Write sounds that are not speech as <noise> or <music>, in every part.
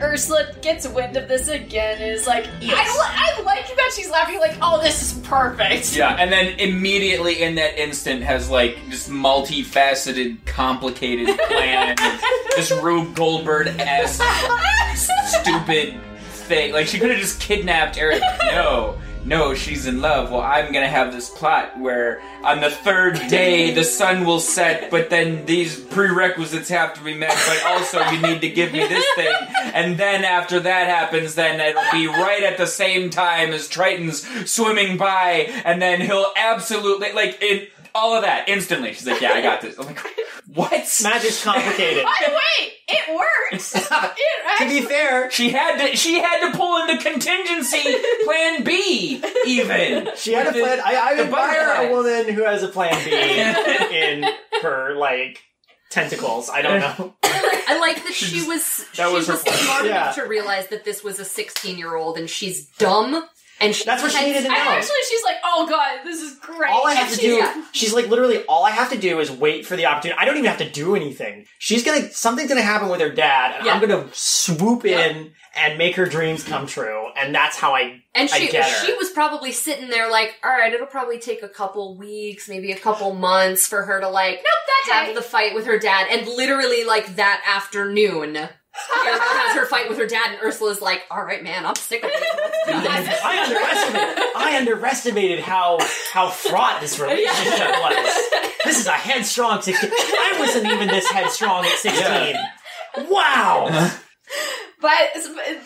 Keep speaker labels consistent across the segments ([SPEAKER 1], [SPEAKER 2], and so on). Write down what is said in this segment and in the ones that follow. [SPEAKER 1] Ursula gets wind of this again and is like, I, li- I like that she's laughing, like, oh, this is perfect.
[SPEAKER 2] Yeah, and then immediately in that instant has like this multifaceted, complicated plan. this Rube Goldberg
[SPEAKER 1] <laughs>
[SPEAKER 2] esque stupid thing. Like she could have just kidnapped Eric. No. No, she's in love. Well, I'm gonna have this plot where on the third day the sun will set, but then these prerequisites have to be met, but also you need to give me this thing. And then after that happens, then it'll be right at the same time as Triton's swimming by, and then he'll absolutely, like, it, all of that instantly. She's like, yeah, I got this. I'm like, what? <laughs>
[SPEAKER 3] Magic's <laughs> complicated.
[SPEAKER 1] By the way, it works. It
[SPEAKER 3] <laughs> to
[SPEAKER 1] actually,
[SPEAKER 3] be fair,
[SPEAKER 2] She had to. She had to pull into contingency plan B. Even
[SPEAKER 3] she had a
[SPEAKER 2] With the-
[SPEAKER 3] plan. I, I
[SPEAKER 2] the
[SPEAKER 3] admire
[SPEAKER 2] butterflies.
[SPEAKER 3] a woman who has a
[SPEAKER 2] <laughs>
[SPEAKER 3] plan B in her like tentacles. I don't know.
[SPEAKER 4] I like that she was
[SPEAKER 2] that
[SPEAKER 4] she
[SPEAKER 2] was
[SPEAKER 4] was,
[SPEAKER 2] her point.
[SPEAKER 4] smart
[SPEAKER 3] Yeah.
[SPEAKER 4] enough to realize that this was a 16 year old and she's dumb and she
[SPEAKER 3] That's what she
[SPEAKER 4] pretends-
[SPEAKER 3] needed to
[SPEAKER 1] and
[SPEAKER 3] know.
[SPEAKER 1] actually, she's like, oh god, this is great.
[SPEAKER 3] <laughs> All I have to do,
[SPEAKER 4] Yeah.
[SPEAKER 3] she's like literally, all I have to do is wait for the opportunity. I don't even have to do anything. She's gonna, something's gonna happen with her dad, and
[SPEAKER 4] Yeah.
[SPEAKER 3] I'm gonna swoop in and make her dreams come true. And that's how I,
[SPEAKER 4] And
[SPEAKER 3] I
[SPEAKER 4] she
[SPEAKER 3] get her.
[SPEAKER 4] she was probably sitting there like, all right, it'll probably take a couple weeks, maybe a couple months for her to like
[SPEAKER 1] Nope, that
[SPEAKER 4] have
[SPEAKER 1] day.
[SPEAKER 4] the fight with her dad. And literally, like that afternoon, Erica has her fight with her dad, and Ursula's like, all right, man, I'm sick of it.
[SPEAKER 3] I underestimated, I underestimated how, how fraught this relationship was. This is a headstrong 16. I wasn't even this headstrong at 16. Wow!
[SPEAKER 1] but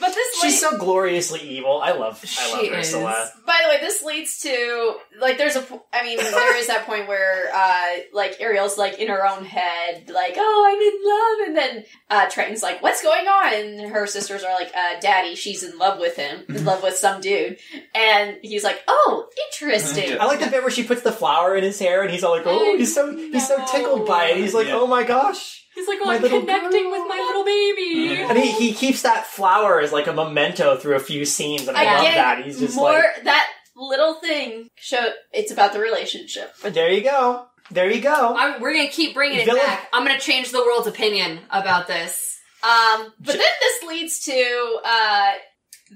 [SPEAKER 1] but this lady-
[SPEAKER 3] She's so gloriously evil. I love, I love
[SPEAKER 4] She
[SPEAKER 3] Ursula.
[SPEAKER 4] is.
[SPEAKER 1] By the way, this leads to like there's a po- I mean there is that point where uh like Ariel's like in her own head like oh I'm in love and then uh Triton's like what's going on and her sisters are like uh daddy she's in love with him in love with some dude and he's like oh interesting
[SPEAKER 3] I like the bit where she puts the flower in his hair and he's all like, "Oh, he's so he's so tickled by it." He's like,
[SPEAKER 2] Yeah.
[SPEAKER 3] "Oh my gosh!"
[SPEAKER 4] He's
[SPEAKER 1] "Oh,
[SPEAKER 4] like,
[SPEAKER 3] My
[SPEAKER 4] well, I'm
[SPEAKER 3] little
[SPEAKER 4] connecting
[SPEAKER 3] girl.
[SPEAKER 4] with my little baby.
[SPEAKER 3] And he, he keeps that flower as like a memento through a few scenes, and I
[SPEAKER 1] Again,
[SPEAKER 3] love that. He's just
[SPEAKER 1] more
[SPEAKER 3] like,
[SPEAKER 1] that little thing show it's about the relationship
[SPEAKER 3] "There you go, there you go."
[SPEAKER 4] I'm, we're gonna keep bringing it
[SPEAKER 3] Villain-
[SPEAKER 4] back. I'm gonna change the world's opinion about this.
[SPEAKER 1] um but then this leads to uh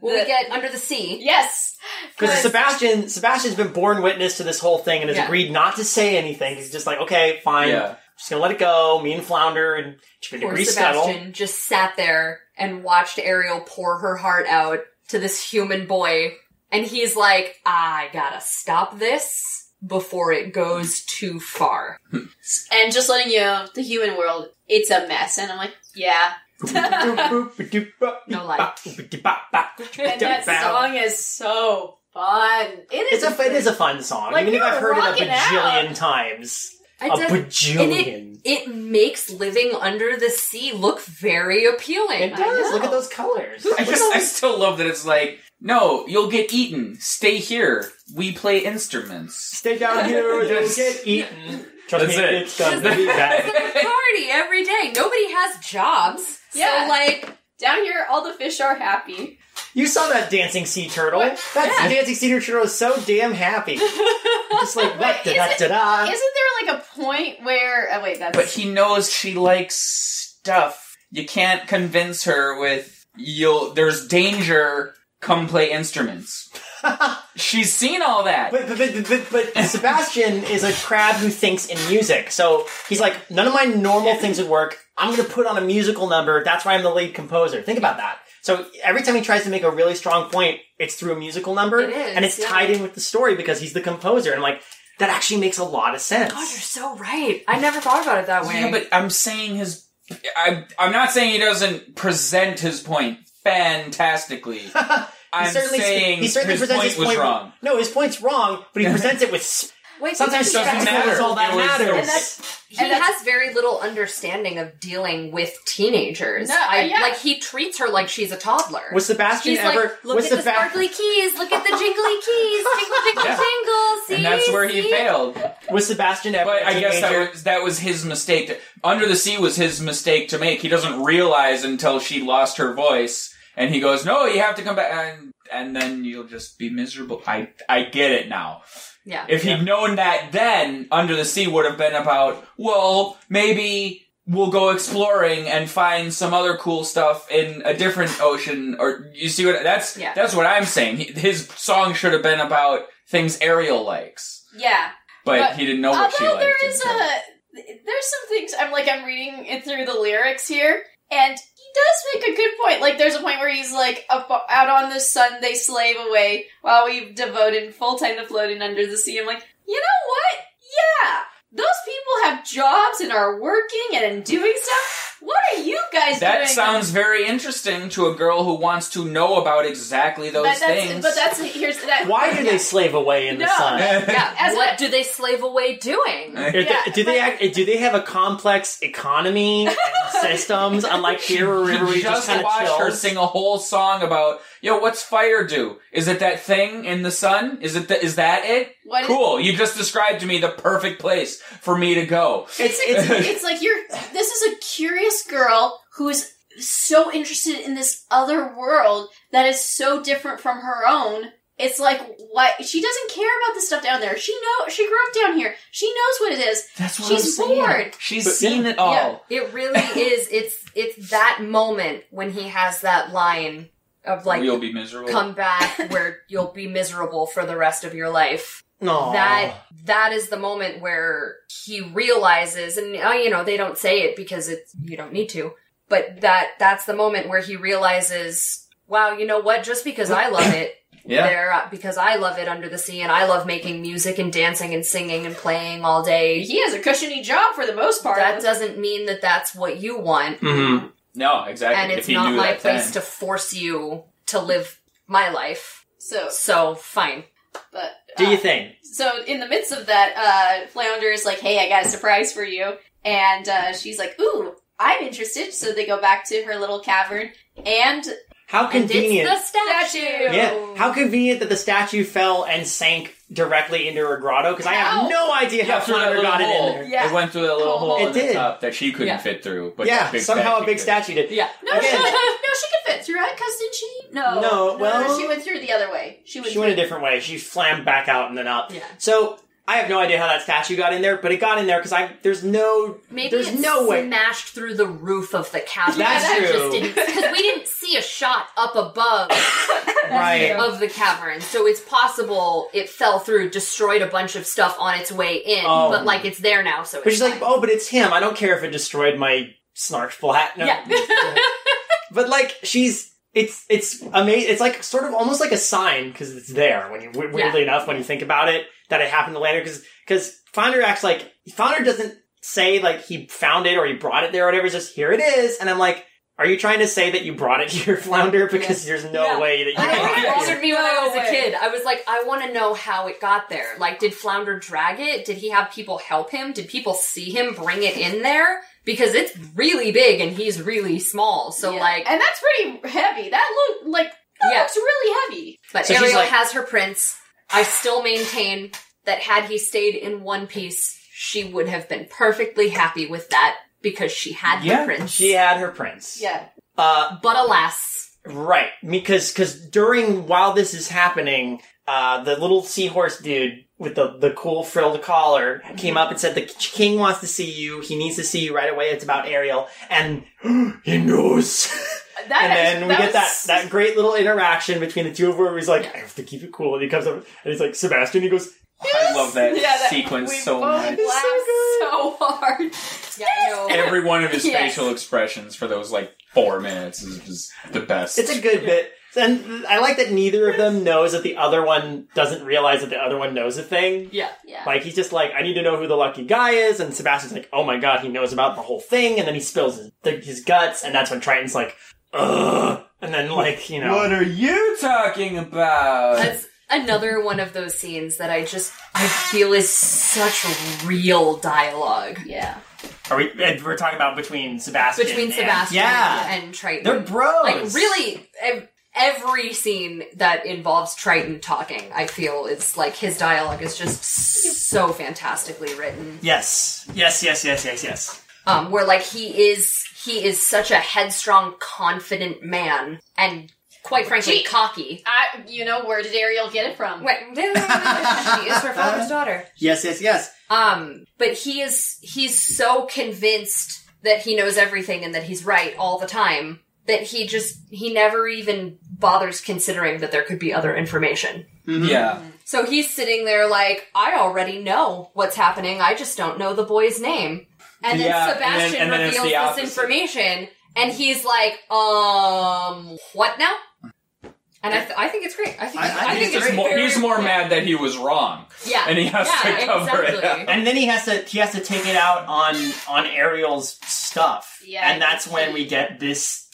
[SPEAKER 4] When
[SPEAKER 1] The-
[SPEAKER 4] we get under the sea,
[SPEAKER 1] yes
[SPEAKER 3] Because Sebastian Sebastian's been born witness to this whole thing and has
[SPEAKER 4] Yeah.
[SPEAKER 3] agreed not to say anything. He's just like, "Okay, fine,
[SPEAKER 2] Yeah.
[SPEAKER 3] just gonna let it go." Me and Flounder and to a
[SPEAKER 4] poor
[SPEAKER 3] degree Scuttle.
[SPEAKER 4] Sebastian just sat there and watched Ariel pour her heart out to this human boy, and he's like, I gotta stop this before it goes too far.
[SPEAKER 1] and just letting you know the human world it's a mess and I'm like yeah
[SPEAKER 4] No light.
[SPEAKER 3] <laughs>
[SPEAKER 1] And that song is so fun. It is.
[SPEAKER 3] It's a it is a fun song.
[SPEAKER 1] Like,
[SPEAKER 3] Even if
[SPEAKER 1] we
[SPEAKER 3] I've
[SPEAKER 1] were
[SPEAKER 3] heard it a
[SPEAKER 1] rocking out.
[SPEAKER 3] bajillion times.
[SPEAKER 4] I
[SPEAKER 3] a
[SPEAKER 4] def- and
[SPEAKER 3] bajillion.
[SPEAKER 4] it, it makes living under the sea look very appealing.
[SPEAKER 3] It does. Look at those colors.
[SPEAKER 2] I just, I still love that it's like, no, you'll get eaten. Stay here. We play instruments.
[SPEAKER 3] Stay down here or you'll
[SPEAKER 2] Yes.
[SPEAKER 3] get eaten. Trust
[SPEAKER 2] That's
[SPEAKER 3] me,
[SPEAKER 2] it.
[SPEAKER 3] it's gonna
[SPEAKER 2] <laughs>
[SPEAKER 3] be bad.
[SPEAKER 4] party every day. Nobody has jobs.
[SPEAKER 1] Yeah.
[SPEAKER 4] So like
[SPEAKER 1] Down here, all the fish are happy.
[SPEAKER 3] You saw that dancing sea turtle.
[SPEAKER 1] What?
[SPEAKER 3] That dancing sea turtle is so
[SPEAKER 1] <laughs>
[SPEAKER 3] damn happy. just like what da
[SPEAKER 1] Wait,
[SPEAKER 3] da
[SPEAKER 1] is
[SPEAKER 3] da da.
[SPEAKER 1] Isn't there like a point where? Oh wait, that's.
[SPEAKER 2] But he knows she likes stuff. You can't convince her with you'll. There's danger. Come play
[SPEAKER 3] <laughs>
[SPEAKER 2] instruments. She's seen all that.
[SPEAKER 3] But, but, but, but, but Sebastian is a crab who thinks in music. So he's like, none of my normal things would work. I'm going to put on a musical number. That's why I'm the lead composer. Think about that. So every time he tries to make a really strong point, it's through a musical number.
[SPEAKER 4] It is,
[SPEAKER 3] and it's
[SPEAKER 4] yeah.
[SPEAKER 3] tied in with the story because he's the composer. And I'm like, that actually makes a lot of sense.
[SPEAKER 4] God, you're so right. I never thought about it that way.
[SPEAKER 2] Yeah, but I'm saying his. I'm, I'm not saying he doesn't present his point fantastically.
[SPEAKER 3] <laughs> He
[SPEAKER 2] I'm
[SPEAKER 3] certainly-
[SPEAKER 2] saying
[SPEAKER 3] he certainly
[SPEAKER 2] his
[SPEAKER 3] presents
[SPEAKER 2] point
[SPEAKER 3] his
[SPEAKER 2] was
[SPEAKER 3] point
[SPEAKER 2] wrong.
[SPEAKER 3] No, his point's wrong, but he presents it
[SPEAKER 1] <laughs>
[SPEAKER 3] with. s-
[SPEAKER 4] Wait,
[SPEAKER 3] Sometimes
[SPEAKER 4] because
[SPEAKER 2] doesn't
[SPEAKER 3] stress
[SPEAKER 2] matter.
[SPEAKER 3] is all that
[SPEAKER 2] It was-
[SPEAKER 3] matters.
[SPEAKER 2] it was-
[SPEAKER 1] And that's
[SPEAKER 4] he
[SPEAKER 1] and that's-
[SPEAKER 4] has very little understanding of dealing with teenagers.
[SPEAKER 1] No,
[SPEAKER 4] I,
[SPEAKER 1] yeah.
[SPEAKER 4] Like he treats her like she's a toddler.
[SPEAKER 3] was Sebastian
[SPEAKER 4] He's
[SPEAKER 3] ever?
[SPEAKER 4] like, look
[SPEAKER 3] was
[SPEAKER 4] at the
[SPEAKER 3] Seba-
[SPEAKER 4] sparkly keys, look at the jingly keys, jingle, jingle,
[SPEAKER 2] Yeah.
[SPEAKER 4] jingle. See,
[SPEAKER 2] And that's where he
[SPEAKER 4] see?
[SPEAKER 2] failed.
[SPEAKER 3] Was Sebastian ever?
[SPEAKER 2] But
[SPEAKER 3] a
[SPEAKER 2] I guess
[SPEAKER 3] teenager?
[SPEAKER 2] that was, that was his mistake. to- Under the Sea was his mistake to make. He doesn't realize until she lost her voice, and he goes, "No, you have to come back," and, and then you'll just be miserable. I I get it now.
[SPEAKER 4] Yeah.
[SPEAKER 2] If
[SPEAKER 3] Yeah.
[SPEAKER 2] he'd known that then, Under the Sea would have been about, well, maybe we'll go exploring and find some other cool stuff in a different ocean or you see what that's
[SPEAKER 4] Yeah.
[SPEAKER 2] that's what I'm saying. He, his song should have been about things Ariel likes,
[SPEAKER 1] Yeah.
[SPEAKER 2] but,
[SPEAKER 1] But-
[SPEAKER 2] he didn't know what she
[SPEAKER 1] Although
[SPEAKER 2] liked.
[SPEAKER 1] there is
[SPEAKER 2] until-
[SPEAKER 1] a there's some things I'm like I'm reading it through the lyrics here, and he does make a good point. Like there's a point where he's like up, out on the sun they slave away while we've devoted full time to floating under the sea. I'm like, you know what? Yeah, those people have jobs and are working and doing stuff. What are you guys
[SPEAKER 2] that
[SPEAKER 1] doing?
[SPEAKER 2] sounds very interesting to a girl who wants to know about exactly those
[SPEAKER 1] but that's,
[SPEAKER 2] things. <laughs>
[SPEAKER 1] But that's here's that.
[SPEAKER 3] Why do
[SPEAKER 1] yeah.
[SPEAKER 3] they slave away in the
[SPEAKER 1] No.
[SPEAKER 2] <laughs>
[SPEAKER 3] sun?
[SPEAKER 4] Yeah.
[SPEAKER 1] As
[SPEAKER 4] what
[SPEAKER 1] a-
[SPEAKER 4] do they slave away doing?
[SPEAKER 2] Eh.
[SPEAKER 3] If
[SPEAKER 1] Yeah,
[SPEAKER 3] they, do they
[SPEAKER 1] but-
[SPEAKER 3] act, do they have a complex
[SPEAKER 1] <laughs>
[SPEAKER 3] economy and systems unlike here where everybody just,
[SPEAKER 2] just
[SPEAKER 3] kind of
[SPEAKER 2] watched her
[SPEAKER 3] chills?
[SPEAKER 2] sing a whole song about yo. What's fire do? Is it that thing in the sun? Is it the, is that it?
[SPEAKER 1] What is-
[SPEAKER 2] cool. you just described to me the perfect place for me to go.
[SPEAKER 1] <laughs> It's, it's,
[SPEAKER 2] <laughs>
[SPEAKER 1] it's like you're. This is a curious girl who is so interested in this other world that is so different from her own. It's like what she doesn't care about the stuff down there. She know she grew up down here. She knows what it is.
[SPEAKER 2] That's what
[SPEAKER 1] She's
[SPEAKER 2] I'm saying.
[SPEAKER 1] bored.
[SPEAKER 2] She's
[SPEAKER 3] But-
[SPEAKER 2] seen
[SPEAKER 3] yeah.
[SPEAKER 2] it all.
[SPEAKER 1] Yeah.
[SPEAKER 4] It really <laughs> is. It's it's that moment when he has that line of like,
[SPEAKER 2] we'll be miserable.
[SPEAKER 4] "Come back, where you'll be miserable for the rest of your life."
[SPEAKER 3] No,
[SPEAKER 4] that that is the moment where he realizes and uh, you know they don't say it because it's you don't need to but that that's the moment where he realizes wow you know what just because i love it
[SPEAKER 2] yeah.
[SPEAKER 4] there uh, because i love it under the sea and i love making music and dancing and singing and playing all day
[SPEAKER 1] He has a cushiony job for the most part.
[SPEAKER 4] that doesn't mean that that's what you want
[SPEAKER 3] Mhm.
[SPEAKER 2] No, exactly.
[SPEAKER 4] and
[SPEAKER 2] if
[SPEAKER 4] it's
[SPEAKER 2] he
[SPEAKER 4] not
[SPEAKER 2] knew
[SPEAKER 4] my
[SPEAKER 2] that
[SPEAKER 4] place
[SPEAKER 2] then.
[SPEAKER 4] to force you to live my life
[SPEAKER 1] so,
[SPEAKER 4] so fine
[SPEAKER 1] but
[SPEAKER 3] do
[SPEAKER 1] uh,
[SPEAKER 3] you think?
[SPEAKER 1] so in the midst of that, uh, Flounder is like, "Hey, I got a surprise for you," and uh, she's like, "Ooh, I'm interested." So they go back to her little cavern, and
[SPEAKER 3] How
[SPEAKER 4] and
[SPEAKER 3] convenient?
[SPEAKER 4] it's the statue
[SPEAKER 3] yeah, how convenient that the statue fell and sank directly into her grotto because I
[SPEAKER 1] How?
[SPEAKER 3] have no idea
[SPEAKER 2] Yeah,
[SPEAKER 3] how
[SPEAKER 2] through that
[SPEAKER 3] Flounder
[SPEAKER 2] little
[SPEAKER 3] got it
[SPEAKER 2] hole.
[SPEAKER 3] in there.
[SPEAKER 1] Yeah.
[SPEAKER 2] It went through that little
[SPEAKER 1] Oh.
[SPEAKER 2] hole
[SPEAKER 3] It
[SPEAKER 2] in the
[SPEAKER 3] did.
[SPEAKER 2] top that she couldn't
[SPEAKER 4] Yeah.
[SPEAKER 2] fit through. But
[SPEAKER 3] yeah,
[SPEAKER 2] that big
[SPEAKER 3] somehow a
[SPEAKER 2] statue
[SPEAKER 3] big
[SPEAKER 2] did.
[SPEAKER 3] statue did.
[SPEAKER 4] yeah
[SPEAKER 1] No, she,
[SPEAKER 3] Again.
[SPEAKER 1] no, she could fit through it, cause didn't she? No,
[SPEAKER 3] No, well-
[SPEAKER 1] she went through the other way. She went.
[SPEAKER 3] She went a different way. She flammed back out and then up.
[SPEAKER 4] Yeah.
[SPEAKER 3] So I have no idea how that statue got in there, but it got in there because I there's
[SPEAKER 4] <laughs>
[SPEAKER 3] no
[SPEAKER 4] Maybe
[SPEAKER 3] there's
[SPEAKER 4] it
[SPEAKER 3] no way.
[SPEAKER 4] smashed through the roof of the cabin.
[SPEAKER 3] That's
[SPEAKER 4] That
[SPEAKER 3] true.
[SPEAKER 4] just didn't <laughs> because we didn't see a shot up above
[SPEAKER 3] Right.
[SPEAKER 4] of the cavern, so it's possible it fell through, destroyed a bunch of stuff on its way in,
[SPEAKER 3] Oh.
[SPEAKER 4] but like it's there now, so it's
[SPEAKER 3] But she's like,
[SPEAKER 4] fine.
[SPEAKER 3] oh, but it's him. I don't care if it destroyed my snark flat. No.
[SPEAKER 4] Yeah.
[SPEAKER 3] <laughs> but like, she's it's it's amazing. It's like sort of almost like a sign because it's there when you weirdly enough when you think about it that it happened to Lander because because Founder acts like Founder doesn't say like he found it or he brought it there or whatever. It's just here it is, and I'm like. Are you trying to say that you brought it <laughs> here, Flounder? Because there's no
[SPEAKER 4] Yeah.
[SPEAKER 3] way that you
[SPEAKER 4] I
[SPEAKER 3] brought
[SPEAKER 4] know, it
[SPEAKER 3] it
[SPEAKER 4] bothered
[SPEAKER 3] here.
[SPEAKER 4] me when I was
[SPEAKER 1] No
[SPEAKER 4] a
[SPEAKER 1] way.
[SPEAKER 4] kid. I was like, I want to know how it got there. Like, did Flounder drag it? Did he have people help him? Did people see him bring it in there? Because it's really big and he's really small. So,
[SPEAKER 1] Yeah.
[SPEAKER 4] like,
[SPEAKER 1] and that's pretty heavy. That looked like that
[SPEAKER 4] Yeah.
[SPEAKER 1] looks really heavy.
[SPEAKER 4] But
[SPEAKER 3] So she's
[SPEAKER 4] Ariel
[SPEAKER 3] like-
[SPEAKER 4] has her prince. I still maintain that had he stayed in one piece, she would have been perfectly happy with that because she had
[SPEAKER 2] Yeah,
[SPEAKER 4] the prince.
[SPEAKER 3] She had her prince.
[SPEAKER 1] Yeah,
[SPEAKER 3] Uh,
[SPEAKER 4] But alas,
[SPEAKER 3] Right, because because during while this is happening, uh, the little seahorse dude with the the cool frilled collar came up and said, "The king wants to see you. He needs to see you right away. It's about Ariel." And <gasps> he knows.
[SPEAKER 1] that
[SPEAKER 3] and
[SPEAKER 1] is-
[SPEAKER 3] then we
[SPEAKER 1] that
[SPEAKER 3] get that
[SPEAKER 1] was- <laughs>
[SPEAKER 3] that great little interaction between the two of them where he's like, "I have to keep it cool," and he comes up and he's like, "Sebastian," he goes,
[SPEAKER 2] I love that,
[SPEAKER 1] Yeah, that-
[SPEAKER 2] sequence
[SPEAKER 1] we
[SPEAKER 2] so
[SPEAKER 1] both
[SPEAKER 2] much.
[SPEAKER 3] It's
[SPEAKER 1] laughed
[SPEAKER 3] so good.
[SPEAKER 1] so hard.
[SPEAKER 4] yeah, I know.
[SPEAKER 2] Every one of
[SPEAKER 1] <laughs>
[SPEAKER 2] his
[SPEAKER 1] Yes.
[SPEAKER 2] facial expressions for those like four minutes is just the best.
[SPEAKER 3] "It's a good bit." And I like that neither of them knows that the other one doesn't realize that the other one knows a thing.
[SPEAKER 4] <laughs> yeah.
[SPEAKER 1] Yeah,
[SPEAKER 3] Like he's just like, I need to know who the lucky guy is, and Sebastian's like, oh my god, he knows about the whole thing, and then he spills his, the, his guts, and that's when Triton's like, ugh, and then like you know,
[SPEAKER 2] What are you talking about?
[SPEAKER 4] That's another one of those scenes that I just I feel is such real dialogue
[SPEAKER 1] yeah.
[SPEAKER 3] are we? and We're talking about between Sebastian,
[SPEAKER 4] between
[SPEAKER 3] and-
[SPEAKER 4] Sebastian
[SPEAKER 3] yeah,
[SPEAKER 4] and Triton.
[SPEAKER 3] they're bros,
[SPEAKER 4] like really ev- every scene that involves triton talking i feel it's like his dialogue is just so fantastically written
[SPEAKER 3] Yes, yes, yes, yes, yes, yes.
[SPEAKER 4] um where like he is he is such a headstrong confident man and quite frankly
[SPEAKER 1] Gee.
[SPEAKER 4] cocky
[SPEAKER 1] I, you know, where did Ariel get it from?
[SPEAKER 4] Wait, <laughs> she is her father's daughter
[SPEAKER 3] Yes, yes, yes.
[SPEAKER 4] Um, but he is he's so convinced that he knows everything and that he's right all the time that he just he never even bothers considering that there could be other information.
[SPEAKER 1] Mm-hmm.
[SPEAKER 2] Yeah.
[SPEAKER 4] So he's sitting there like, I already know what's happening. I just don't know the boy's name. And then
[SPEAKER 2] Yeah, and then-
[SPEAKER 4] Sebastian
[SPEAKER 2] and then it's the
[SPEAKER 4] reveals
[SPEAKER 2] opposite.
[SPEAKER 4] this information, and he's like, um, what now? And I, th- I think it's great. I think,
[SPEAKER 3] I- I
[SPEAKER 4] I,
[SPEAKER 3] think
[SPEAKER 4] think
[SPEAKER 2] he's
[SPEAKER 4] it's,
[SPEAKER 2] just
[SPEAKER 4] great.
[SPEAKER 2] more, he's more
[SPEAKER 4] Yeah.
[SPEAKER 2] mad that he was wrong,
[SPEAKER 4] Yeah.
[SPEAKER 2] and he has
[SPEAKER 4] Yeah,
[SPEAKER 2] to cover it.
[SPEAKER 4] exactly.
[SPEAKER 2] up.
[SPEAKER 3] And then he has to he has to take it out on on Ariel's stuff.
[SPEAKER 1] Yeah.
[SPEAKER 3] And that's when we get this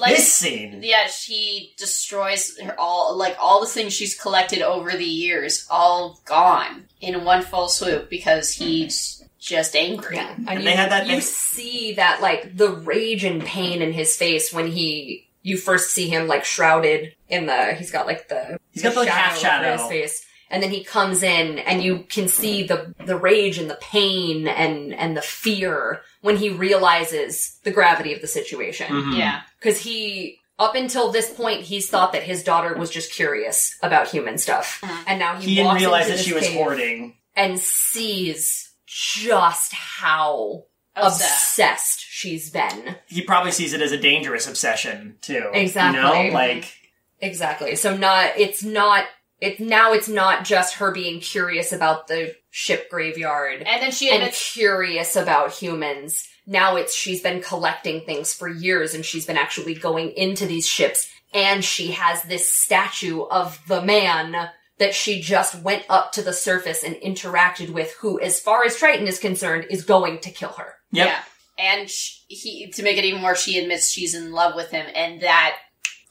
[SPEAKER 1] Like,
[SPEAKER 3] this scene.
[SPEAKER 1] yeah, she destroys her all like all the things she's collected over the years, all gone in one full swoop because he's just angry.
[SPEAKER 4] Yeah, and,
[SPEAKER 3] And
[SPEAKER 4] you,
[SPEAKER 3] they had that thing-
[SPEAKER 4] You see that like the rage and pain in his face when he you first see him like shrouded in the he's got like the
[SPEAKER 3] He's got the, like, half
[SPEAKER 4] over
[SPEAKER 3] shadow.
[SPEAKER 4] his face, and then he comes in and you can see the the rage and the pain and and the fear when he realizes the gravity of the
[SPEAKER 3] Mm-hmm.
[SPEAKER 4] situation
[SPEAKER 3] Hmm.
[SPEAKER 2] Mhm.
[SPEAKER 1] Yeah.
[SPEAKER 4] because he. Up until this point, he's thought that his daughter was just curious about human stuff,
[SPEAKER 1] Mhm.
[SPEAKER 4] and now he,
[SPEAKER 3] He didn't
[SPEAKER 4] walks
[SPEAKER 3] realize
[SPEAKER 4] into
[SPEAKER 3] that
[SPEAKER 4] this
[SPEAKER 3] she was
[SPEAKER 4] cave
[SPEAKER 3] hoarding.
[SPEAKER 4] and sees just how
[SPEAKER 1] Obsessed.
[SPEAKER 4] obsessed she's been.
[SPEAKER 3] He probably sees it as a dangerous obsession too.
[SPEAKER 4] Exactly.
[SPEAKER 3] You know? Like
[SPEAKER 4] Exactly. So not it's not it now it's not just her being curious about the ship graveyard
[SPEAKER 1] And then she
[SPEAKER 4] and
[SPEAKER 1] admits
[SPEAKER 4] curious about humans. Now it's she's been collecting things for years and she's been actually going into these ships and she has this statue of the man that she just went up to the surface and interacted with who as far as Triton is concerned is going to kill her.
[SPEAKER 3] Yep.
[SPEAKER 1] Yeah. And sh he to make it even worse, she admits she's in love with him, and that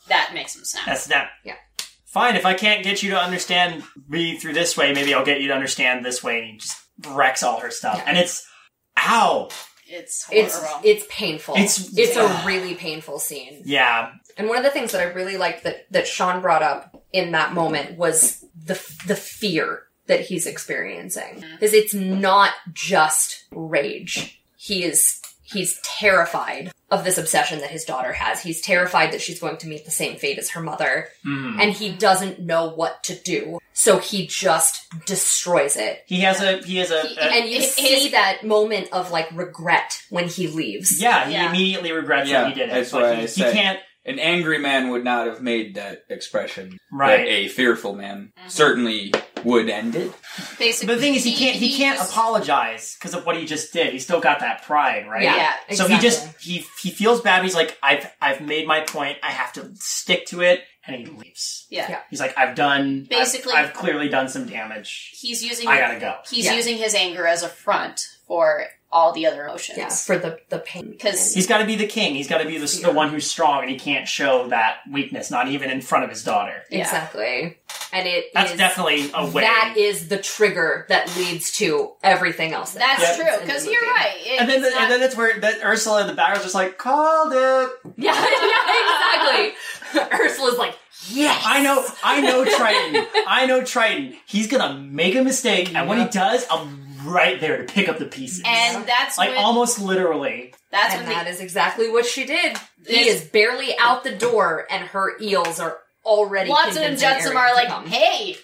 [SPEAKER 1] that makes him snap.
[SPEAKER 3] That's not.
[SPEAKER 4] Yeah.
[SPEAKER 3] Fine. If I can't get you to understand me through this way, maybe I'll get you to understand this way. And he just wrecks all her stuff.
[SPEAKER 4] Yeah.
[SPEAKER 3] And it's, ow.
[SPEAKER 1] It's horrible.
[SPEAKER 4] It's it's painful.
[SPEAKER 3] It's-
[SPEAKER 4] it's
[SPEAKER 3] yeah.
[SPEAKER 4] a really painful scene.
[SPEAKER 3] Yeah.
[SPEAKER 4] And one of the things that I really liked that that Sean brought up in that moment was the the fear that he's experiencing
[SPEAKER 3] Mm-hmm.
[SPEAKER 4] because it's not just rage. He is he's terrified of this obsession that his daughter has. He's terrified that she's going to meet the same fate as her mother
[SPEAKER 3] Mm-hmm.
[SPEAKER 2] Mhm.
[SPEAKER 4] and he doesn't know what to do. So he just destroys it.
[SPEAKER 3] He has a, he has a,
[SPEAKER 1] He-
[SPEAKER 3] a-
[SPEAKER 4] And you
[SPEAKER 1] It- it
[SPEAKER 4] see
[SPEAKER 1] is-
[SPEAKER 4] that moment of like regret when he leaves.
[SPEAKER 3] yeah, he
[SPEAKER 1] Yeah.
[SPEAKER 3] immediately regrets
[SPEAKER 2] Yeah,
[SPEAKER 3] that he did it.
[SPEAKER 2] that's
[SPEAKER 3] Like,
[SPEAKER 2] what
[SPEAKER 3] he,
[SPEAKER 2] I
[SPEAKER 3] he
[SPEAKER 2] said.
[SPEAKER 3] can't,
[SPEAKER 2] An angry man would not have made that expression. That
[SPEAKER 3] right.
[SPEAKER 2] a fearful man
[SPEAKER 1] Mhm.
[SPEAKER 2] certainly would end it.
[SPEAKER 1] Basically,
[SPEAKER 3] But the thing is, he can't, he can't
[SPEAKER 1] just-
[SPEAKER 3] apologize because of what he just did. He's still got that pride, right?
[SPEAKER 1] Yeah.
[SPEAKER 3] So he just, he, he feels bad. He's like, I've, I've made my point. I have to stick to it. And he leaves.
[SPEAKER 1] Yeah.
[SPEAKER 4] Yeah.
[SPEAKER 3] He's like, I've done, I've-
[SPEAKER 1] Basically-
[SPEAKER 3] I've clearly done some damage.
[SPEAKER 1] He's using
[SPEAKER 3] I gotta go.
[SPEAKER 1] he's
[SPEAKER 4] Yeah.
[SPEAKER 1] using his anger as a front for all the other emotions.
[SPEAKER 4] yeah for the the pain
[SPEAKER 1] 'Cause-
[SPEAKER 3] He's got to be the king. He's got to be the, the one who's strong, and he can't show that weakness, not even in front of his daughter.
[SPEAKER 1] Yeah.
[SPEAKER 4] Exactly. And it
[SPEAKER 3] That's
[SPEAKER 4] is-
[SPEAKER 3] definitely a way.
[SPEAKER 4] That is the trigger that leads to everything else. that
[SPEAKER 1] That's
[SPEAKER 3] Yeah.
[SPEAKER 4] happens
[SPEAKER 1] true,
[SPEAKER 4] in the
[SPEAKER 1] because
[SPEAKER 4] movie.
[SPEAKER 1] you're right. It-
[SPEAKER 3] and then,
[SPEAKER 1] it's
[SPEAKER 3] the,
[SPEAKER 1] not-
[SPEAKER 3] and then it's where that Ursula in the back was just like, "Called it."
[SPEAKER 4] <laughs> Yeah, yeah, exactly. <laughs> Ursula's like, yes.
[SPEAKER 3] I know, I know
[SPEAKER 4] <laughs>
[SPEAKER 3] Triton. I know Triton. He's gonna make a mistake, and when he
[SPEAKER 4] Yeah.
[SPEAKER 3] does, I'm right there to pick up the pieces.
[SPEAKER 1] and that's
[SPEAKER 3] like
[SPEAKER 1] when
[SPEAKER 3] almost literally.
[SPEAKER 1] that's when
[SPEAKER 4] and
[SPEAKER 1] the,
[SPEAKER 4] that is exactly what she did. He
[SPEAKER 1] This-
[SPEAKER 4] is barely out the door, and her eels are already.
[SPEAKER 1] Watson and
[SPEAKER 4] convincing
[SPEAKER 1] Jetsam
[SPEAKER 4] Ariel
[SPEAKER 1] are
[SPEAKER 4] to
[SPEAKER 1] like,
[SPEAKER 4] come.
[SPEAKER 1] hey,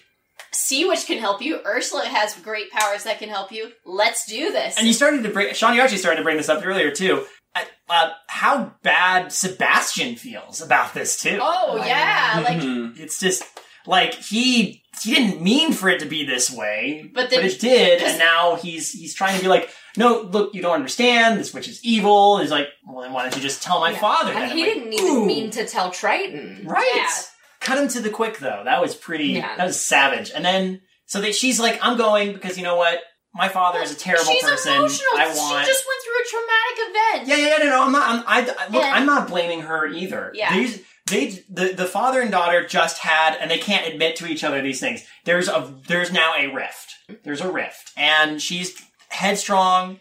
[SPEAKER 1] see which can help you. Ursula has great powers that can help you. Let's do this.
[SPEAKER 3] And you started to bring Shawnee Archie started to bring this up earlier too. Uh, Uh, how bad Sebastian feels about this too.
[SPEAKER 1] oh
[SPEAKER 4] Wow.
[SPEAKER 3] mm-hmm.
[SPEAKER 1] yeah, like
[SPEAKER 2] Mhm.
[SPEAKER 3] It's just like he he didn't mean for it to be this way,
[SPEAKER 1] But then-
[SPEAKER 3] it did,
[SPEAKER 1] just-
[SPEAKER 3] and now he's he's trying to be like, no, look, you don't understand. This witch is evil. And he's like, well, then why don't you just tell my
[SPEAKER 4] Yeah.
[SPEAKER 3] father?
[SPEAKER 4] And
[SPEAKER 3] then?
[SPEAKER 4] he
[SPEAKER 3] I'm like,
[SPEAKER 4] didn't even
[SPEAKER 3] ooh,
[SPEAKER 4] mean to tell Triton.
[SPEAKER 3] right.
[SPEAKER 1] Yeah.
[SPEAKER 3] Cut him to the quick though. That was pretty.
[SPEAKER 4] Yeah.
[SPEAKER 3] That was savage. And then so that she's like, I'm going because you know what, my father is a terrible
[SPEAKER 1] she's
[SPEAKER 3] person.
[SPEAKER 1] emotional.
[SPEAKER 3] I want.
[SPEAKER 1] She just went through a traumatic event.
[SPEAKER 3] Yeah, yeah, yeah, no, no, I'm not. I'm, I, I- look,
[SPEAKER 1] And-
[SPEAKER 3] I'm not blaming her either.
[SPEAKER 1] Yeah.
[SPEAKER 3] These, they, the, the father and daughter just had, and they can't admit to each other these things. There's a, there's now a rift. There's a rift, and she's headstrong,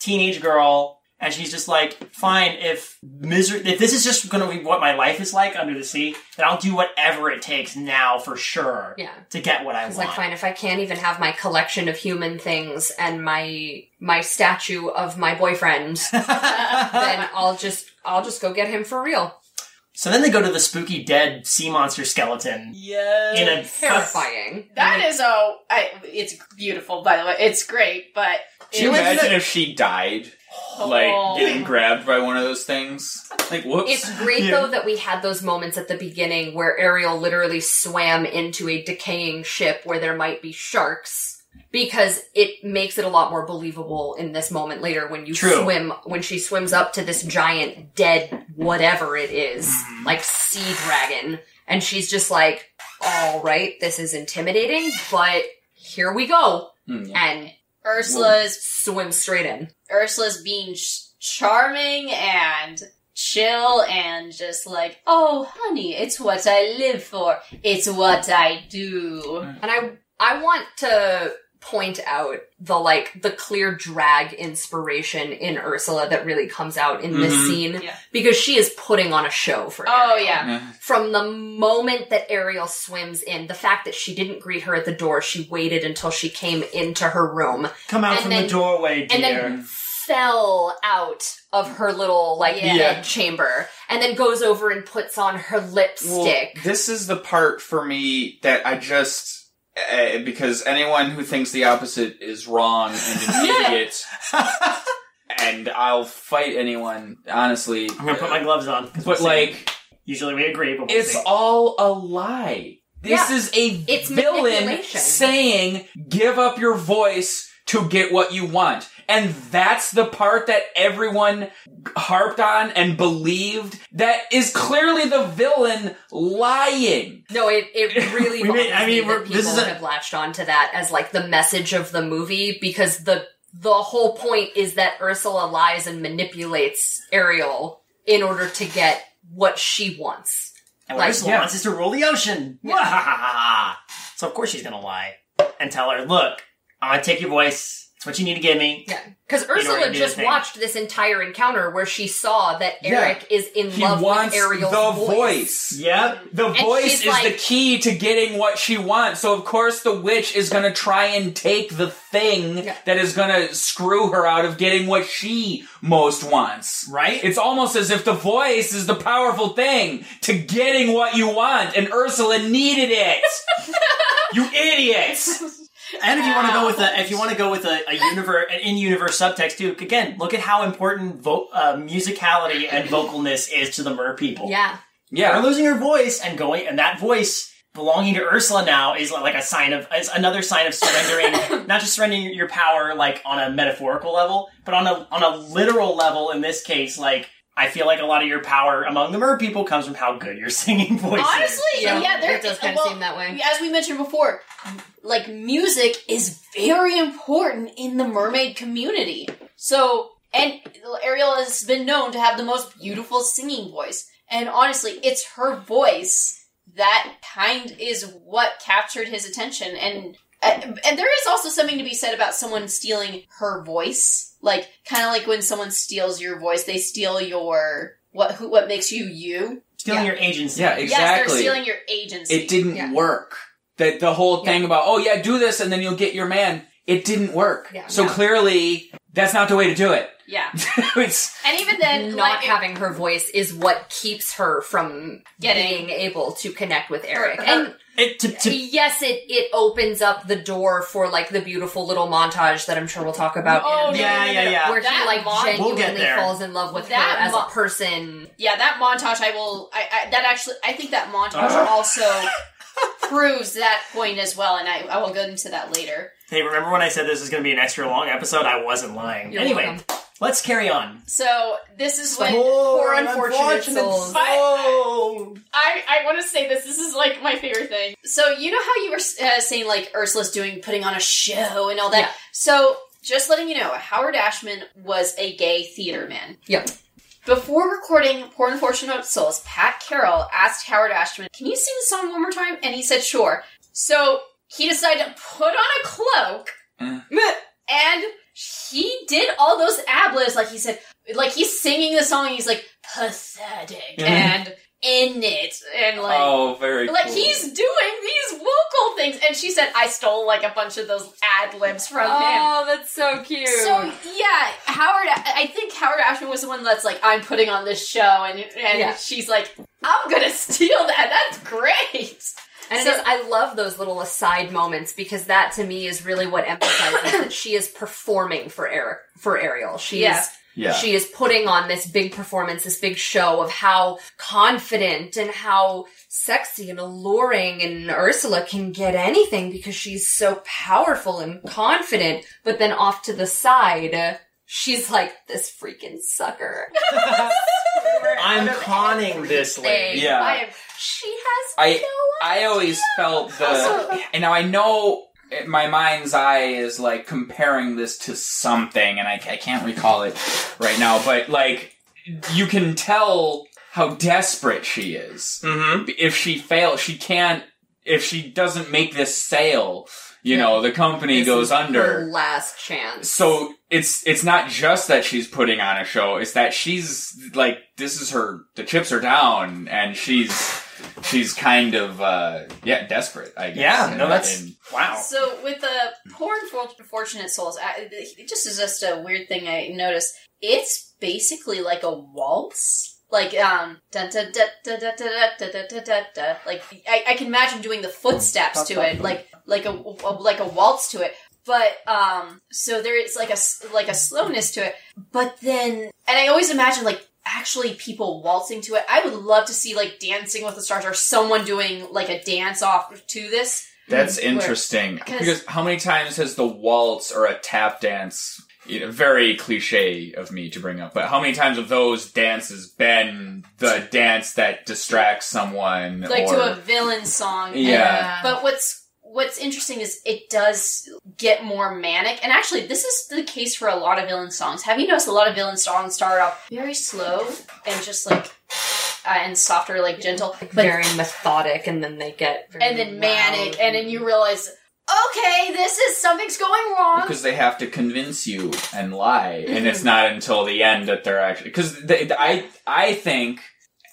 [SPEAKER 3] teenage girl, and she's just like, fine, if misery, if this is just going to be what my life is like under the sea, then I'll do whatever it takes now for sure
[SPEAKER 4] Yeah.
[SPEAKER 3] to get what I
[SPEAKER 4] It's
[SPEAKER 3] want.
[SPEAKER 4] like, fine, if I can't even have my collection of human things and my my statue of my boyfriend, then I'll just I'll just go get him for real.
[SPEAKER 3] so then they go to the spooky dead sea monster skeleton
[SPEAKER 2] Yeah.
[SPEAKER 3] in a
[SPEAKER 4] Terrifying.
[SPEAKER 1] That is a. I, it's beautiful, by the way. It's great, but
[SPEAKER 2] Can you
[SPEAKER 1] it was-
[SPEAKER 2] imagine if she died like
[SPEAKER 4] Oh.
[SPEAKER 2] getting grabbed by one of those things. Like whoops.
[SPEAKER 3] <laughs>
[SPEAKER 4] It's great
[SPEAKER 3] Yeah.
[SPEAKER 4] though that we had those moments at the beginning where Ariel literally swam into a decaying ship where there might be sharks because it makes it a lot more believable in this moment later when you
[SPEAKER 3] True.
[SPEAKER 4] swim when she swims up to this giant dead whatever it is,
[SPEAKER 3] Mm-hmm.
[SPEAKER 4] like sea dragon and she's just like all right this is intimidating but here we go
[SPEAKER 2] Hmm, yeah.
[SPEAKER 4] and
[SPEAKER 1] Ursula's
[SPEAKER 4] swim straight in
[SPEAKER 1] Ursula's being sh- charming and chill and just like, oh, honey, it's what I live for. It's what I do.
[SPEAKER 4] And I I want to point out the like the clear drag inspiration in Ursula that really comes out in this
[SPEAKER 2] Mhm.
[SPEAKER 4] scene
[SPEAKER 1] Yeah.
[SPEAKER 4] because she is putting on a show for
[SPEAKER 1] Oh,
[SPEAKER 4] Ariel.
[SPEAKER 1] yeah.
[SPEAKER 2] Yeah.
[SPEAKER 4] From the moment that Ariel swims in, the fact that she didn't greet her at the door, she waited until she came into her room
[SPEAKER 3] Come out
[SPEAKER 4] And
[SPEAKER 3] from
[SPEAKER 4] then-
[SPEAKER 3] the doorway,
[SPEAKER 4] and
[SPEAKER 3] dear.
[SPEAKER 4] then fell out of her little like
[SPEAKER 1] Yeah.
[SPEAKER 4] bed chamber and then goes over and puts on her lipstick.
[SPEAKER 2] Well, this is the part for me that I just uh, because anyone who thinks the opposite is wrong and
[SPEAKER 4] <laughs>
[SPEAKER 2] an idiot, and I'll fight anyone. Honestly,
[SPEAKER 3] I'm gonna put my gloves on. 'cause
[SPEAKER 2] but
[SPEAKER 3] we'll see.
[SPEAKER 2] like
[SPEAKER 3] usually we agree, but we'll
[SPEAKER 2] it's
[SPEAKER 3] see.
[SPEAKER 2] all a lie. This
[SPEAKER 4] Yeah.
[SPEAKER 2] is a
[SPEAKER 4] It's
[SPEAKER 2] villain
[SPEAKER 4] manipulation.
[SPEAKER 2] saying, "Give up your voice." To get what you want. And that's the part that everyone harped on and believed that is clearly the villain lying.
[SPEAKER 4] No, it, it
[SPEAKER 3] <laughs>
[SPEAKER 4] really
[SPEAKER 3] We
[SPEAKER 4] bothers
[SPEAKER 3] may- I
[SPEAKER 4] me
[SPEAKER 3] mean,
[SPEAKER 4] that
[SPEAKER 3] we're-
[SPEAKER 4] people
[SPEAKER 3] this is a-
[SPEAKER 4] have latched on to that as like the message of the movie because the the whole point is that Ursula lies and manipulates Ariel in order to get what she wants.
[SPEAKER 3] And
[SPEAKER 4] Like,
[SPEAKER 3] Ursula
[SPEAKER 2] yeah.
[SPEAKER 3] wants us to rule the ocean. <laughs> so of course she's gonna lie and tell her, "Look, I'm gonna take your voice. It's what you need to give me."
[SPEAKER 4] Yeah. Because
[SPEAKER 3] order to
[SPEAKER 4] Ursula
[SPEAKER 3] do the
[SPEAKER 4] just
[SPEAKER 3] thing.
[SPEAKER 4] watched this entire encounter where she saw that
[SPEAKER 2] Yeah.
[SPEAKER 4] Eric is in
[SPEAKER 2] He
[SPEAKER 4] love
[SPEAKER 2] wants
[SPEAKER 4] with Ariel's
[SPEAKER 2] the
[SPEAKER 4] voice.
[SPEAKER 2] voice.
[SPEAKER 3] Yep.
[SPEAKER 2] The voice
[SPEAKER 4] she's
[SPEAKER 2] is
[SPEAKER 4] like-
[SPEAKER 2] the key to getting what she wants. So of course the witch is going to try and take the thing
[SPEAKER 4] Yeah.
[SPEAKER 2] that is going to screw her out of getting what she most wants.
[SPEAKER 3] Right?
[SPEAKER 2] It's almost as if the voice is the powerful thing to getting what you want and Ursula needed
[SPEAKER 4] <laughs>
[SPEAKER 2] it. you idiots.
[SPEAKER 3] And if you want to go with a, if you want to go with a, a
[SPEAKER 2] <laughs>
[SPEAKER 3] universe, an in-universe subtext too. Again, look at how important vo- uh, musicality
[SPEAKER 2] <laughs>
[SPEAKER 3] and vocalness is to the Mer people.
[SPEAKER 4] Yeah.
[SPEAKER 3] Her
[SPEAKER 2] Yeah.
[SPEAKER 3] losing her voice and going, and that voice belonging to Ursula now is like a sign of, is another sign of
[SPEAKER 4] <laughs>
[SPEAKER 3] surrendering, not just surrendering your power like on a metaphorical level, but on a on a literal level. In this case, like I feel like a lot of your power among the Mer people comes from how good your <laughs> singing voice is.
[SPEAKER 1] Honestly, yeah, there
[SPEAKER 4] it does kind of
[SPEAKER 1] well,
[SPEAKER 4] seem that way.
[SPEAKER 1] As we mentioned before, like music is very important in the mermaid community. So, and Ariel has been known to have the most beautiful singing voice. And honestly, it's her voice that kind is what captured his attention and and and there is also something to be said about someone stealing her voice. Like kind of like when someone steals your voice, they steal your what who what makes you you.
[SPEAKER 3] Stealing
[SPEAKER 4] Yeah.
[SPEAKER 3] your agency.
[SPEAKER 2] Yeah,
[SPEAKER 1] Yes,
[SPEAKER 2] exactly.
[SPEAKER 1] they're stealing your agency.
[SPEAKER 2] it didn't
[SPEAKER 4] Yeah.
[SPEAKER 2] work. That the whole thing about oh yeah, do this and then you'll get your man. It didn't work.
[SPEAKER 4] Yeah.
[SPEAKER 2] so
[SPEAKER 4] No.
[SPEAKER 2] clearly, that's not the way to do it. <laughs>
[SPEAKER 1] Yeah,
[SPEAKER 2] it's
[SPEAKER 1] and even then,
[SPEAKER 4] not
[SPEAKER 1] like,
[SPEAKER 4] having her voice is what keeps her from
[SPEAKER 1] Getting-
[SPEAKER 4] getting able to connect with Eric.
[SPEAKER 1] her-
[SPEAKER 4] and
[SPEAKER 3] It, to, to,
[SPEAKER 4] yes, it it opens up the door for like the beautiful little montage that I'm sure we'll talk about.
[SPEAKER 1] Oh,
[SPEAKER 4] in a
[SPEAKER 1] no,
[SPEAKER 4] minute,
[SPEAKER 3] yeah,
[SPEAKER 1] no,
[SPEAKER 3] yeah,
[SPEAKER 1] no,
[SPEAKER 3] yeah.
[SPEAKER 4] Where
[SPEAKER 1] That
[SPEAKER 4] he like
[SPEAKER 1] mon-
[SPEAKER 3] We'll get
[SPEAKER 4] genuinely
[SPEAKER 3] there.
[SPEAKER 4] falls in love with
[SPEAKER 1] That
[SPEAKER 4] her as
[SPEAKER 1] mon-
[SPEAKER 4] a person.
[SPEAKER 1] yeah, that montage. I will. I, I that actually. I think that montage
[SPEAKER 3] Uh-huh.
[SPEAKER 1] also proves that point as well, and I, I will get into that later.
[SPEAKER 3] hey, remember when I said this is going to be an extra long episode? I wasn't lying.
[SPEAKER 4] You're
[SPEAKER 3] anyway,
[SPEAKER 4] welcome.
[SPEAKER 3] let's carry on.
[SPEAKER 1] So this is when
[SPEAKER 4] poor unfortunate souls.
[SPEAKER 3] soul.
[SPEAKER 1] I I want to say this. This is like my favorite thing. So you know how you were uh, saying like Ursula's doing putting on a show and all that.
[SPEAKER 4] Yeah.
[SPEAKER 1] So just letting you know, Howard Ashman was a gay theater man.
[SPEAKER 4] Yep.
[SPEAKER 1] Before recording Poor Unfortunate Souls, Pat Carroll asked Howard Ashman, Can you sing the song one more time? And he said, Sure. So he decided to put on a cloak
[SPEAKER 2] Mm.
[SPEAKER 1] and he did all those ad libs. Like he said, like he's singing the song and he's like, pathetic
[SPEAKER 2] Mhm.
[SPEAKER 1] and in it. And like,
[SPEAKER 2] oh, very
[SPEAKER 1] like
[SPEAKER 2] cool.
[SPEAKER 1] he's doing these vocal things. And she said, I stole like a bunch of those ad libs from him.
[SPEAKER 4] Oh, that's so cute.
[SPEAKER 1] So yeah, Howard. I think Howard Ashman was the one that's like, I'm putting on this show, and and
[SPEAKER 4] Yeah.
[SPEAKER 1] she's like, I'm gonna steal that. That's great.
[SPEAKER 4] and says, I love those little aside moments because that to me is really what emphasizes that she is performing for Eric, for Ariel. She
[SPEAKER 1] Yeah.
[SPEAKER 4] is,
[SPEAKER 5] Yeah.
[SPEAKER 4] she is putting on this big performance, this big show of how confident and how sexy and alluring and Ursula can get anything because she's so powerful and confident. But then off to the side, uh, she's like this freaking sucker. <laughs>
[SPEAKER 3] I'm conning this lady.
[SPEAKER 2] Yeah.
[SPEAKER 1] I am
[SPEAKER 4] She has
[SPEAKER 2] I-
[SPEAKER 4] no
[SPEAKER 2] I always felt
[SPEAKER 1] <laughs>
[SPEAKER 2] the, and now I know in my mind's eye is like comparing this to something, and I, I can't recall it right now, but like you can tell how desperate she is.
[SPEAKER 3] Mm-hmm.
[SPEAKER 2] If she fails, she can't. If she doesn't make this sale, you know the company
[SPEAKER 4] This
[SPEAKER 2] goes
[SPEAKER 4] is her
[SPEAKER 2] under.
[SPEAKER 4] last chance.
[SPEAKER 2] so it's it's not just that she's putting on a show it's that she's like this is her the chips are down and she's she's kind of uh yeah desperate i guess
[SPEAKER 3] Yeah,
[SPEAKER 2] And-
[SPEAKER 3] no, that's
[SPEAKER 2] and-
[SPEAKER 3] wow.
[SPEAKER 1] So with the poor unfortunate souls, I, it just is just a weird thing I noticed. It's basically like a waltz. Like um, dun, dun, dun, dun, dun, dun, dun, dun, dun, dun, dun. like I, I can imagine doing the footsteps to it, like like a, a like a waltz to it. But um, so there is like a s- like a slowness to it. But then, and I always imagine like actually people waltzing to it. I would love to see like Dancing with the Stars or someone doing like a dance off to this.
[SPEAKER 2] that's
[SPEAKER 1] Mm-hmm. Where-
[SPEAKER 2] interesting
[SPEAKER 1] 'Cause-
[SPEAKER 2] because how many times has the waltz or a tap dance you know, very cliche of me to bring up, but how many times have those dances been the dance that distracts someone?
[SPEAKER 1] like
[SPEAKER 2] or,
[SPEAKER 1] to a villain song.
[SPEAKER 2] Yeah.
[SPEAKER 1] But what's what's interesting is it does get more manic. And actually, this is the case for a lot of villain songs. Have you noticed a lot of villain songs start off very slow and just like uh, and softer, like gentle, but
[SPEAKER 4] very methodic, and then they get very
[SPEAKER 1] and then manic,
[SPEAKER 4] loud
[SPEAKER 1] and then you realize. Okay, this is something's going wrong.
[SPEAKER 2] because they have to convince you and lie, and it's not until the end that they're actually because I I think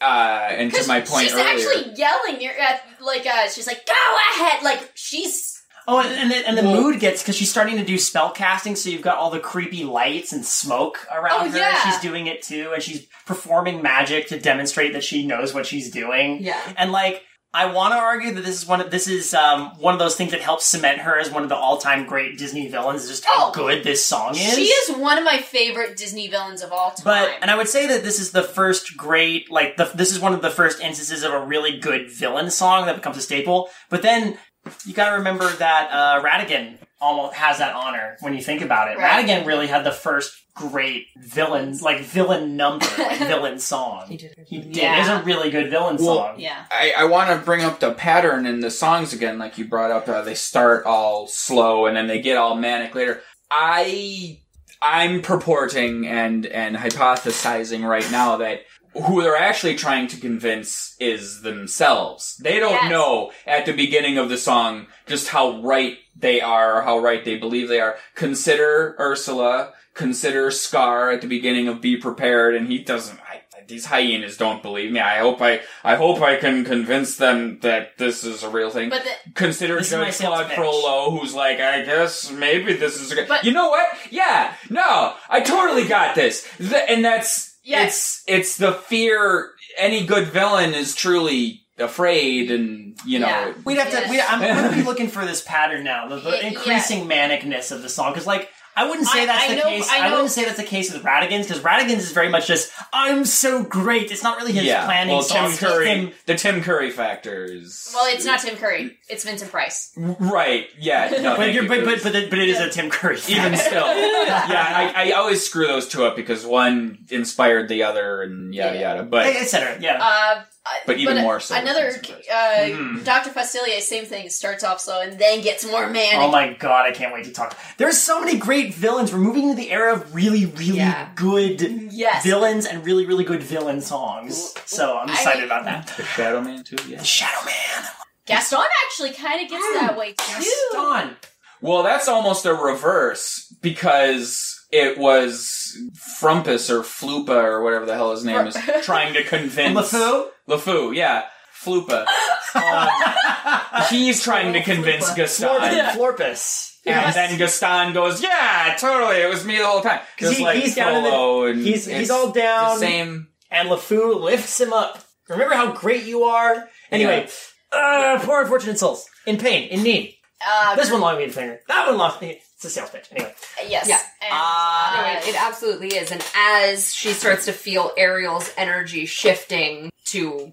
[SPEAKER 2] uh, and to my point
[SPEAKER 1] she's
[SPEAKER 2] earlier,
[SPEAKER 1] actually yelling near at like uh, she's like, "Go ahead!" Like she's
[SPEAKER 3] Oh, and, and, the- and the
[SPEAKER 2] Well-
[SPEAKER 3] mood gets because she's starting to do spell casting, so you've got all the creepy lights and smoke around
[SPEAKER 1] Oh,
[SPEAKER 3] her.
[SPEAKER 1] yeah.
[SPEAKER 3] She's doing it too, and she's performing magic to demonstrate that she knows what she's doing.
[SPEAKER 4] Yeah,
[SPEAKER 3] And like, I want to argue that this is one of this is um, one of those things that helps cement her as one of the all time great Disney villains. Is just how
[SPEAKER 1] Oh.
[SPEAKER 3] good this song is.
[SPEAKER 1] she is one of my favorite Disney villains of all time.
[SPEAKER 3] But and I would say that this is the first great like the, this is one of the first instances of a really good villain song that becomes a staple. But then you got to remember that uh, Radigan almost has that honor when you think about it.
[SPEAKER 1] Right.
[SPEAKER 3] Radigan really had the first great villain like villain number
[SPEAKER 1] <laughs>
[SPEAKER 3] like villain
[SPEAKER 4] he
[SPEAKER 3] song.
[SPEAKER 4] did. it.
[SPEAKER 3] He did.
[SPEAKER 1] Yeah.
[SPEAKER 3] It is a really good villain
[SPEAKER 2] Well,
[SPEAKER 3] song.
[SPEAKER 1] yeah,
[SPEAKER 2] I, I want to bring up the pattern in the songs again, like you brought up. Uh, they start all slow and then they get all manic later. I I'm purporting and and hypothesizing right now that who they're actually trying to convince is themselves. They don't
[SPEAKER 1] Yes.
[SPEAKER 2] know at the beginning of the song just how right they are or how right they believe they are. Consider Ursula. Consider Scar at the beginning of Be Prepared, and he doesn't. I, these hyenas don't believe me. I hope I I hope I can convince them that this is a real thing.
[SPEAKER 1] but the,
[SPEAKER 2] Consider
[SPEAKER 3] This is my
[SPEAKER 2] Judge
[SPEAKER 3] sales
[SPEAKER 2] Claude
[SPEAKER 3] pitch.
[SPEAKER 2] Frollo, who's like, I guess maybe this is a good.
[SPEAKER 1] But-
[SPEAKER 2] you know what? Yeah, no, I totally got this, Th- and that's
[SPEAKER 1] Yes.
[SPEAKER 2] It's it's the fear. Any good villain is truly afraid, and you know.
[SPEAKER 1] Yeah.
[SPEAKER 3] We'd have
[SPEAKER 1] Yes.
[SPEAKER 3] to. We'd, I'm
[SPEAKER 1] <laughs>
[SPEAKER 3] going to be looking for this pattern now. The, the
[SPEAKER 1] Y- yeah.
[SPEAKER 3] increasing manicness of the song, because like I wouldn't say
[SPEAKER 1] I-
[SPEAKER 3] that's
[SPEAKER 1] I
[SPEAKER 3] the
[SPEAKER 1] know-
[SPEAKER 3] case.
[SPEAKER 1] I
[SPEAKER 3] I,
[SPEAKER 1] know-
[SPEAKER 3] wouldn't say that's the case with Radigans, because Radigans is very much just I'm so great. It's not really his
[SPEAKER 2] yeah.
[SPEAKER 3] planning.
[SPEAKER 2] well,
[SPEAKER 3] song,
[SPEAKER 2] Tim
[SPEAKER 3] it's just
[SPEAKER 2] Curry,
[SPEAKER 3] him-
[SPEAKER 2] the Tim Curry factor is
[SPEAKER 1] well, it's not Tim Curry, it's Vincent Price.
[SPEAKER 2] right. Yeah, no,
[SPEAKER 3] <laughs> But,
[SPEAKER 2] thank
[SPEAKER 3] you're,
[SPEAKER 2] you.
[SPEAKER 3] but, but, but, it- but it is a Tim Curry.
[SPEAKER 2] even
[SPEAKER 3] fact.
[SPEAKER 2] still,
[SPEAKER 1] <laughs>
[SPEAKER 2] yeah, I, I always screw those two up because one inspired the other, and yada
[SPEAKER 1] Yeah.
[SPEAKER 2] yada. But
[SPEAKER 3] et cetera. Yeah.
[SPEAKER 1] Uh,
[SPEAKER 2] But even more so with
[SPEAKER 1] Another
[SPEAKER 2] Vincent Price.
[SPEAKER 1] uh,
[SPEAKER 3] Mhm.
[SPEAKER 1] Dr. Facilia, same thing. Starts off slow and then gets more manic.
[SPEAKER 3] Oh my god, I can't wait to talk. There's so many great villains. We're moving into the era of really, really
[SPEAKER 4] Yeah.
[SPEAKER 3] good
[SPEAKER 1] yes.
[SPEAKER 3] villains and really, really good villain songs. So I'm
[SPEAKER 1] I-
[SPEAKER 3] excited about that.
[SPEAKER 2] the Shadow Man too. Yeah.
[SPEAKER 3] The Shadow Man.
[SPEAKER 1] Gaston actually kind of gets that way too.
[SPEAKER 3] Gaston.
[SPEAKER 2] Well, that's almost a reverse because it was Frumpus or Flupa or whatever the hell his name is trying to convince
[SPEAKER 3] LeFou.
[SPEAKER 2] LeFou, yeah, Flupa. Um, he's trying to convince
[SPEAKER 4] Flupa.
[SPEAKER 2] Gaston,
[SPEAKER 3] Flor- Florpus.
[SPEAKER 2] and then Gaston goes, "Yeah, totally, it was me the whole time."
[SPEAKER 3] 'Cause
[SPEAKER 2] Just
[SPEAKER 3] he-
[SPEAKER 2] like
[SPEAKER 3] he's down in the-
[SPEAKER 2] Frollo and
[SPEAKER 3] he's he's
[SPEAKER 2] it's
[SPEAKER 3] all
[SPEAKER 2] the
[SPEAKER 3] down,
[SPEAKER 2] same.
[SPEAKER 3] and LeFou lifts him up. Remember how great you are. Anyway, Uh, poor unfortunate souls. In pain, in need.
[SPEAKER 1] Uh,
[SPEAKER 3] This one long needed finger. That one long. It's a sales pitch. Anyway.
[SPEAKER 1] yes.
[SPEAKER 4] Yeah.
[SPEAKER 1] And, uh,
[SPEAKER 3] Ah.
[SPEAKER 4] No, Uh, it, it absolutely is. And as she starts to feel Ariel's energy shifting to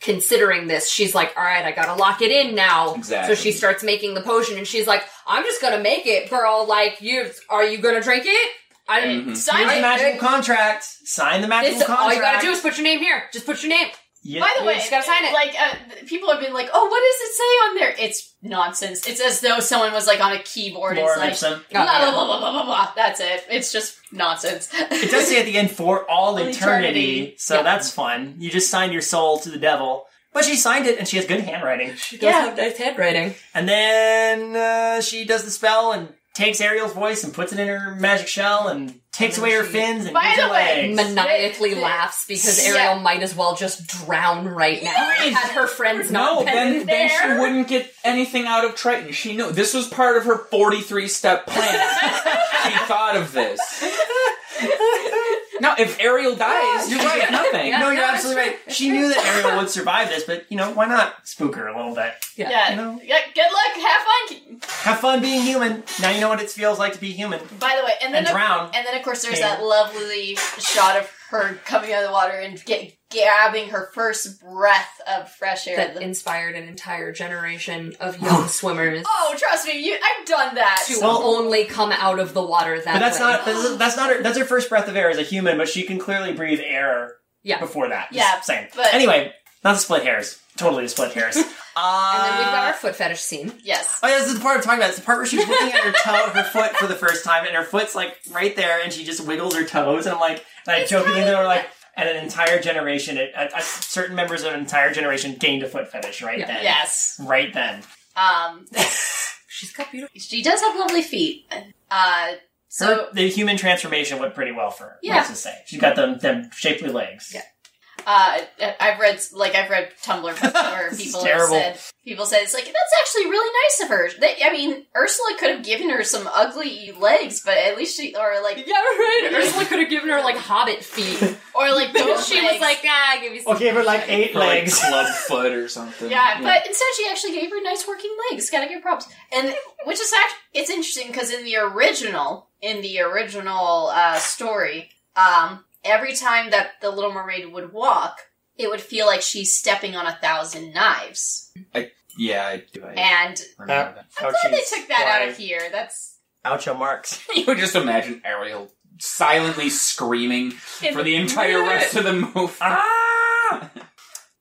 [SPEAKER 4] considering this, she's like, all right, I gotta lock it in now.
[SPEAKER 2] Exactly.
[SPEAKER 4] So she starts making the potion and she's like, I'm just gonna make it, girl. Like, you, are you gonna drink it? I didn't
[SPEAKER 1] Mm-hmm.
[SPEAKER 2] Mhm.
[SPEAKER 4] sign
[SPEAKER 3] Here's
[SPEAKER 4] it.
[SPEAKER 3] the magical
[SPEAKER 4] It-
[SPEAKER 3] contract. Sign the magical
[SPEAKER 4] it's-
[SPEAKER 3] contract.
[SPEAKER 4] all you gotta do is put your name here. Just put your name.
[SPEAKER 3] Yeah.
[SPEAKER 1] By the way,
[SPEAKER 4] just gotta sign it.
[SPEAKER 1] Like uh, th- people have been like, "Oh, what does it say on there?" It's nonsense. It's as though someone was like on a keyboard.
[SPEAKER 3] Laura
[SPEAKER 1] it's like
[SPEAKER 3] Gibson.
[SPEAKER 1] blah, blah,
[SPEAKER 4] Yeah.
[SPEAKER 1] blah, blah, blah, blah, blah. That's it. It's just nonsense. <laughs>
[SPEAKER 3] It does say at the end for all
[SPEAKER 1] Eternity.
[SPEAKER 3] eternity, so
[SPEAKER 4] Yeah.
[SPEAKER 3] that's fun. You just signed your soul to the devil. But she signed it and she has good handwriting.
[SPEAKER 4] She
[SPEAKER 1] does Yeah. have
[SPEAKER 4] nice handwriting.
[SPEAKER 3] And then uh, she does the spell and takes Ariel's voice and puts it in her magic shell and takes
[SPEAKER 4] And
[SPEAKER 3] away her
[SPEAKER 4] she-
[SPEAKER 3] fins and
[SPEAKER 1] By
[SPEAKER 3] gives her
[SPEAKER 1] the way,
[SPEAKER 3] legs.
[SPEAKER 4] Maniacally
[SPEAKER 1] Yeah.
[SPEAKER 4] laughs because
[SPEAKER 1] Yeah.
[SPEAKER 4] Ariel might as well just drown right now.
[SPEAKER 3] Yes.
[SPEAKER 4] Had her friends
[SPEAKER 2] No,
[SPEAKER 4] not been
[SPEAKER 2] then, then
[SPEAKER 4] there.
[SPEAKER 2] she wouldn't get anything out of Triton. She knew this was part of her 43 step plan.
[SPEAKER 4] <laughs>
[SPEAKER 2] she thought of this. Now, if Ariel dies, you're right, nothing.
[SPEAKER 4] Yeah.
[SPEAKER 3] no, you're
[SPEAKER 4] no, it's
[SPEAKER 3] absolutely
[SPEAKER 4] true.
[SPEAKER 3] right. She knew that Ariel would survive this, but you know why not spook her a little bit?
[SPEAKER 1] yeah.
[SPEAKER 4] Yeah.
[SPEAKER 1] Yeah.
[SPEAKER 3] You know?
[SPEAKER 1] Good luck. Have fun.
[SPEAKER 3] Have fun being human. Now you know what it feels like to be human
[SPEAKER 1] By the way, and then
[SPEAKER 3] and
[SPEAKER 1] of-
[SPEAKER 3] drown.
[SPEAKER 1] And then, of course, there's
[SPEAKER 3] Yeah.
[SPEAKER 1] that lovely shot of her coming out of the water and get, grabbing her first breath of fresh air.
[SPEAKER 4] that
[SPEAKER 1] The-
[SPEAKER 4] inspired an entire generation of young swimmers
[SPEAKER 1] oh, trust me, you, I've done that.
[SPEAKER 4] to
[SPEAKER 3] Well-
[SPEAKER 4] only come out of the water that
[SPEAKER 3] But that's
[SPEAKER 4] way.
[SPEAKER 3] not that's, that's not her, that's her first breath of air as a human, but she can clearly breathe air
[SPEAKER 4] Yeah.
[SPEAKER 3] before that. Just
[SPEAKER 1] Yeah,
[SPEAKER 3] saying.
[SPEAKER 1] but-
[SPEAKER 3] anyway, not to split hairs. Totally to
[SPEAKER 1] <laughs>
[SPEAKER 3] split hairs. uh,
[SPEAKER 4] and then we've got our foot fetish scene.
[SPEAKER 1] Yes.
[SPEAKER 3] Oh yeah, this is the part I'm talking about. It's the part where she's looking at her toe, her foot for the first time, and her foot's like right there, and she just wiggles her toes, and I'm like, and I jokingly know, like, and an entire generation, a, a, a certain members of an entire generation gained a foot fetish right
[SPEAKER 4] Yeah.
[SPEAKER 3] then.
[SPEAKER 1] Yes.
[SPEAKER 3] Right then.
[SPEAKER 1] Um,
[SPEAKER 4] She's got beautiful.
[SPEAKER 1] she does have lovely feet. Uh, so,
[SPEAKER 3] her, the human transformation went pretty well for her.
[SPEAKER 1] Yeah.
[SPEAKER 3] Let's just say she's got them them shapely legs.
[SPEAKER 4] Yeah.
[SPEAKER 1] uh, I've read, like, I've read Tumblr posts where
[SPEAKER 3] This is
[SPEAKER 1] people have
[SPEAKER 3] terrible.
[SPEAKER 1] said, people said, it's like, that's actually really nice of her. They, I mean, Ursula could have given her some ugly legs, but at least she, or like,
[SPEAKER 4] Yeah, right. Ursula could have given her like
[SPEAKER 3] <laughs>
[SPEAKER 4] hobbit feet.
[SPEAKER 1] or like, <laughs> those
[SPEAKER 4] she was
[SPEAKER 1] legs.
[SPEAKER 4] like, ah, give me some.
[SPEAKER 3] Okay, but like eight
[SPEAKER 2] Or like
[SPEAKER 3] legs.
[SPEAKER 2] club foot or something.
[SPEAKER 1] Yeah, but instead she actually gave her nice working legs. Gotta give props. And which is actually it's interesting because in the original, in the original uh, story, um, every time that the Little Mermaid would walk, it would feel like she's stepping on a thousand knives.
[SPEAKER 2] Yeah, I do. I
[SPEAKER 1] And
[SPEAKER 2] remember that.
[SPEAKER 1] <laughs> I'm glad they took that out of here. That's
[SPEAKER 3] Oucho marks.
[SPEAKER 2] Can you just imagine Ariel silently screaming for the entire rest of the movie? <laughs>
[SPEAKER 3] Ah!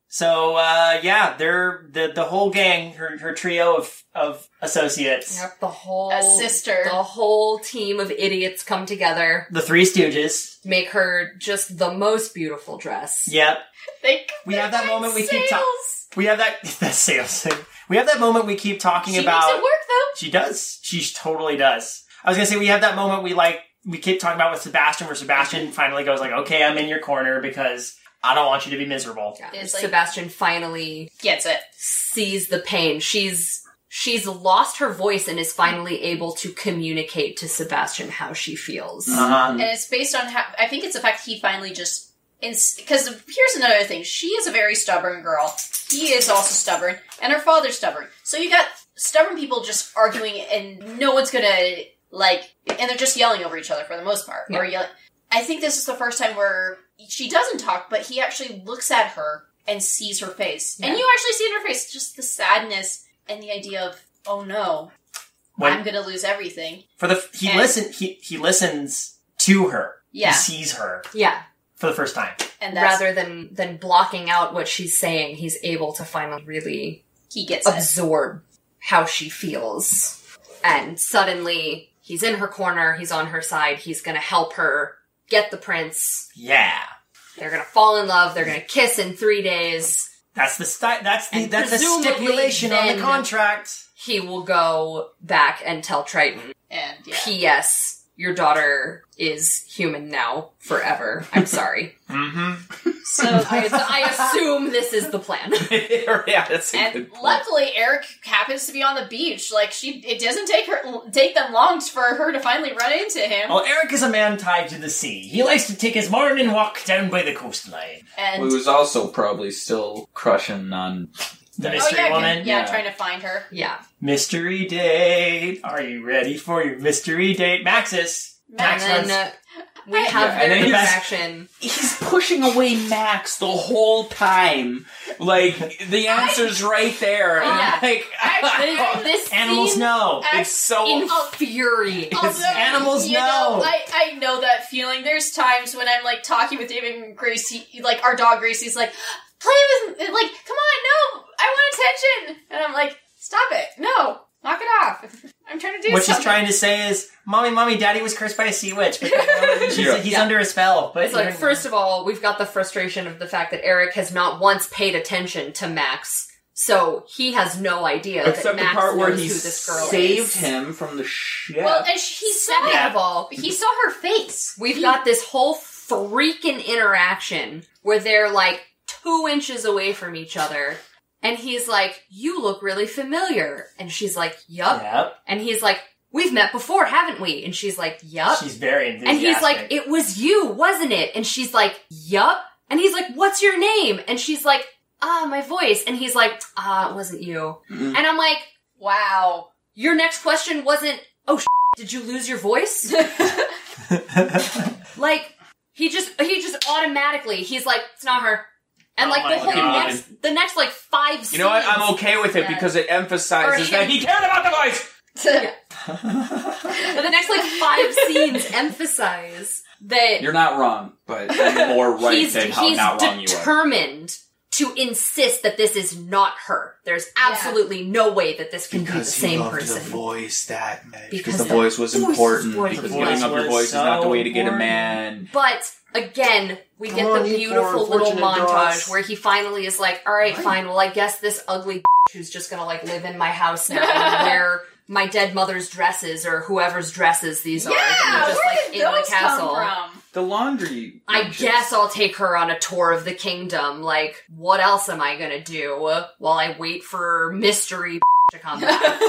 [SPEAKER 3] So uh, yeah, they're the the whole gang, her her trio of of associates,
[SPEAKER 4] Yep, the whole
[SPEAKER 1] a sister.
[SPEAKER 4] the whole team of idiots come together,
[SPEAKER 3] the Three Stooges.
[SPEAKER 4] make her just the most beautiful dress.
[SPEAKER 3] Yep,
[SPEAKER 1] They-
[SPEAKER 3] we have that moment we keep talking.
[SPEAKER 1] Sales.
[SPEAKER 3] We have that <laughs> that sales thing. We have that moment we keep talking
[SPEAKER 1] She
[SPEAKER 3] about.
[SPEAKER 1] makes it work though.
[SPEAKER 3] She does. She totally does. I was gonna say we have that moment we like we keep talking about with Sebastian, where Sebastian finally goes like, "Okay, I'm in your corner because I don't want you to be miserable."
[SPEAKER 4] Yeah,
[SPEAKER 1] It's like-
[SPEAKER 4] Sebastian finally
[SPEAKER 1] Gets it.
[SPEAKER 4] sees the pain. She's she's lost her voice and is finally able to communicate to Sebastian how she feels.
[SPEAKER 3] Uh-huh.
[SPEAKER 1] and it's based on how I think it's the fact he finally just because here's another thing she is a very stubborn girl he is also stubborn and her father's stubborn so you got stubborn people just arguing and no one's gonna like and they're just yelling over each other for the most part or yelling I think this is the first time where she doesn't talk but he actually looks at her and sees her face and
[SPEAKER 4] Yeah.
[SPEAKER 1] you actually see in her face just the sadness and the idea of oh no I'm
[SPEAKER 3] When
[SPEAKER 1] gonna lose everything
[SPEAKER 3] for the he
[SPEAKER 1] And-
[SPEAKER 3] listen he he listens to her.
[SPEAKER 1] yeah
[SPEAKER 3] He sees her
[SPEAKER 4] Yeah,
[SPEAKER 3] for the first time.
[SPEAKER 1] and that's
[SPEAKER 4] rather than than blocking out what she's saying, he's able to finally really
[SPEAKER 1] he gets it
[SPEAKER 4] absorb how she feels. And suddenly he's in her corner, he's on her side, he's going to help her get the prince.
[SPEAKER 3] Yeah,
[SPEAKER 4] They're going to fall in love, they're going to kiss in 3 days.
[SPEAKER 3] that's the sti- that's the
[SPEAKER 4] And
[SPEAKER 3] that's the
[SPEAKER 4] presumably
[SPEAKER 3] stipulation on the
[SPEAKER 4] then-
[SPEAKER 3] contract.
[SPEAKER 4] He will go back and tell Triton,
[SPEAKER 1] and yeah
[SPEAKER 4] "PS, your daughter is human now forever. I'm <laughs> sorry."
[SPEAKER 3] Mm-hmm.
[SPEAKER 1] So
[SPEAKER 4] I, I assume this is the plan.
[SPEAKER 2] yeah, that's a
[SPEAKER 1] and
[SPEAKER 2] good point.
[SPEAKER 1] luckily Eric happens to be on the beach. Like she, it doesn't take her take them long for her to finally run into him.
[SPEAKER 3] Well, Eric is a man tied to the sea. He likes to take his morning walk down by the coastline.
[SPEAKER 1] And oh,
[SPEAKER 2] Who was also probably still crushing on
[SPEAKER 3] the
[SPEAKER 1] oh
[SPEAKER 3] mystery
[SPEAKER 1] yeah,
[SPEAKER 3] woman.
[SPEAKER 1] yeah,
[SPEAKER 2] Yeah.
[SPEAKER 1] trying to find her.
[SPEAKER 4] Yeah.
[SPEAKER 3] Mystery date. Are you ready for your mystery date, Maxis?
[SPEAKER 4] And
[SPEAKER 1] Max
[SPEAKER 4] then uh, we
[SPEAKER 1] I-
[SPEAKER 4] have
[SPEAKER 2] Yeah, and
[SPEAKER 4] their
[SPEAKER 2] then he's-
[SPEAKER 4] interaction.
[SPEAKER 2] He's pushing away Max the whole time. Like the answer's right there.
[SPEAKER 1] Yeah.
[SPEAKER 2] Like
[SPEAKER 3] <laughs>
[SPEAKER 4] <laughs>
[SPEAKER 1] Actually, this
[SPEAKER 3] Animals
[SPEAKER 1] scene,
[SPEAKER 3] know.
[SPEAKER 1] I-
[SPEAKER 2] <laughs> it's so <laughs>
[SPEAKER 4] Infuriated.
[SPEAKER 1] Although,
[SPEAKER 3] animals
[SPEAKER 1] you
[SPEAKER 3] know.
[SPEAKER 1] I, I know that feeling. There's times when I'm like talking with David and Gracie, like our dog Gracie's like, play with, like, come on, no, I want attention, and I'm like, stop it, no, knock it off. <laughs> I'm trying to do
[SPEAKER 3] What she's
[SPEAKER 1] something.
[SPEAKER 3] trying to say is, "Mommy, mommy, daddy was cursed by a sea witch, but
[SPEAKER 4] <laughs>
[SPEAKER 3] she's,
[SPEAKER 2] Yeah.
[SPEAKER 3] he's
[SPEAKER 4] Yeah.
[SPEAKER 3] under a spell." But
[SPEAKER 4] It's like, first of all, we've got the frustration of the fact that Eric has not once paid attention to Max, so he has no idea that
[SPEAKER 2] except the
[SPEAKER 4] Max
[SPEAKER 2] part where
[SPEAKER 4] knows
[SPEAKER 2] he
[SPEAKER 4] who this girl
[SPEAKER 2] saved
[SPEAKER 4] is.
[SPEAKER 2] him from the chef.
[SPEAKER 1] well, and she, he saw,
[SPEAKER 4] Second of all,
[SPEAKER 1] he saw her face.
[SPEAKER 4] we've
[SPEAKER 1] He-
[SPEAKER 4] got this whole freaking interaction where they're like two inches away from each other, and he's like, "You look really familiar," and she's like, "Yup,"
[SPEAKER 3] yep,
[SPEAKER 4] and he's like, "We've met before, haven't we?" And she's like, "Yup."
[SPEAKER 3] she's very enthusiastic.
[SPEAKER 4] And he's like, it was you, wasn't it? And she's like, yup. And he's like, what's your name? And she's like, ah, my voice. And he's like, ah, it wasn't you.
[SPEAKER 2] Mm.
[SPEAKER 4] And I'm like,
[SPEAKER 1] wow.
[SPEAKER 4] your next question wasn't, oh, sh- did you lose
[SPEAKER 1] <laughs>
[SPEAKER 4] your voice? like, he just, he just automatically, he's like, it's not her. And
[SPEAKER 3] Oh
[SPEAKER 4] like the
[SPEAKER 3] my
[SPEAKER 4] whole
[SPEAKER 2] God.
[SPEAKER 4] next, the next like five
[SPEAKER 2] <laughs>
[SPEAKER 4] scenes.
[SPEAKER 2] you know what? I'm okay with it
[SPEAKER 4] Yeah.
[SPEAKER 2] because it
[SPEAKER 4] Or
[SPEAKER 2] emphasizes
[SPEAKER 4] he-
[SPEAKER 2] that he cared about the voice.
[SPEAKER 4] The next like
[SPEAKER 2] <laughs>
[SPEAKER 4] five scenes emphasize that
[SPEAKER 2] You're not wrong, but
[SPEAKER 4] <laughs>
[SPEAKER 2] you're more right
[SPEAKER 4] he's,
[SPEAKER 2] than how
[SPEAKER 4] he's
[SPEAKER 2] not wrong you are.
[SPEAKER 4] determined to insist that this is not her. There's absolutely no way that this can be the same person.
[SPEAKER 2] voice that much.
[SPEAKER 4] Because
[SPEAKER 2] Because the
[SPEAKER 4] the
[SPEAKER 2] voice was
[SPEAKER 4] voice is
[SPEAKER 2] important.
[SPEAKER 4] important.
[SPEAKER 2] Because
[SPEAKER 4] The
[SPEAKER 2] giving
[SPEAKER 4] voice
[SPEAKER 2] up your
[SPEAKER 3] was
[SPEAKER 2] voice is not the way to
[SPEAKER 3] so
[SPEAKER 2] get a
[SPEAKER 3] important.
[SPEAKER 2] man.
[SPEAKER 4] but again, we
[SPEAKER 3] Come
[SPEAKER 4] get
[SPEAKER 3] on,
[SPEAKER 4] the
[SPEAKER 3] you
[SPEAKER 4] beautiful
[SPEAKER 3] poor
[SPEAKER 4] little
[SPEAKER 3] unfortunate
[SPEAKER 4] montage
[SPEAKER 3] dogs.
[SPEAKER 4] where he finally is like, "All right,
[SPEAKER 3] Right.
[SPEAKER 4] fine. Well, I guess this ugly who's just gonna like live in my
[SPEAKER 1] <laughs>
[SPEAKER 4] house now and wear my dead mother's dresses or whoever's dresses these
[SPEAKER 1] Yeah,
[SPEAKER 4] are that are
[SPEAKER 1] where
[SPEAKER 4] just like
[SPEAKER 1] did
[SPEAKER 4] in
[SPEAKER 1] those
[SPEAKER 4] the castle."
[SPEAKER 1] come from?
[SPEAKER 2] The laundry.
[SPEAKER 4] I
[SPEAKER 2] bunches. <laughs>
[SPEAKER 4] guess I'll take her on a tour of the kingdom. Like, what else am I gonna do while I wait for mystery
[SPEAKER 1] <laughs>
[SPEAKER 4] to come back?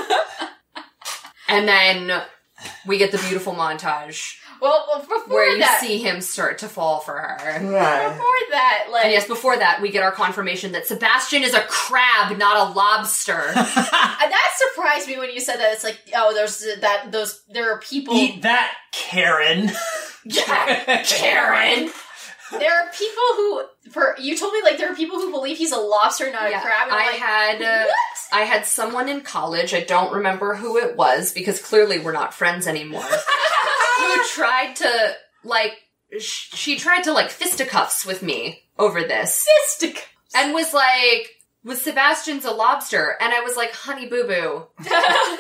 [SPEAKER 4] and then we get the beautiful montage
[SPEAKER 1] well, well, before
[SPEAKER 4] where you
[SPEAKER 1] that,
[SPEAKER 4] see him start to fall for her.
[SPEAKER 1] before that, like,
[SPEAKER 4] And yes, before that, we get our confirmation that Sebastian is a crab, not a
[SPEAKER 1] <laughs>
[SPEAKER 4] lobster.
[SPEAKER 1] Uh, that surprised me when you said that. It's like, oh, there's uh, that those there are people.
[SPEAKER 3] Eat that, Karen.
[SPEAKER 4] Karen!
[SPEAKER 1] there are people who for you told me like there are people who believe he's a lobster, not
[SPEAKER 4] Yeah,
[SPEAKER 1] a crab. And
[SPEAKER 4] I
[SPEAKER 1] I'm like,
[SPEAKER 4] had. Uh,
[SPEAKER 1] what?
[SPEAKER 4] I had someone in college, I don't remember who it was because clearly we're not friends
[SPEAKER 1] <laughs>
[SPEAKER 4] anymore, who tried to, like, sh- she tried to, like, fisticuffs with me over this
[SPEAKER 1] Fistic.
[SPEAKER 4] and was like, was Sebastian's a lobster? And I was like, honey boo boo,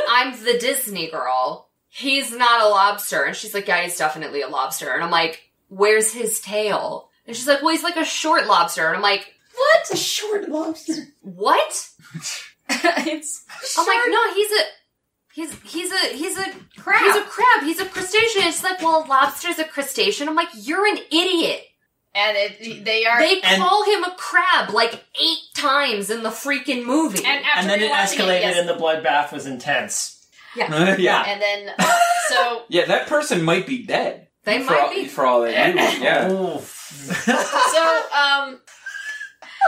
[SPEAKER 4] I'm the Disney girl. He's not a lobster. And she's like, yeah, he's definitely a lobster. And I'm like, where's his tail? And she's like, well, he's like a short lobster. And I'm like,
[SPEAKER 1] what? A short lobster.
[SPEAKER 4] what?
[SPEAKER 1] it's
[SPEAKER 4] I'm like,
[SPEAKER 1] short
[SPEAKER 4] no, he's a he's he's a he's a
[SPEAKER 1] crab.
[SPEAKER 4] he's a crab, he's a crustacean. It's like, well, a lobster's a crustacean. I'm like, you're an idiot.
[SPEAKER 1] <laughs> and it, they are.
[SPEAKER 4] They
[SPEAKER 3] And-
[SPEAKER 4] call him a crab like eight times in the freaking movie.
[SPEAKER 1] and after
[SPEAKER 3] <laughs> and then it
[SPEAKER 1] watching
[SPEAKER 3] escalated,
[SPEAKER 1] yes.
[SPEAKER 3] and the bloodbath was intense.
[SPEAKER 2] yeah.
[SPEAKER 1] and then uh, so
[SPEAKER 2] Yeah, that person might be dead.
[SPEAKER 4] they
[SPEAKER 2] for
[SPEAKER 4] might
[SPEAKER 2] all,
[SPEAKER 4] be
[SPEAKER 2] for all they knew. Yeah.
[SPEAKER 4] <laughs>
[SPEAKER 3] Oof. <laughs>
[SPEAKER 1] so um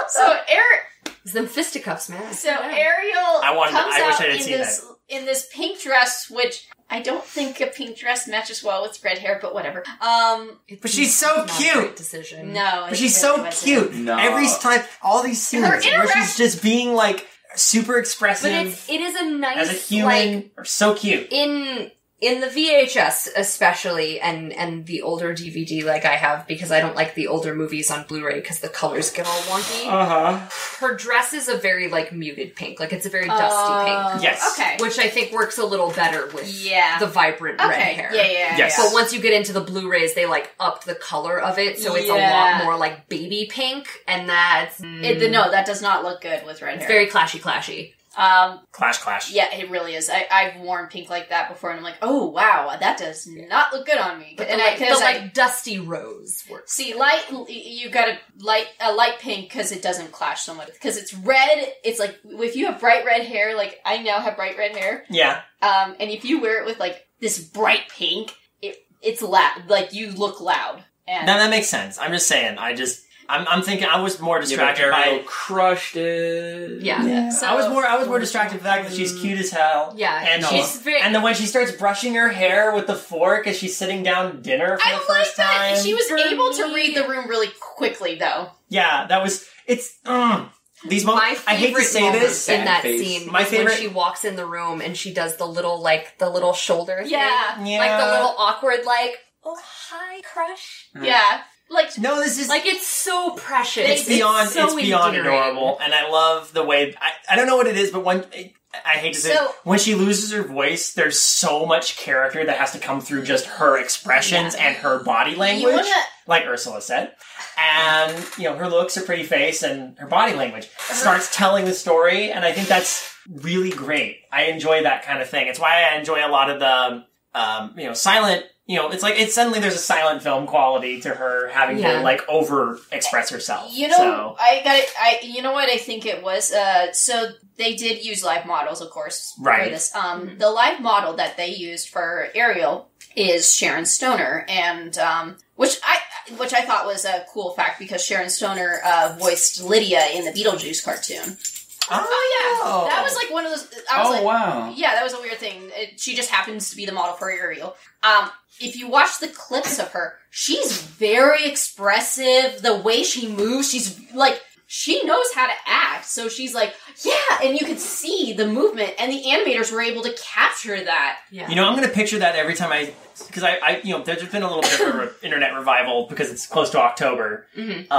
[SPEAKER 1] so Eric
[SPEAKER 4] it's them fisticuffs, man.
[SPEAKER 1] So Ariel
[SPEAKER 3] I wanted-
[SPEAKER 1] comes
[SPEAKER 3] I wish
[SPEAKER 1] out
[SPEAKER 3] I had
[SPEAKER 1] in
[SPEAKER 3] seen
[SPEAKER 1] this in this pink dress, which I don't think a pink dress matches well with red hair, but whatever. Um,
[SPEAKER 4] It's
[SPEAKER 3] But she's so
[SPEAKER 4] not a
[SPEAKER 3] cute.
[SPEAKER 4] great decision.
[SPEAKER 1] no,
[SPEAKER 3] But
[SPEAKER 1] it
[SPEAKER 3] she's
[SPEAKER 1] really
[SPEAKER 3] so
[SPEAKER 1] wasn't.
[SPEAKER 3] cute.
[SPEAKER 2] No.
[SPEAKER 3] Every time, all these scenes
[SPEAKER 1] Her
[SPEAKER 3] where she's
[SPEAKER 1] interact-
[SPEAKER 3] just being like super
[SPEAKER 4] But
[SPEAKER 3] expressive
[SPEAKER 4] it's it is a nice
[SPEAKER 3] as a human,
[SPEAKER 4] like
[SPEAKER 3] are so cute.
[SPEAKER 4] in in the VHS especially and and the older DVD like I have because I don't like the older movies on Blu-ray cuz the colors get all wonky.
[SPEAKER 1] Oh.
[SPEAKER 3] Uh huh.
[SPEAKER 4] her dress is a very like muted pink, like it's a very dusty
[SPEAKER 1] Uh,
[SPEAKER 3] Yes.
[SPEAKER 1] Okay.
[SPEAKER 4] pink, which I think works a little better with
[SPEAKER 1] Yeah.
[SPEAKER 4] the vibrant
[SPEAKER 1] okay.
[SPEAKER 4] red hair.
[SPEAKER 1] Yeah. Yeah.
[SPEAKER 3] Yes.
[SPEAKER 1] Yeah.
[SPEAKER 4] But once you get into the Blu-rays, they like upped the color of it, so it's a
[SPEAKER 1] Yeah.
[SPEAKER 4] lot more like baby pink, and that's
[SPEAKER 1] It, no, that does not look good with red
[SPEAKER 4] it's
[SPEAKER 1] hair.
[SPEAKER 4] very clashy, clashy.
[SPEAKER 1] um,
[SPEAKER 3] Clash, clash.
[SPEAKER 1] yeah, it really is. I, I've worn pink like that before, and I'm like, oh wow, that does not look good on me.
[SPEAKER 4] But
[SPEAKER 1] and
[SPEAKER 4] the,
[SPEAKER 1] I,
[SPEAKER 4] like, the
[SPEAKER 1] cause I
[SPEAKER 4] like dusty rose works.
[SPEAKER 1] See, light you got a light a light pink because it doesn't clash so much. Because it's red, it's like if you have bright red hair, like I now have bright red hair,
[SPEAKER 3] Yeah.
[SPEAKER 1] um, and if you wear it with like this bright pink, it it's loud, like you look loud. And
[SPEAKER 3] Now that makes sense. I'm just saying. I just I'm, I'm thinking I was more distracted
[SPEAKER 2] yeah, but Ariel
[SPEAKER 3] by
[SPEAKER 2] crushed it.
[SPEAKER 4] Yeah. so-
[SPEAKER 3] I was more I was more distracted by the fact that she's cute as hell.
[SPEAKER 4] Yeah,
[SPEAKER 3] and uh,
[SPEAKER 2] no.
[SPEAKER 4] she's very.
[SPEAKER 3] And then when she starts brushing her hair with the fork as she's sitting down dinner for
[SPEAKER 1] I
[SPEAKER 3] the
[SPEAKER 1] like
[SPEAKER 3] first
[SPEAKER 1] that.
[SPEAKER 3] time.
[SPEAKER 1] She was
[SPEAKER 4] For
[SPEAKER 1] able to
[SPEAKER 4] me-
[SPEAKER 1] read the room really quickly, though.
[SPEAKER 3] yeah, that was it's mm, these
[SPEAKER 4] my
[SPEAKER 3] moments.
[SPEAKER 4] favorite
[SPEAKER 3] I hate to say
[SPEAKER 4] moment
[SPEAKER 3] this.
[SPEAKER 4] in
[SPEAKER 2] Sad
[SPEAKER 4] that
[SPEAKER 2] face.
[SPEAKER 4] scene.
[SPEAKER 3] My
[SPEAKER 4] is
[SPEAKER 3] favorite-
[SPEAKER 4] when she walks in the room and she does the little like the little shoulder. thing.
[SPEAKER 1] Yeah.
[SPEAKER 3] Yeah.
[SPEAKER 4] like the little awkward like oh hi crush.
[SPEAKER 2] Mm.
[SPEAKER 1] Yeah. Like,
[SPEAKER 3] No, this is
[SPEAKER 4] Like it's so precious.
[SPEAKER 3] it's beyond
[SPEAKER 4] so
[SPEAKER 3] it's beyond
[SPEAKER 4] endearing.
[SPEAKER 3] adorable, and I love the way I, I don't know what it is, but when I hate to say it,
[SPEAKER 1] So-
[SPEAKER 3] when she loses her voice, there's so much character that has to come through just her expressions and her body
[SPEAKER 1] you
[SPEAKER 3] language,
[SPEAKER 1] wanna.
[SPEAKER 3] like Ursula said, and you know her looks, her pretty face, and her body language starts telling the story, and I think that's really great. I enjoy that kind of thing. It's why I enjoy a lot of the um, you know silent. You know, it's like it's suddenly there's a silent film quality to her having
[SPEAKER 4] Yeah.
[SPEAKER 3] to like over express herself.
[SPEAKER 1] You know,
[SPEAKER 3] so.
[SPEAKER 1] I got. it- I you know what I think it was. Uh, so they did use live models, of course,
[SPEAKER 3] Right.
[SPEAKER 1] for this. Um, the live model that they used for Ariel is Sharon Stoner, and um, which I which I thought was a cool fact because Sharon Stoner uh, voiced Lydia in the Beetlejuice cartoon. Oh yeah, that was like one of those. I was
[SPEAKER 2] Oh
[SPEAKER 1] like,
[SPEAKER 2] wow.
[SPEAKER 1] yeah, that was a weird thing. It, she just happens to be the model for Ariel. Um, if you watch the clips of her, she's very expressive. The way she moves, she's like she knows how to act. So she's like, yeah, and you could see the movement, and the animators were able to capture that.
[SPEAKER 4] Yeah.
[SPEAKER 3] You know, I'm going to picture that every time I, because I, I, you know, there's been a little bit of a re- <coughs> internet revival because it's close to October.
[SPEAKER 4] Mhm.
[SPEAKER 3] Uh,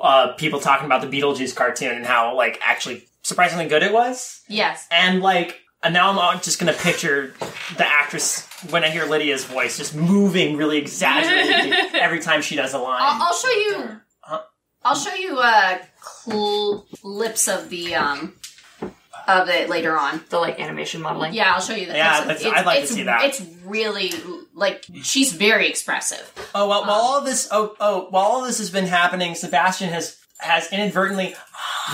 [SPEAKER 3] uh, people talking about the Beetlejuice cartoon and how like actually surprisingly good it was,
[SPEAKER 4] Yes.
[SPEAKER 3] and like, and now I'm all just going to picture the actress when I hear Lydia's voice just moving really exaggerated every time she does a line.
[SPEAKER 1] I'll, I'll show you.
[SPEAKER 3] Huh?
[SPEAKER 1] I'll show you uh, cl- clips of the um of it later on.
[SPEAKER 4] The like animation modeling.
[SPEAKER 1] Yeah, I'll show you the
[SPEAKER 3] Yeah,
[SPEAKER 1] clips of-
[SPEAKER 3] that's-
[SPEAKER 1] it's-
[SPEAKER 3] I'd like to
[SPEAKER 1] it's-
[SPEAKER 3] see that.
[SPEAKER 1] It's really like she's very expressive.
[SPEAKER 3] Oh well, while all this, oh, oh, while all this has been happening, Sebastian has has inadvertently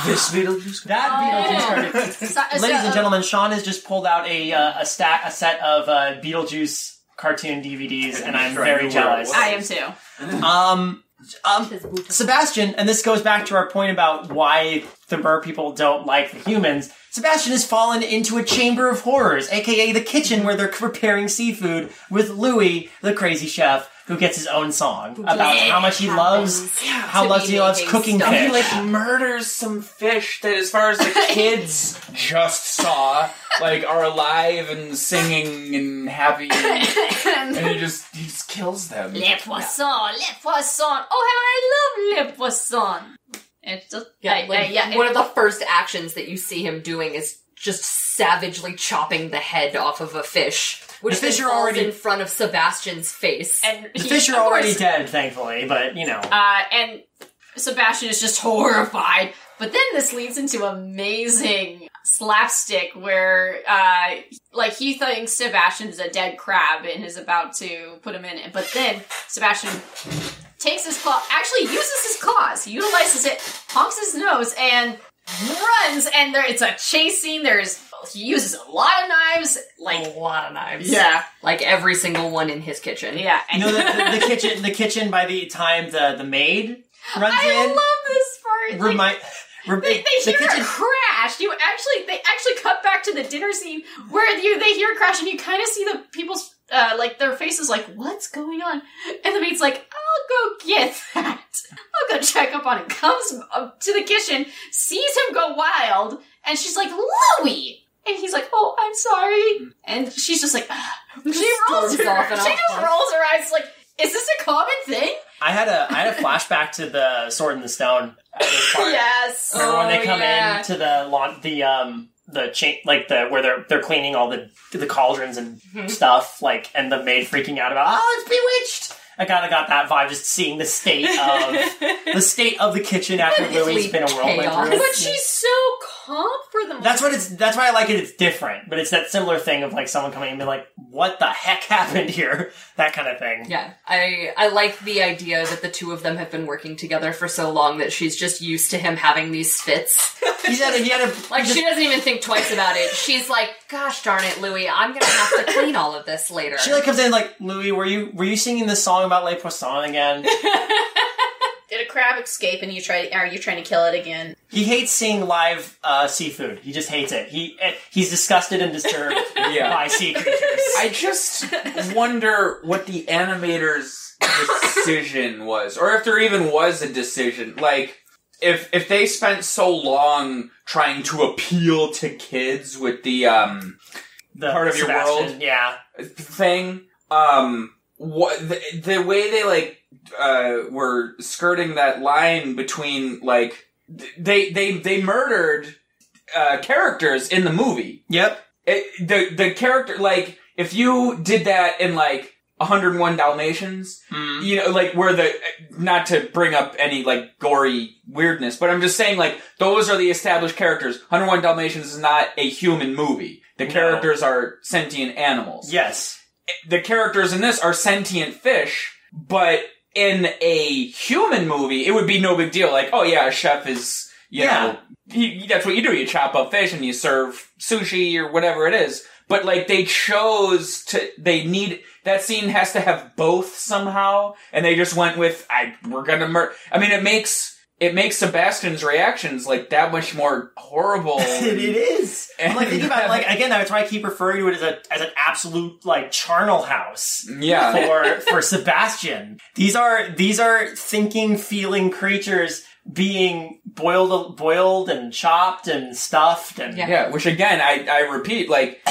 [SPEAKER 2] This Beetlejuice.
[SPEAKER 3] <gasps> that Beetlejuice
[SPEAKER 1] Oh.
[SPEAKER 3] cartoon.
[SPEAKER 1] So-
[SPEAKER 3] Ladies
[SPEAKER 1] so,
[SPEAKER 3] and
[SPEAKER 1] uh,
[SPEAKER 3] gentlemen, Sean has just pulled out a uh, a stack a set of uh, Beetlejuice cartoon DVDs, and I'm
[SPEAKER 2] Sure, I
[SPEAKER 3] very
[SPEAKER 2] knew where it
[SPEAKER 3] jealous.
[SPEAKER 2] was.
[SPEAKER 1] I am too. <laughs>
[SPEAKER 3] Um, um,
[SPEAKER 4] His boot-
[SPEAKER 3] Sebastian, and this goes back to our point about why the mer people don't like the humans. Sebastian has fallen into a chamber of horrors, aka the kitchen where they're preparing seafood with Louis, the crazy chef, who gets his own song about
[SPEAKER 4] just
[SPEAKER 3] how much he loves
[SPEAKER 4] happens
[SPEAKER 3] how
[SPEAKER 4] to
[SPEAKER 3] much
[SPEAKER 4] be
[SPEAKER 3] he loves
[SPEAKER 4] making
[SPEAKER 3] cooking
[SPEAKER 4] stuff.
[SPEAKER 2] And he
[SPEAKER 3] fish.
[SPEAKER 2] like murders some fish that, as far
[SPEAKER 1] <laughs>
[SPEAKER 2] as the kids just saw, like are alive and singing
[SPEAKER 1] <laughs>
[SPEAKER 2] and happy, and, and he just he just kills them.
[SPEAKER 1] Le poisson, le poisson. Oh, how I love le poisson. It's just,
[SPEAKER 4] Yeah,
[SPEAKER 1] I- I-
[SPEAKER 4] like,
[SPEAKER 1] yeah,
[SPEAKER 4] one
[SPEAKER 1] it-
[SPEAKER 4] of the first actions that you see him doing is just savagely chopping the head off of a fish, which
[SPEAKER 3] The fish
[SPEAKER 4] then
[SPEAKER 3] are
[SPEAKER 4] falls
[SPEAKER 3] already-
[SPEAKER 4] in front of Sebastian's face.
[SPEAKER 1] and
[SPEAKER 3] The
[SPEAKER 1] he- <laughs>
[SPEAKER 3] fish
[SPEAKER 1] of
[SPEAKER 3] are already
[SPEAKER 1] course,
[SPEAKER 3] dead, thankfully, but you know.
[SPEAKER 1] Uh, and Sebastian is just <laughs> horrified. But then this leads into amazing slapstick where, uh, like, he thinks Sebastian's a dead crab and is about to put him in it. But then Sebastian takes his claw, actually uses his claws, he utilizes it, honks his nose, and runs. And there, it's a chase scene. There's he uses a lot of knives,
[SPEAKER 3] Oh,
[SPEAKER 1] like
[SPEAKER 4] a lot of knives. like every single one in his kitchen.
[SPEAKER 1] yeah.
[SPEAKER 3] You know the, the, the kitchen. The kitchen. By the time the the maid runs
[SPEAKER 1] <laughs> I
[SPEAKER 3] in,
[SPEAKER 1] love this part. like-
[SPEAKER 3] remind re-
[SPEAKER 1] They, they
[SPEAKER 3] the
[SPEAKER 1] hear
[SPEAKER 3] kitchen.
[SPEAKER 1] a crash. You actually, they actually cut back to the dinner scene where you they hear a crash and you kind of see the people's uh, like their faces, like what's going on, and the maid's like, "I'll go get that. I'll go check up on it." Comes up to the kitchen, sees him go wild, and she's like, "Louie." And he's like, "Oh, I'm sorry." And she's just like, "Ah." she rolls
[SPEAKER 4] storms
[SPEAKER 1] her,
[SPEAKER 4] off and
[SPEAKER 1] she
[SPEAKER 4] off.
[SPEAKER 1] just rolls her eyes, like, "Is this a common thing?"
[SPEAKER 3] I had a I had a flashback to the Sword in the Stone. at this part.
[SPEAKER 1] Yes.
[SPEAKER 3] Remember when
[SPEAKER 4] Oh,
[SPEAKER 3] they come
[SPEAKER 4] yeah.
[SPEAKER 3] in to the lawn, the um the chain like the where they're they're cleaning all the the cauldrons and
[SPEAKER 4] Mhm.
[SPEAKER 3] stuff like and the maid freaking out about oh it's bewitched. I kind of got that vibe just seeing the state of the state of the kitchen after
[SPEAKER 4] Complete
[SPEAKER 3] Lily's been a whirlwind
[SPEAKER 4] chaos.
[SPEAKER 3] through.
[SPEAKER 1] But she's so calm for the moment.
[SPEAKER 3] That's what it's. That's why I like it. It's different, but it's that similar thing of like someone coming in and be like, "What the heck <laughs> happened here?" That kind of thing.
[SPEAKER 4] Yeah, I I like the idea that the two of them have been working together for so long that she's just used to him having these fits.
[SPEAKER 3] He's had a, he had a
[SPEAKER 2] <laughs>
[SPEAKER 4] Like
[SPEAKER 3] just-
[SPEAKER 4] she doesn't even think twice about it. She's like, "Gosh darn it, Louis, I'm gonna have to clean all of this later."
[SPEAKER 2] <laughs>
[SPEAKER 3] she like comes in like Louis, were you were you singing this song about Le Poisson again?
[SPEAKER 1] Did it crab escape and you try are you trying to kill it again?
[SPEAKER 3] He hates seeing live uh, seafood. He just hates it. He eh, he's disgusted and disturbed
[SPEAKER 2] <laughs> Yeah.
[SPEAKER 3] by sea
[SPEAKER 2] <laughs>
[SPEAKER 3] creatures.
[SPEAKER 2] I just wonder what the animator's decision was, or if there even was a decision. Like, if if they spent so long trying to appeal to kids with the um
[SPEAKER 3] The
[SPEAKER 2] Part of your
[SPEAKER 3] Sebastian,
[SPEAKER 2] world.
[SPEAKER 3] Yeah.
[SPEAKER 2] thing, um, what the, the way they like uh were skirting that line between like th- they they they murdered uh characters in the movie.
[SPEAKER 3] Yep.
[SPEAKER 2] it, the the character like if you did that in like 101 Dalmatians,
[SPEAKER 3] Mm-hmm.
[SPEAKER 2] you know, like where the not to bring up any like gory weirdness, but I'm just saying like those are the established characters. 101 Dalmatians is not a human movie. The
[SPEAKER 3] No.
[SPEAKER 2] characters are sentient animals.
[SPEAKER 3] Yes.
[SPEAKER 2] The characters in this are sentient fish, but in a human movie, it would be no big deal. Like, oh yeah, a chef is you
[SPEAKER 3] Yeah.
[SPEAKER 2] know he, that's what you do. You chop up fish and you serve sushi or whatever it is. But like they chose to, they need that scene has to have both somehow, and they just went with I we're gonna murder. I mean, it makes it makes Sebastian's reactions like that much more horrible.
[SPEAKER 3] <laughs> it it is. I'm like thinking about it, like again. That's why I keep referring to it as a as an absolute like charnel house.
[SPEAKER 2] yeah,
[SPEAKER 3] for for Sebastian. These are these are thinking, feeling creatures being boiled boiled and chopped and stuffed and
[SPEAKER 4] Yeah.
[SPEAKER 2] Yeah, which again, I, I repeat, like,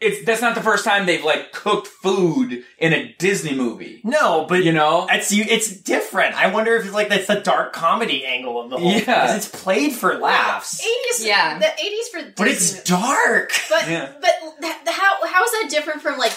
[SPEAKER 2] it's that's not the first time they've like cooked food in a Disney movie.
[SPEAKER 3] no, but
[SPEAKER 2] You know,
[SPEAKER 3] It's you. It's different. I wonder if it's like that's the dark comedy angle of the whole.
[SPEAKER 2] Yeah.
[SPEAKER 3] because it's played for laughs,
[SPEAKER 1] Eighties,
[SPEAKER 4] Yeah.
[SPEAKER 1] the eighties for
[SPEAKER 3] but
[SPEAKER 1] Disney-
[SPEAKER 3] it's dark.
[SPEAKER 1] but
[SPEAKER 2] Yeah.
[SPEAKER 1] but that, the- how how is that different from like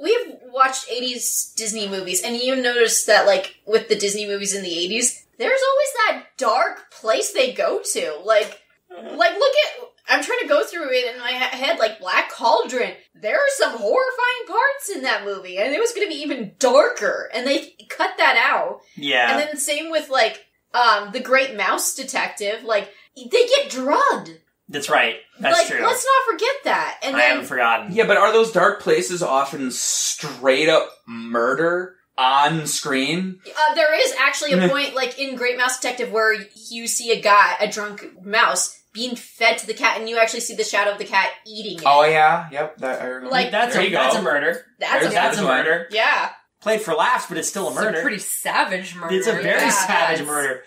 [SPEAKER 1] we've watched eighties Disney movies and you notice that like with the Disney movies in the eighties, there's always that dark place they go to. Like like look at. I'm trying to go through it in my he- head, like Black Cauldron. There are some horrifying parts in that movie, and it was going to be even darker, and they cut that out.
[SPEAKER 3] Yeah,
[SPEAKER 1] And then same with like um the Great Mouse Detective, like they get drugged.
[SPEAKER 3] that's right. That's
[SPEAKER 1] like
[SPEAKER 3] true.
[SPEAKER 1] let's not forget that. And
[SPEAKER 3] I
[SPEAKER 1] then
[SPEAKER 3] haven't forgotten.
[SPEAKER 2] yeah, but are those dark places often straight up murder on screen?
[SPEAKER 1] uh, there is actually a
[SPEAKER 2] Mhm.
[SPEAKER 1] point like in Great Mouse Detective where you see a guy, a drunk mouse, being fed to the cat, and you actually see the shadow of the cat eating it.
[SPEAKER 2] Oh yeah, yep. That, I remember.
[SPEAKER 1] Like,
[SPEAKER 3] that's
[SPEAKER 2] There
[SPEAKER 3] a
[SPEAKER 2] you go.
[SPEAKER 3] that's a murder.
[SPEAKER 1] That's a,
[SPEAKER 2] There's
[SPEAKER 3] That's a
[SPEAKER 2] That's one.
[SPEAKER 3] murder.
[SPEAKER 1] yeah.
[SPEAKER 3] Played for laughs, but it's still a
[SPEAKER 4] It's a
[SPEAKER 3] murder.
[SPEAKER 4] pretty savage murder.
[SPEAKER 3] It's a very
[SPEAKER 1] Yeah.
[SPEAKER 3] savage
[SPEAKER 4] Yes.
[SPEAKER 3] murder.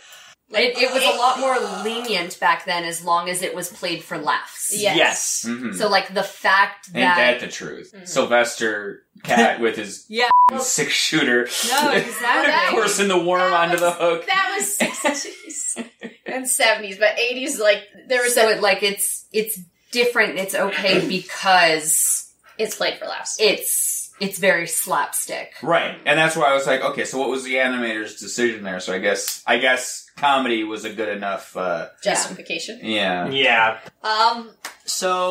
[SPEAKER 4] It, it was a lot more lenient back then, as long as it was played for laughs.
[SPEAKER 1] Yeah. Yes.
[SPEAKER 3] yes.
[SPEAKER 2] Mhm.
[SPEAKER 4] So, like the fact
[SPEAKER 2] Ain't that
[SPEAKER 4] that,
[SPEAKER 2] the truth?
[SPEAKER 1] Mhm.
[SPEAKER 2] Sylvester Cat with his
[SPEAKER 4] Yeah.
[SPEAKER 2] six shooter,
[SPEAKER 4] no,
[SPEAKER 3] <laughs>
[SPEAKER 2] <laughs>
[SPEAKER 1] That
[SPEAKER 4] exactly.
[SPEAKER 2] coursing the worm
[SPEAKER 1] That
[SPEAKER 2] onto the
[SPEAKER 1] was- <laughs>
[SPEAKER 2] hook.
[SPEAKER 1] That was sixties and seventies, but eighties like there was
[SPEAKER 4] so
[SPEAKER 1] a
[SPEAKER 4] it, like it's it's different. It's okay because
[SPEAKER 1] it's played for laughs.
[SPEAKER 4] it's it's very slapstick.
[SPEAKER 2] Right, and that's why I was like, okay, so what was the animator's decision there? So I guess, I guess comedy was a good enough, uh,
[SPEAKER 1] Justification.
[SPEAKER 2] yeah.
[SPEAKER 3] Yeah.
[SPEAKER 1] Um,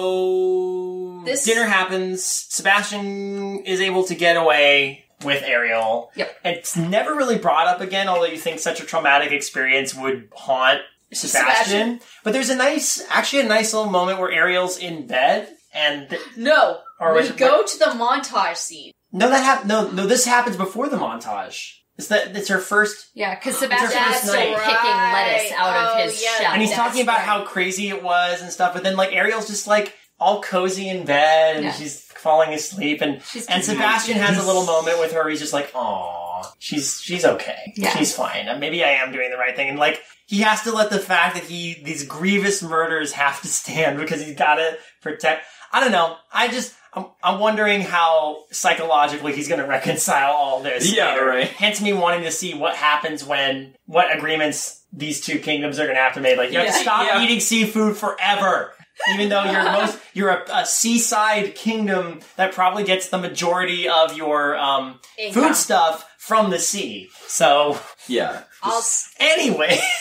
[SPEAKER 3] So
[SPEAKER 1] This-
[SPEAKER 3] dinner happens. Sebastian is able to get away with Ariel.
[SPEAKER 4] Yep.
[SPEAKER 3] It's never really brought up again, although you think such a traumatic experience would haunt Sebastian.
[SPEAKER 1] Sebastian.
[SPEAKER 3] But there's a nice, actually, a nice little moment where Ariel's in bed and. th-
[SPEAKER 1] no,
[SPEAKER 3] Or was
[SPEAKER 1] we
[SPEAKER 3] it-
[SPEAKER 1] go to the montage scene.
[SPEAKER 3] no, that hap- no, no. This happens before the montage. It's that it's her first,
[SPEAKER 4] Yeah, <gasps> because
[SPEAKER 3] That's
[SPEAKER 4] Sebastian's still picking
[SPEAKER 1] right.
[SPEAKER 4] lettuce out
[SPEAKER 1] Oh,
[SPEAKER 4] of his
[SPEAKER 1] yeah.
[SPEAKER 4] shell,
[SPEAKER 3] and he's
[SPEAKER 1] That's
[SPEAKER 3] talking about
[SPEAKER 1] right.
[SPEAKER 3] how crazy it was and stuff. But then, like, Ariel's just like all cozy in bed, and
[SPEAKER 4] Yeah.
[SPEAKER 3] she's falling asleep, and
[SPEAKER 4] She's
[SPEAKER 3] And Sebastian has a little moment with her where he's just like, "Aw, she's she's okay.
[SPEAKER 4] Yeah.
[SPEAKER 3] She's fine. And Maybe I am doing the right thing." And like, he has to let the fact that he these grievous murders have to stand because he's got to protect. I don't know. I just I'm, I'm wondering how psychologically he's going to reconcile all this.
[SPEAKER 2] Yeah,
[SPEAKER 3] later.
[SPEAKER 2] right.
[SPEAKER 3] Hence me wanting to see what happens when what agreements these two kingdoms are going to have to make. Like, you have to
[SPEAKER 4] Yeah.
[SPEAKER 3] stop
[SPEAKER 2] Yeah.
[SPEAKER 3] eating seafood forever even though
[SPEAKER 2] <laughs>
[SPEAKER 3] you're most you're a, a seaside kingdom that probably gets the majority of your um,
[SPEAKER 1] Income.
[SPEAKER 3] food stuff from the sea. So
[SPEAKER 2] Yeah.
[SPEAKER 1] I'll s-
[SPEAKER 3] anyway, <laughs>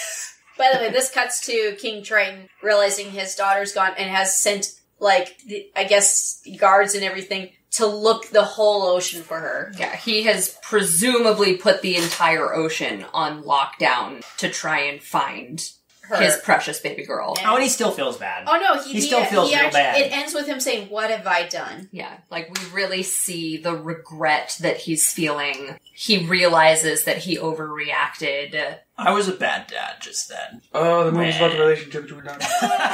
[SPEAKER 1] By the way, this cuts to King Triton realizing his daughter's gone and has sent, like, the, I guess, guards and everything to look the whole ocean for her.
[SPEAKER 4] Yeah, he has presumably put the entire ocean on lockdown to try and find
[SPEAKER 1] her.
[SPEAKER 4] his precious baby girl.
[SPEAKER 1] Yeah.
[SPEAKER 3] oh, and he still feels bad.
[SPEAKER 1] oh no, he,
[SPEAKER 3] He still feels
[SPEAKER 1] he
[SPEAKER 3] real
[SPEAKER 1] actually-
[SPEAKER 3] bad.
[SPEAKER 1] It ends with him saying, "What have I done?"
[SPEAKER 4] Yeah, like we really see the regret that he's feeling. He realizes that he overreacted
[SPEAKER 5] I was a bad dad just then.
[SPEAKER 2] Oh, the movie's about the relationship between them.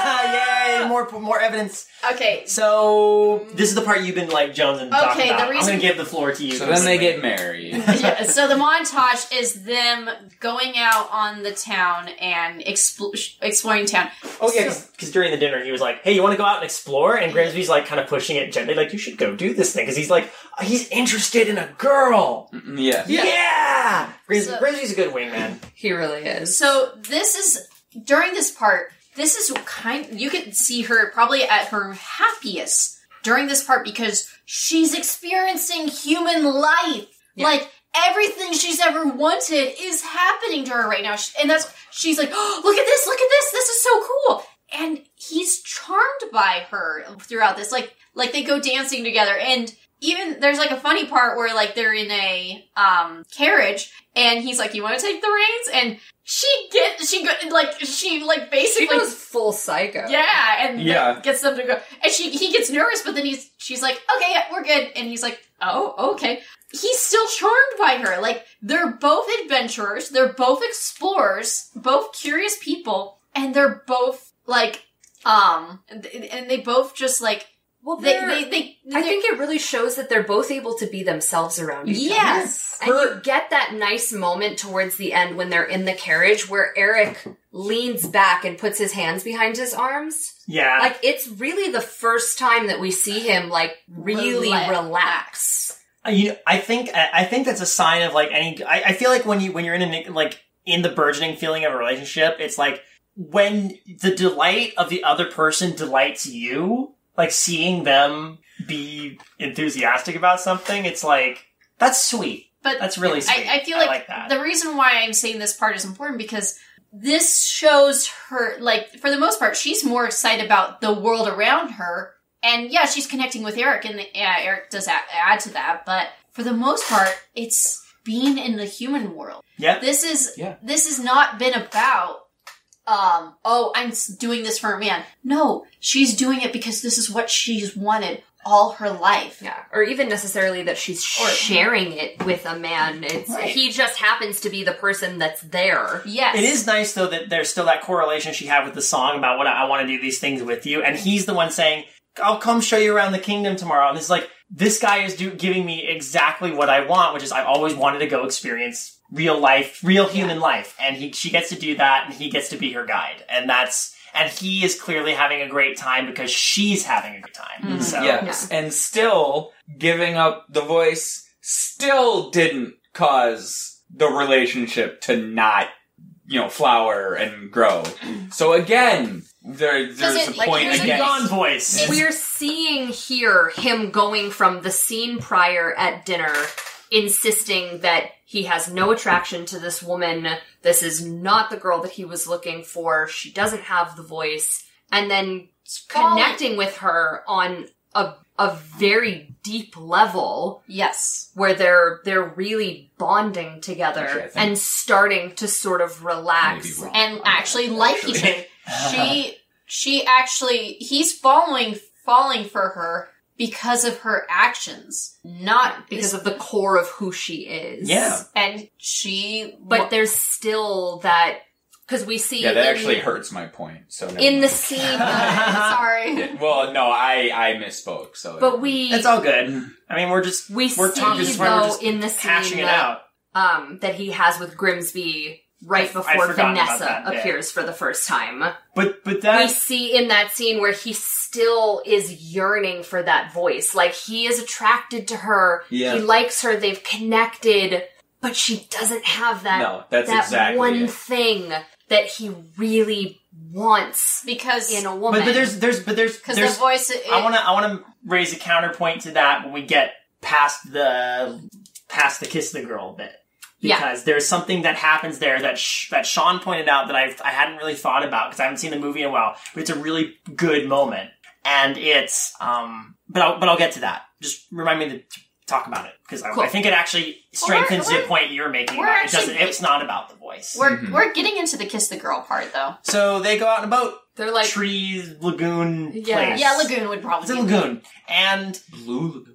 [SPEAKER 3] Yay! More more evidence. <laughs>
[SPEAKER 1] Okay.
[SPEAKER 3] So this is the part you've been like Jones and talking
[SPEAKER 1] Okay, the
[SPEAKER 3] about. I'm
[SPEAKER 1] reason-
[SPEAKER 3] gonna give the floor to you.
[SPEAKER 2] So then they get married. <laughs>
[SPEAKER 1] Yeah, so the montage is them going out on the town and expl- sh- exploring town.
[SPEAKER 3] Oh yeah, because during the dinner he was like, "Hey, you want to go out and explore?" And Grimsby's like, kind of pushing it gently, like, "You should go do this thing," because he's like, he's interested in a girl.
[SPEAKER 1] <laughs>
[SPEAKER 2] yeah.
[SPEAKER 3] Yeah, Grims-
[SPEAKER 1] So-
[SPEAKER 3] Grimsby's a good wingman.
[SPEAKER 4] He really is.
[SPEAKER 1] So this is during this part. This is kind. You can see her probably at her happiest during this part because she's experiencing human life. Like everything she's ever wanted is happening to her right now, She- and that's she's like, <gasps> oh, look at this, look at this, this is so cool. And he's charmed by her throughout this. Like, like they go dancing together, and even there's like a funny part where like they're in a um carriage, and he's like, you want to take the reins, and she get she go like she like
[SPEAKER 4] She
[SPEAKER 1] basically
[SPEAKER 4] goes full psycho.
[SPEAKER 1] yeah, and
[SPEAKER 2] Yeah.
[SPEAKER 1] like, gets them to go. And she he gets nervous, but then he's she's like, okay, yeah, we're good, and he's like, oh, okay. He's still charmed by her. Like they're both adventurers, they're both explorers, both curious people, and they're both like um, and, and they both just like
[SPEAKER 4] Well,
[SPEAKER 1] they
[SPEAKER 4] they're-
[SPEAKER 1] they they. they're-
[SPEAKER 4] I think it really shows that they're both able to be themselves around each other.
[SPEAKER 1] yes.
[SPEAKER 4] And you get that nice moment towards the end when they're in the carriage where Eric leans back and puts his hands behind his arms.
[SPEAKER 3] Yeah,
[SPEAKER 4] Like it's really the first time that we see him like really
[SPEAKER 1] Relax.
[SPEAKER 4] relax.
[SPEAKER 3] I- you know, I think I I think that's a sign of like any. I, I feel like when you when you're in a like in the burgeoning feeling of a relationship, it's like when the delight of the other person delights you, like seeing them be enthusiastic about something. It's like that's sweet.
[SPEAKER 1] But
[SPEAKER 3] That's really sweet.
[SPEAKER 1] I, I feel
[SPEAKER 3] I
[SPEAKER 1] like,
[SPEAKER 3] like that.
[SPEAKER 1] the reason why I'm saying this part is important because this shows her, like, for the most part, she's more excited about the world around her. And yeah, she's connecting with Eric, and yeah, Eric does a- add to that. But for the most part, it's being in the human world.
[SPEAKER 3] Yep.
[SPEAKER 1] This is
[SPEAKER 2] Yeah.
[SPEAKER 1] this has not been about. Um, oh, I'm s- doing this for a man. No, she's doing it because this is what she's wanted all her life.
[SPEAKER 4] Yeah. Or even necessarily that she's
[SPEAKER 1] Or-
[SPEAKER 4] sharing it with a man. It's
[SPEAKER 3] Right.
[SPEAKER 4] he just happens to be the person that's there.
[SPEAKER 1] Yes.
[SPEAKER 3] It is nice though that there's still that correlation she had with the song about what I, want to do these things with you, and he's the one saying, "I'll come show you around the kingdom tomorrow." And it's like this guy is do- giving me exactly what I want, which is I've always wanted to go experience real life, real human life, and he she gets to do that, and he gets to be her guide, and that's and he is clearly having a great time because she's having a good time.
[SPEAKER 4] Mm-hmm.
[SPEAKER 3] So
[SPEAKER 2] Yes. And still giving up the voice still didn't cause the relationship to not, you know, flower and grow. So again, there, there's
[SPEAKER 1] it,
[SPEAKER 2] a
[SPEAKER 1] like,
[SPEAKER 2] point
[SPEAKER 1] here's a
[SPEAKER 3] It's a
[SPEAKER 2] again.
[SPEAKER 3] yawn voice.
[SPEAKER 4] We're seeing here him going from the scene prior at dinner, insisting that he has no attraction to this woman. This is not the girl that he was looking for. She doesn't have the voice. And then connecting with her on a, a very deep level
[SPEAKER 1] Yes.
[SPEAKER 4] where they're they're really bonding together
[SPEAKER 2] Actually, I think-
[SPEAKER 4] and starting to sort of
[SPEAKER 2] Maybe
[SPEAKER 4] relax
[SPEAKER 2] wrong.
[SPEAKER 1] and actually like each other. She she actually he's following falling for her because of her actions, not
[SPEAKER 4] because of the core of who she is.
[SPEAKER 3] Yeah.
[SPEAKER 1] and she
[SPEAKER 4] but there's still that because we see
[SPEAKER 2] Yeah, that
[SPEAKER 4] in,
[SPEAKER 2] actually hurts my point. So never <laughs>
[SPEAKER 4] in the
[SPEAKER 2] mind.
[SPEAKER 1] <laughs>
[SPEAKER 4] scene
[SPEAKER 1] sorry.
[SPEAKER 3] <laughs>
[SPEAKER 2] Yeah, <laughs> well, no, I I misspoke. So
[SPEAKER 4] but we
[SPEAKER 3] It's all good. I mean, we're just
[SPEAKER 4] we
[SPEAKER 3] we're
[SPEAKER 4] see
[SPEAKER 3] talking, this is why we're
[SPEAKER 4] though
[SPEAKER 3] just
[SPEAKER 4] in the scene
[SPEAKER 3] hashing it
[SPEAKER 4] that,
[SPEAKER 3] out.
[SPEAKER 4] um that he has with grimsby
[SPEAKER 3] I
[SPEAKER 4] right
[SPEAKER 3] f- I'd
[SPEAKER 4] before
[SPEAKER 3] forgotten about
[SPEAKER 4] vanessa
[SPEAKER 3] that, yeah.
[SPEAKER 4] appears for the first time
[SPEAKER 3] But but
[SPEAKER 4] we
[SPEAKER 3] that
[SPEAKER 4] see in that scene where he still is yearning for that voice like he is attracted to her
[SPEAKER 2] Yeah.
[SPEAKER 4] he likes her they've connected but she doesn't have that
[SPEAKER 2] no, that's
[SPEAKER 4] that
[SPEAKER 2] exactly
[SPEAKER 4] one
[SPEAKER 2] it.
[SPEAKER 4] thing that he really wants
[SPEAKER 1] Because
[SPEAKER 4] in a
[SPEAKER 3] but,
[SPEAKER 4] woman
[SPEAKER 3] but there's there's but there's
[SPEAKER 1] because
[SPEAKER 3] there's
[SPEAKER 1] the voice it,
[SPEAKER 3] I want to I want to raise a counterpoint to that when we get past the past the kiss the girl bit
[SPEAKER 4] Yeah.
[SPEAKER 3] because there's something that happens there that sh- that Sean pointed out that I I hadn't really thought about because I haven't seen the movie in a while, but it's a really good moment and it's um but I'll, but I'll get to that. Just remind me to t- talk about it because I,
[SPEAKER 4] Cool.
[SPEAKER 3] I think it actually
[SPEAKER 1] Well, we're-
[SPEAKER 3] strengthens
[SPEAKER 1] we're-
[SPEAKER 3] the point you're making.
[SPEAKER 1] we're
[SPEAKER 3] About it
[SPEAKER 1] actually-
[SPEAKER 3] doesn't. It's not about the voice.
[SPEAKER 1] we're
[SPEAKER 2] Mhm.
[SPEAKER 1] we're getting into the kiss the girl part though.
[SPEAKER 3] So they go out in a boat,
[SPEAKER 4] they're like
[SPEAKER 3] trees, lagoon,
[SPEAKER 4] Yeah.
[SPEAKER 3] place.
[SPEAKER 1] Yeah, lagoon would
[SPEAKER 3] It's
[SPEAKER 1] probably
[SPEAKER 3] a
[SPEAKER 1] be
[SPEAKER 3] lagoon, and
[SPEAKER 2] Blue.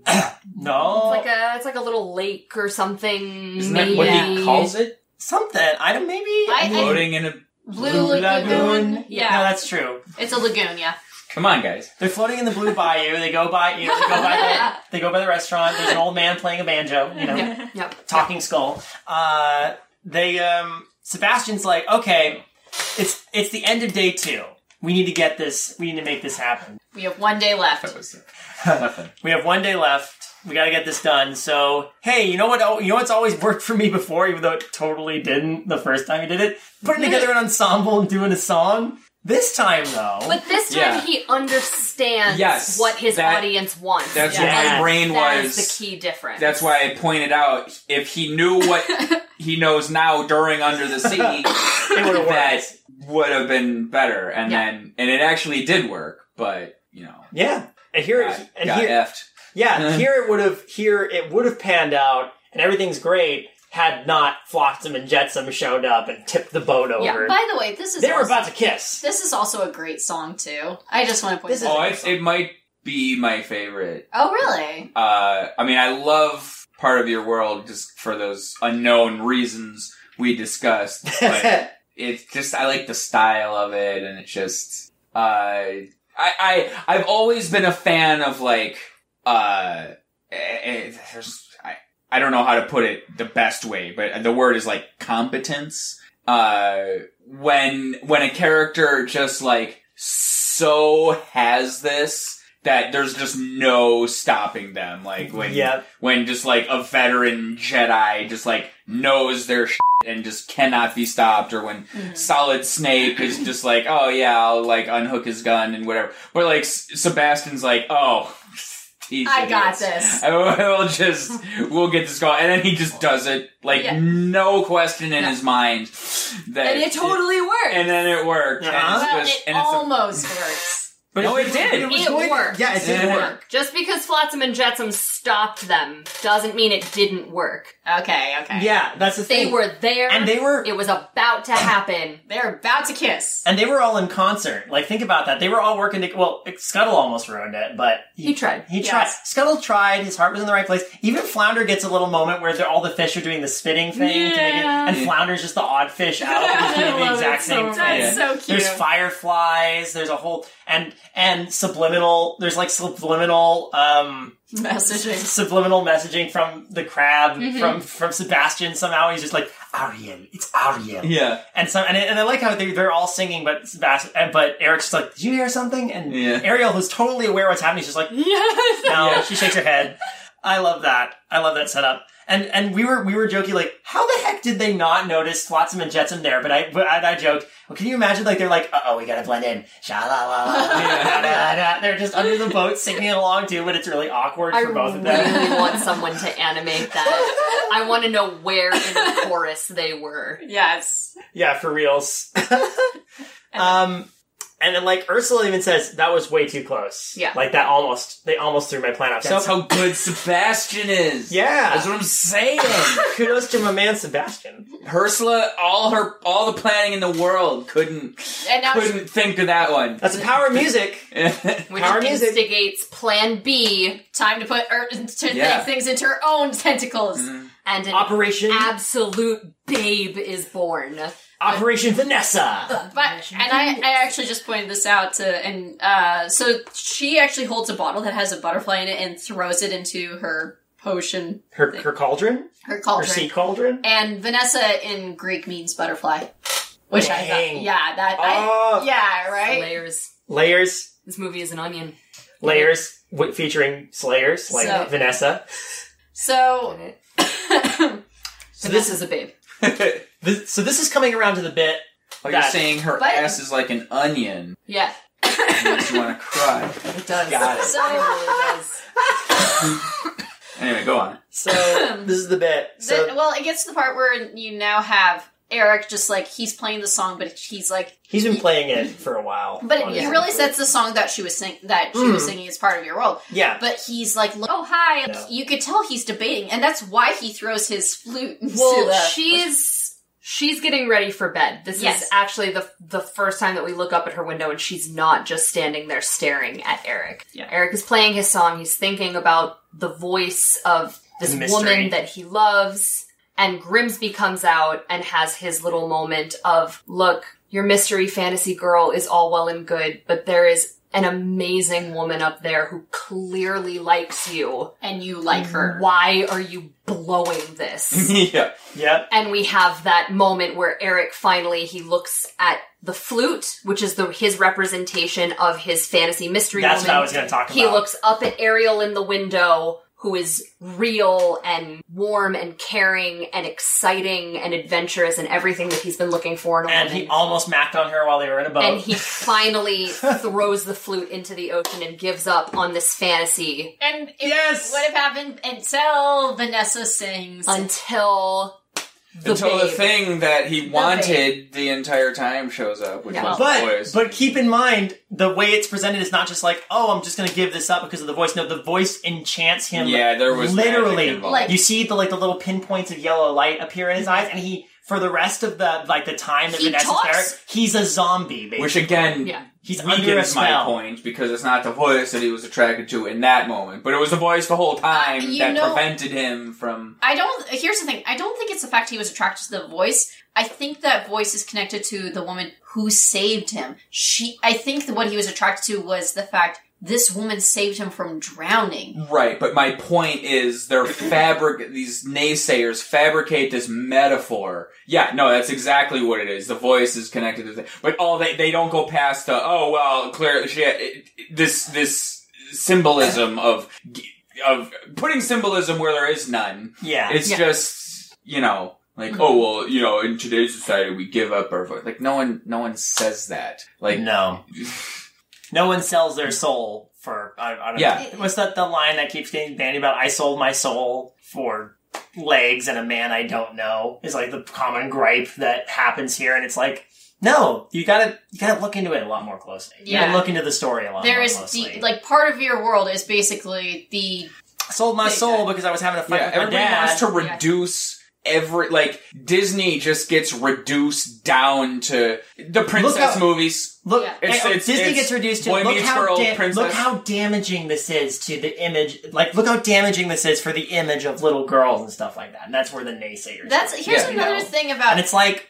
[SPEAKER 3] No.
[SPEAKER 4] It's like a it's like a little lake or something.
[SPEAKER 2] Oh. Isn't that
[SPEAKER 4] maybe.
[SPEAKER 2] what he calls it?
[SPEAKER 3] something. I don't maybe
[SPEAKER 6] I- I-
[SPEAKER 2] Floating in a.
[SPEAKER 6] Blue,
[SPEAKER 3] Blue
[SPEAKER 6] Lagoon.
[SPEAKER 3] Lagoon. No,
[SPEAKER 6] Yeah,
[SPEAKER 3] that's true.
[SPEAKER 6] it's a lagoon. Yeah,
[SPEAKER 2] Come on, guys. <laughs>
[SPEAKER 3] They're floating in the blue bayou. They go by, you know, they go by,
[SPEAKER 6] <laughs>
[SPEAKER 3] the, they go by the restaurant. There's an old man playing a banjo, you know, <laughs>
[SPEAKER 6] Yeah.
[SPEAKER 4] Yep.
[SPEAKER 3] talking skull. Uh, they, um, Sebastian's like, okay, it's it's the end of day two. We need to get this. We need to make this happen.
[SPEAKER 6] we have one day left.
[SPEAKER 2] That was nothing.
[SPEAKER 3] We have one day left. We got to get this done. So, hey, you know what? al- You know what's always worked for me before, even though it totally didn't the first time you did it. Putting together an ensemble and doing a song. This time, though,
[SPEAKER 4] But this time
[SPEAKER 2] Yeah.
[SPEAKER 4] he understands
[SPEAKER 2] Yes,
[SPEAKER 4] what his
[SPEAKER 2] that-
[SPEAKER 4] audience wants.
[SPEAKER 2] <laughs> That's what
[SPEAKER 3] Yes.
[SPEAKER 2] my brain
[SPEAKER 4] That
[SPEAKER 2] was.
[SPEAKER 4] is the key difference.
[SPEAKER 2] That's why I pointed out if he knew
[SPEAKER 4] <laughs>
[SPEAKER 2] what he knows now during Under the Sea,
[SPEAKER 3] would've
[SPEAKER 2] that would have been better. And
[SPEAKER 4] Yeah.
[SPEAKER 2] then, and it actually did work, but you know,
[SPEAKER 3] yeah. And here,
[SPEAKER 2] got,
[SPEAKER 3] and
[SPEAKER 2] got
[SPEAKER 3] here,
[SPEAKER 2] effed.
[SPEAKER 3] Yeah,
[SPEAKER 2] Mm.
[SPEAKER 3] here it would have here it would have panned out, and everything's great had not Flotsam and Jetsam showed up and tipped the boat
[SPEAKER 4] Yeah,
[SPEAKER 3] over.
[SPEAKER 6] By the way, this is
[SPEAKER 3] they were
[SPEAKER 6] also,
[SPEAKER 3] about to kiss.
[SPEAKER 6] this is also a great song too. I just want to point.
[SPEAKER 3] This
[SPEAKER 6] This
[SPEAKER 3] is-
[SPEAKER 2] Oh, it, it might be my favorite.
[SPEAKER 6] oh, really?
[SPEAKER 2] Uh, I mean, I love part of your world just for those unknown reasons we discussed. But it's just I like the style of it, and it just uh, I I I've always been a fan of like uh, eh, eh, there's I I don't know how to put it the best way, but the word is like competence. Uh, when when a character just like so has this that there's just no stopping them. Like when
[SPEAKER 3] yeah,
[SPEAKER 2] when just like a veteran Jedi just like knows their shit and just cannot be stopped, or when
[SPEAKER 6] Mm-hmm.
[SPEAKER 2] Solid Snape is just like, oh yeah, I'll like unhook his gun and whatever. But like S- Sebastian's like, oh, <laughs> these
[SPEAKER 6] I got
[SPEAKER 2] idiots. <laughs>
[SPEAKER 6] this.
[SPEAKER 2] I will we'll just we'll get this going, and then he just does it like
[SPEAKER 4] Yeah.
[SPEAKER 2] no question in his mind that
[SPEAKER 6] And it totally worked.
[SPEAKER 2] and then it worked. And it's
[SPEAKER 3] Uh-huh.
[SPEAKER 6] well,
[SPEAKER 2] just-
[SPEAKER 6] it
[SPEAKER 2] and it's a-
[SPEAKER 6] almost works.
[SPEAKER 3] but
[SPEAKER 2] No,
[SPEAKER 3] was-
[SPEAKER 2] it did.
[SPEAKER 3] was
[SPEAKER 4] It
[SPEAKER 3] going-
[SPEAKER 4] worked.
[SPEAKER 3] Yeah, it did
[SPEAKER 2] Yeah.
[SPEAKER 3] work.
[SPEAKER 4] Just because Flotsam and Jetsam stopped them doesn't mean it didn't work.
[SPEAKER 6] Okay, okay.
[SPEAKER 3] Yeah, that's the
[SPEAKER 4] They
[SPEAKER 3] thing.
[SPEAKER 4] were there.
[SPEAKER 3] and they were
[SPEAKER 4] it was about to happen.
[SPEAKER 6] They're about to kiss.
[SPEAKER 3] and they were all in concert. Like think about that. They were all working. To, well, Scuttle almost ruined it, but
[SPEAKER 4] He tried.
[SPEAKER 3] He
[SPEAKER 6] Yes.
[SPEAKER 3] tried. Scuttle tried. His heart was in the right place. Even Flounder gets a little moment where they're, all the fish are doing the spitting thing, to make it,
[SPEAKER 6] Yeah.
[SPEAKER 3] and Flounder's just the odd fish out because
[SPEAKER 6] <laughs>
[SPEAKER 3] he's
[SPEAKER 6] I
[SPEAKER 3] doing the
[SPEAKER 6] love
[SPEAKER 3] exact
[SPEAKER 6] it so
[SPEAKER 3] same
[SPEAKER 6] much.
[SPEAKER 3] thing.
[SPEAKER 6] That's so cute.
[SPEAKER 3] There's fireflies. There's a whole and and subliminal. There's like subliminal um
[SPEAKER 6] Messaging.
[SPEAKER 3] subliminal messaging from the crab
[SPEAKER 6] Mm-hmm.
[SPEAKER 3] from from Sebastian. Somehow he's just like Ariel. It's Ariel.
[SPEAKER 2] yeah,
[SPEAKER 3] And some and, I- and I like how they, they're all singing, but Sebastian and but Eric's just like, did you hear something? And
[SPEAKER 2] Yeah.
[SPEAKER 3] Ariel, who's totally aware what's happening, is just like.
[SPEAKER 6] Yes.
[SPEAKER 3] No,
[SPEAKER 2] Yeah.
[SPEAKER 3] she shakes her head. I love that. I love that setup. And and we were we were joking like, how the heck did they not notice Flotsam and Jetsam there? But I but I, I joked. Well, can you imagine? Like they're like, uh oh, we gotta blend in. Sha la la la.
[SPEAKER 2] <laughs>
[SPEAKER 3] da, da, da. They're just under the boat singing along too, but it's really awkward
[SPEAKER 4] I
[SPEAKER 3] for both of them.
[SPEAKER 4] really want someone to animate that. I want to know where in the chorus they were.
[SPEAKER 6] Yes.
[SPEAKER 3] Yeah, for
[SPEAKER 6] <laughs>
[SPEAKER 3] reals. um, and then like Ursula even says that was way too close.
[SPEAKER 4] Yeah.
[SPEAKER 3] like that almost they almost threw my plan off.
[SPEAKER 2] that's
[SPEAKER 3] so
[SPEAKER 2] how good Sebastian is. that's
[SPEAKER 3] yeah,
[SPEAKER 2] what I'm saying.
[SPEAKER 3] kudos to my man Sebastian.
[SPEAKER 2] Ursula, all her, all the planning in the world couldn't
[SPEAKER 6] And now
[SPEAKER 2] couldn't think of that one. <laughs>
[SPEAKER 3] That's the power of music.
[SPEAKER 4] Which
[SPEAKER 3] Power music.
[SPEAKER 4] instigates Plan B
[SPEAKER 6] time to put er, to
[SPEAKER 2] Yeah. Mm-hmm.
[SPEAKER 6] make things into her own tentacles.
[SPEAKER 4] and an
[SPEAKER 3] Operation
[SPEAKER 4] absolute babe is born.
[SPEAKER 3] Operation Vanessa.
[SPEAKER 6] But and I, I actually just pointed this out to and uh, so she actually holds a bottle that has a butterfly in it and throws it into her potion,
[SPEAKER 3] Her her cauldron,
[SPEAKER 6] her
[SPEAKER 3] her
[SPEAKER 6] cauldron.
[SPEAKER 3] sea cauldron.
[SPEAKER 6] And Vanessa in Greek means butterfly, which I
[SPEAKER 3] Dang.
[SPEAKER 6] thought, yeah, that,
[SPEAKER 3] Oh.
[SPEAKER 6] I, yeah, right.
[SPEAKER 4] Layers.
[SPEAKER 3] Layers,
[SPEAKER 4] This movie is an onion.
[SPEAKER 3] layers, w- featuring slayers like
[SPEAKER 6] So-
[SPEAKER 3] Vanessa.
[SPEAKER 6] So
[SPEAKER 4] Oh.
[SPEAKER 6] <coughs>
[SPEAKER 4] So this is a babe.
[SPEAKER 2] oh,
[SPEAKER 3] This, so this is coming around to the bit.
[SPEAKER 2] you're
[SPEAKER 3] That-
[SPEAKER 2] saying her
[SPEAKER 6] But-
[SPEAKER 2] ass is like an onion.
[SPEAKER 4] Yeah,
[SPEAKER 2] Makes you want to cry.
[SPEAKER 4] it does.
[SPEAKER 2] Got it.
[SPEAKER 4] So it really does.
[SPEAKER 2] Anyway, go on. <laughs>
[SPEAKER 6] <laughs>
[SPEAKER 3] So this is the bit. So
[SPEAKER 6] Then- well, it gets to the part where you now have Eric just like he's playing the song, but he's like,
[SPEAKER 3] he's been playing it for a while.
[SPEAKER 6] but
[SPEAKER 3] on
[SPEAKER 6] he
[SPEAKER 3] his-
[SPEAKER 6] really sets the song that she was sing that she was
[SPEAKER 3] Oh, Mm.
[SPEAKER 6] singing as part of your world.
[SPEAKER 3] yeah.
[SPEAKER 6] But he's like, oh hi,
[SPEAKER 3] Yeah.
[SPEAKER 6] you could tell he's debating, and that's why he throws his flute.
[SPEAKER 1] <laughs>
[SPEAKER 6] into
[SPEAKER 4] Well,
[SPEAKER 6] the-
[SPEAKER 4] she's she's getting ready for bed. This
[SPEAKER 6] Yes.
[SPEAKER 4] is actually the the first time that we look up at her window and she's not just standing there staring at Eric.
[SPEAKER 6] Yeah.
[SPEAKER 4] Eric is playing his song. He's thinking about the voice of this
[SPEAKER 3] The mystery.
[SPEAKER 4] woman that he loves and Grimsby comes out and has his little moment of, look, your mystery fantasy girl is all well and good, but there is an amazing woman up there who clearly likes you.
[SPEAKER 1] and you like her.
[SPEAKER 4] Why are you blowing
[SPEAKER 2] <laughs>
[SPEAKER 4] this?
[SPEAKER 2] yeah.
[SPEAKER 3] Yep.
[SPEAKER 4] and we have that moment where Eric finally he looks at the flute, which is the his representation of his fantasy mystery.
[SPEAKER 3] That's
[SPEAKER 4] woman.
[SPEAKER 3] what I was going to talk about.
[SPEAKER 4] He looks up at Ariel in the window, who is real and warm and caring and exciting and adventurous and everything that he's been looking for in a
[SPEAKER 3] and
[SPEAKER 4] woman.
[SPEAKER 3] he almost macked on her while they were in a boat.
[SPEAKER 4] and he finally throws the flute into the ocean and gives up on this fantasy
[SPEAKER 1] And it
[SPEAKER 3] Yes!
[SPEAKER 1] would have happened until Vanessa sings.
[SPEAKER 4] until the
[SPEAKER 2] Until the
[SPEAKER 4] babe-
[SPEAKER 2] thing that he wanted the entire time shows up, which
[SPEAKER 4] Yeah.
[SPEAKER 2] was <laughs>
[SPEAKER 3] but
[SPEAKER 2] the voice.
[SPEAKER 3] but keep in mind the way it's presented is not just like oh I'm just going to give this up because of the voice. No, the voice enchants him.
[SPEAKER 2] yeah, there was magic
[SPEAKER 3] literally
[SPEAKER 2] involved.
[SPEAKER 1] Like-
[SPEAKER 3] you see the like the little pinpoints of yellow light appear in his eyes, and he for the rest of the like the time that
[SPEAKER 1] He
[SPEAKER 3] Vanessa's
[SPEAKER 1] talks.
[SPEAKER 3] there, he's a zombie. Basically.
[SPEAKER 2] which again
[SPEAKER 4] yeah.
[SPEAKER 3] he's under a
[SPEAKER 2] weakens my
[SPEAKER 3] spell.
[SPEAKER 2] point because it's not the voice that he was attracted to in that moment, but it was the voice the whole time
[SPEAKER 1] Uh, you
[SPEAKER 2] that
[SPEAKER 1] know-
[SPEAKER 2] prevented him from.
[SPEAKER 1] I don't. Here's the thing. I don't think it's the fact he was attracted to the voice. I think that voice is connected to the woman who saved him. She. I think that what he was attracted to was the fact this woman saved him from drowning.
[SPEAKER 2] Right, but my point is they're fabric. These naysayers fabricate this metaphor. Yeah, no, that's exactly what it is. The voice is connected to, the, but all they they don't go past the oh well clearly she it, it- this this symbolism of of putting symbolism where there is none.
[SPEAKER 3] Yeah,
[SPEAKER 2] It's
[SPEAKER 4] Yeah.
[SPEAKER 2] just you know, like oh well, you know, in today's society we give up our voice. Like no one, no one says that. Like
[SPEAKER 3] no, no one sells their soul for. I, I don't
[SPEAKER 2] Yeah.
[SPEAKER 3] know. what's that? The line that keeps getting bandied about? I sold my soul for legs and a man I don't know is like the common gripe that happens here, and it's like. No, you gotta you gotta look into it a lot more closely. You gotta
[SPEAKER 1] Yeah.
[SPEAKER 3] look into the story a
[SPEAKER 2] Uh,
[SPEAKER 3] lot
[SPEAKER 1] There
[SPEAKER 3] more
[SPEAKER 1] is
[SPEAKER 3] closely.
[SPEAKER 1] the, like part of your world is basically the
[SPEAKER 3] sold my soul because I was having a fight
[SPEAKER 2] yeah,
[SPEAKER 3] with my
[SPEAKER 2] everybody
[SPEAKER 3] dad.
[SPEAKER 2] wants to
[SPEAKER 4] Yeah.
[SPEAKER 2] reduce every like Disney just gets reduced down to the princess
[SPEAKER 3] how-
[SPEAKER 2] movies.
[SPEAKER 3] Look,
[SPEAKER 1] Yeah.
[SPEAKER 2] It's-
[SPEAKER 3] hey, oh,
[SPEAKER 2] it's-
[SPEAKER 3] Disney
[SPEAKER 2] it's
[SPEAKER 3] gets reduced to
[SPEAKER 2] Boy
[SPEAKER 3] look
[SPEAKER 2] Meets
[SPEAKER 3] how
[SPEAKER 2] World,
[SPEAKER 3] da-
[SPEAKER 2] Princess.
[SPEAKER 3] look how damaging this is to the image. Like, look how damaging this is for the image of little girls and stuff like that. And that's where the naysayers.
[SPEAKER 1] that's.
[SPEAKER 3] are,
[SPEAKER 1] Here's
[SPEAKER 2] Yeah.
[SPEAKER 3] you
[SPEAKER 1] another
[SPEAKER 3] know?
[SPEAKER 1] thing
[SPEAKER 3] And
[SPEAKER 1] about
[SPEAKER 3] it's like,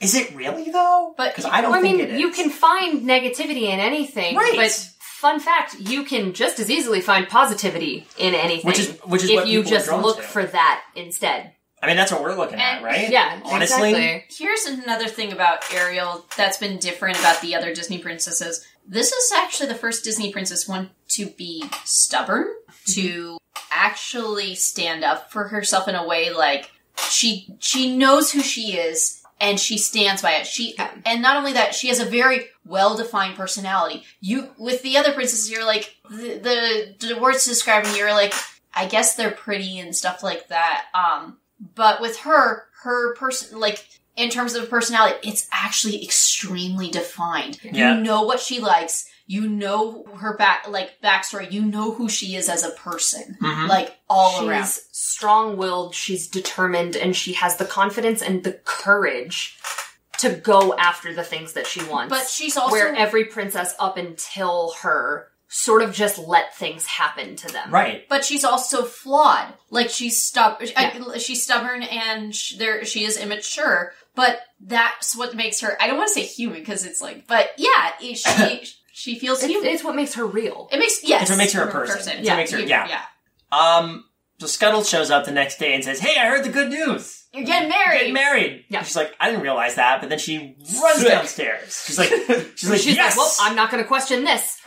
[SPEAKER 3] is it really though?
[SPEAKER 1] But-
[SPEAKER 3] because I don't
[SPEAKER 4] Well, I
[SPEAKER 3] think
[SPEAKER 4] mean,
[SPEAKER 3] it is.
[SPEAKER 4] you can find negativity in anything,
[SPEAKER 3] Right.
[SPEAKER 4] but fun fact, you can just as easily find positivity in anything.
[SPEAKER 3] Which is- which is
[SPEAKER 4] if
[SPEAKER 3] what
[SPEAKER 4] you
[SPEAKER 3] people are
[SPEAKER 4] just
[SPEAKER 3] drawn
[SPEAKER 4] look
[SPEAKER 3] to.
[SPEAKER 4] for that instead.
[SPEAKER 3] I mean, that's what we're looking at,
[SPEAKER 1] And-
[SPEAKER 3] right?
[SPEAKER 4] Yeah,
[SPEAKER 3] Honestly,
[SPEAKER 4] exactly.
[SPEAKER 1] Here's another thing about Ariel that's been different about the other Disney princesses. This is actually the first Disney princess one to be stubborn, to actually stand up for herself in a way like she she knows who she is and she stands by it. She
[SPEAKER 4] Yeah.
[SPEAKER 1] and not only that, she has a very well-defined personality. You with the other princesses, you're like the the, the words describing you're like I guess they're pretty and stuff like that. Um, but with her, her person, like in terms of personality, it's actually extremely defined.
[SPEAKER 3] Yeah.
[SPEAKER 1] You know what she likes. You know her back, like backstory. You know who she is as a person,
[SPEAKER 3] Mhm.
[SPEAKER 1] like all
[SPEAKER 4] she's
[SPEAKER 1] around.
[SPEAKER 4] strong-willed, she's determined, and she has the confidence and the courage to go after the things that she wants.
[SPEAKER 1] But she's also
[SPEAKER 4] where every princess up until her sort of just let things happen to them.
[SPEAKER 3] right?
[SPEAKER 1] but she's also flawed. Like she's stub- I- she's stubborn and sh- there she is immature. But that's what makes her. I don't want to say human because it's like, but yeah,
[SPEAKER 3] <coughs>
[SPEAKER 1] she she feels
[SPEAKER 4] It's,
[SPEAKER 1] human.
[SPEAKER 4] it's what makes her real.
[SPEAKER 1] it makes yes,
[SPEAKER 3] It's what makes her a person. It's what
[SPEAKER 1] Yeah,
[SPEAKER 3] makes her-
[SPEAKER 1] you-
[SPEAKER 3] yeah.
[SPEAKER 1] yeah.
[SPEAKER 3] Um, so Scuttle shows up the next day and says, "Hey, I heard the good news."
[SPEAKER 1] You're getting
[SPEAKER 3] We're
[SPEAKER 1] married.
[SPEAKER 3] Getting married.
[SPEAKER 4] Yeah.
[SPEAKER 3] She's like, I didn't realize that, but then she runs
[SPEAKER 2] Sick.
[SPEAKER 3] downstairs. She's like, she's like,
[SPEAKER 4] <laughs> She's
[SPEAKER 3] yes.
[SPEAKER 4] like, well, I'm not going to question this.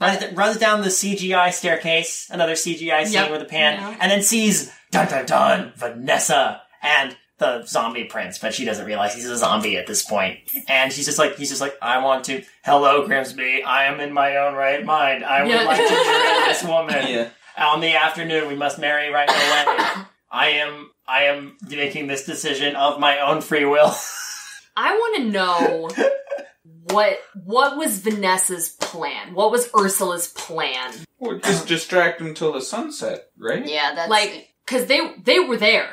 [SPEAKER 3] runs, runs down the CGI staircase, another CGI scene
[SPEAKER 4] Yep.
[SPEAKER 3] with a pan, and then sees dun dun dun Vanessa and the zombie prince, but she doesn't realize he's a zombie at this point. And she's just like, he's just like, I want to. Hello, Grimsby. I am in my own right mind. I would
[SPEAKER 4] Yeah.
[SPEAKER 3] like
[SPEAKER 4] <laughs>
[SPEAKER 3] to marry this woman
[SPEAKER 2] Yeah,
[SPEAKER 3] on the afternoon we must marry right
[SPEAKER 4] <coughs>
[SPEAKER 3] away. I am I am making this decision of my own free will. <laughs>
[SPEAKER 4] I want to know what what was Vanessa's plan? What was Ursula's plan?
[SPEAKER 2] well, just distract him till the sunset, right?
[SPEAKER 1] Yeah, that's
[SPEAKER 4] Like, because they they were there.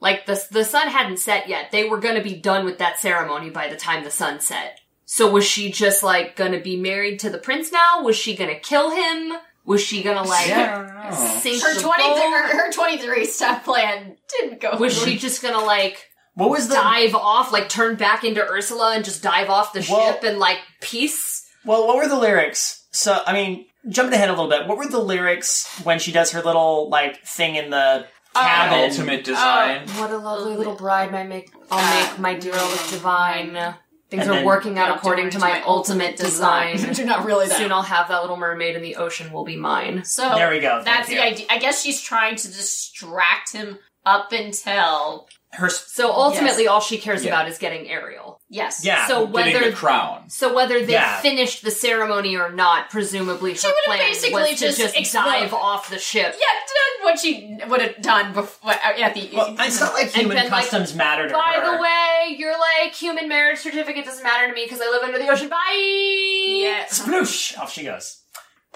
[SPEAKER 4] Like the the sun hadn't set yet. They were going to be done with that ceremony by the time the sun set. So was she just like going to be married to the prince now? Was she going to kill him? Was she gonna like
[SPEAKER 2] Yeah, I don't know.
[SPEAKER 4] sink
[SPEAKER 1] Her
[SPEAKER 4] the
[SPEAKER 1] twenty
[SPEAKER 4] boat?
[SPEAKER 1] her, her twenty three step plan didn't go.
[SPEAKER 4] Was
[SPEAKER 1] through.
[SPEAKER 4] she just gonna like
[SPEAKER 3] What was the
[SPEAKER 4] dive off, like turn back into Ursula and just dive off the
[SPEAKER 3] Well-
[SPEAKER 4] ship and like peace?
[SPEAKER 3] Well, what were the lyrics? So, I mean, jumping ahead a little bit, what were the lyrics when she does her little like thing in the cabin?
[SPEAKER 2] Ultimate design.
[SPEAKER 4] What a lovely little bride my make I'll make my dear look divine. Things
[SPEAKER 3] And
[SPEAKER 4] are
[SPEAKER 3] then-
[SPEAKER 4] working out
[SPEAKER 1] Not
[SPEAKER 4] according to
[SPEAKER 1] doing
[SPEAKER 4] my ultimate design.
[SPEAKER 1] <laughs>
[SPEAKER 4] <laughs>
[SPEAKER 1] You're not really that. <laughs>
[SPEAKER 4] Soon I'll have that little mermaid and the ocean will be mine.
[SPEAKER 6] So
[SPEAKER 3] There we go.
[SPEAKER 6] That's
[SPEAKER 3] Thank
[SPEAKER 6] the
[SPEAKER 3] you.
[SPEAKER 6] idea. I guess she's trying to distract him up until
[SPEAKER 3] Her s-
[SPEAKER 4] So ultimately all she cares
[SPEAKER 2] Yeah.
[SPEAKER 4] about is getting Ariel.
[SPEAKER 6] yes.
[SPEAKER 3] yeah.
[SPEAKER 4] So
[SPEAKER 2] Getting
[SPEAKER 4] whether
[SPEAKER 2] the crown.
[SPEAKER 4] So whether they
[SPEAKER 3] Yeah.
[SPEAKER 4] finished the ceremony or not, presumably her
[SPEAKER 1] would've
[SPEAKER 4] plan
[SPEAKER 1] basically
[SPEAKER 4] was to
[SPEAKER 1] just
[SPEAKER 4] just,
[SPEAKER 1] explode.
[SPEAKER 4] dive off the ship.
[SPEAKER 1] Yeah, done what she would have done before
[SPEAKER 6] uh,
[SPEAKER 1] at the.
[SPEAKER 3] well, it's not like human
[SPEAKER 4] been, like,
[SPEAKER 3] customs matter to
[SPEAKER 4] By
[SPEAKER 3] her.
[SPEAKER 4] the way, your like human marriage certificate doesn't matter to me because I live under the ocean. Bye.
[SPEAKER 1] yeah.
[SPEAKER 3] sploosh, off she goes.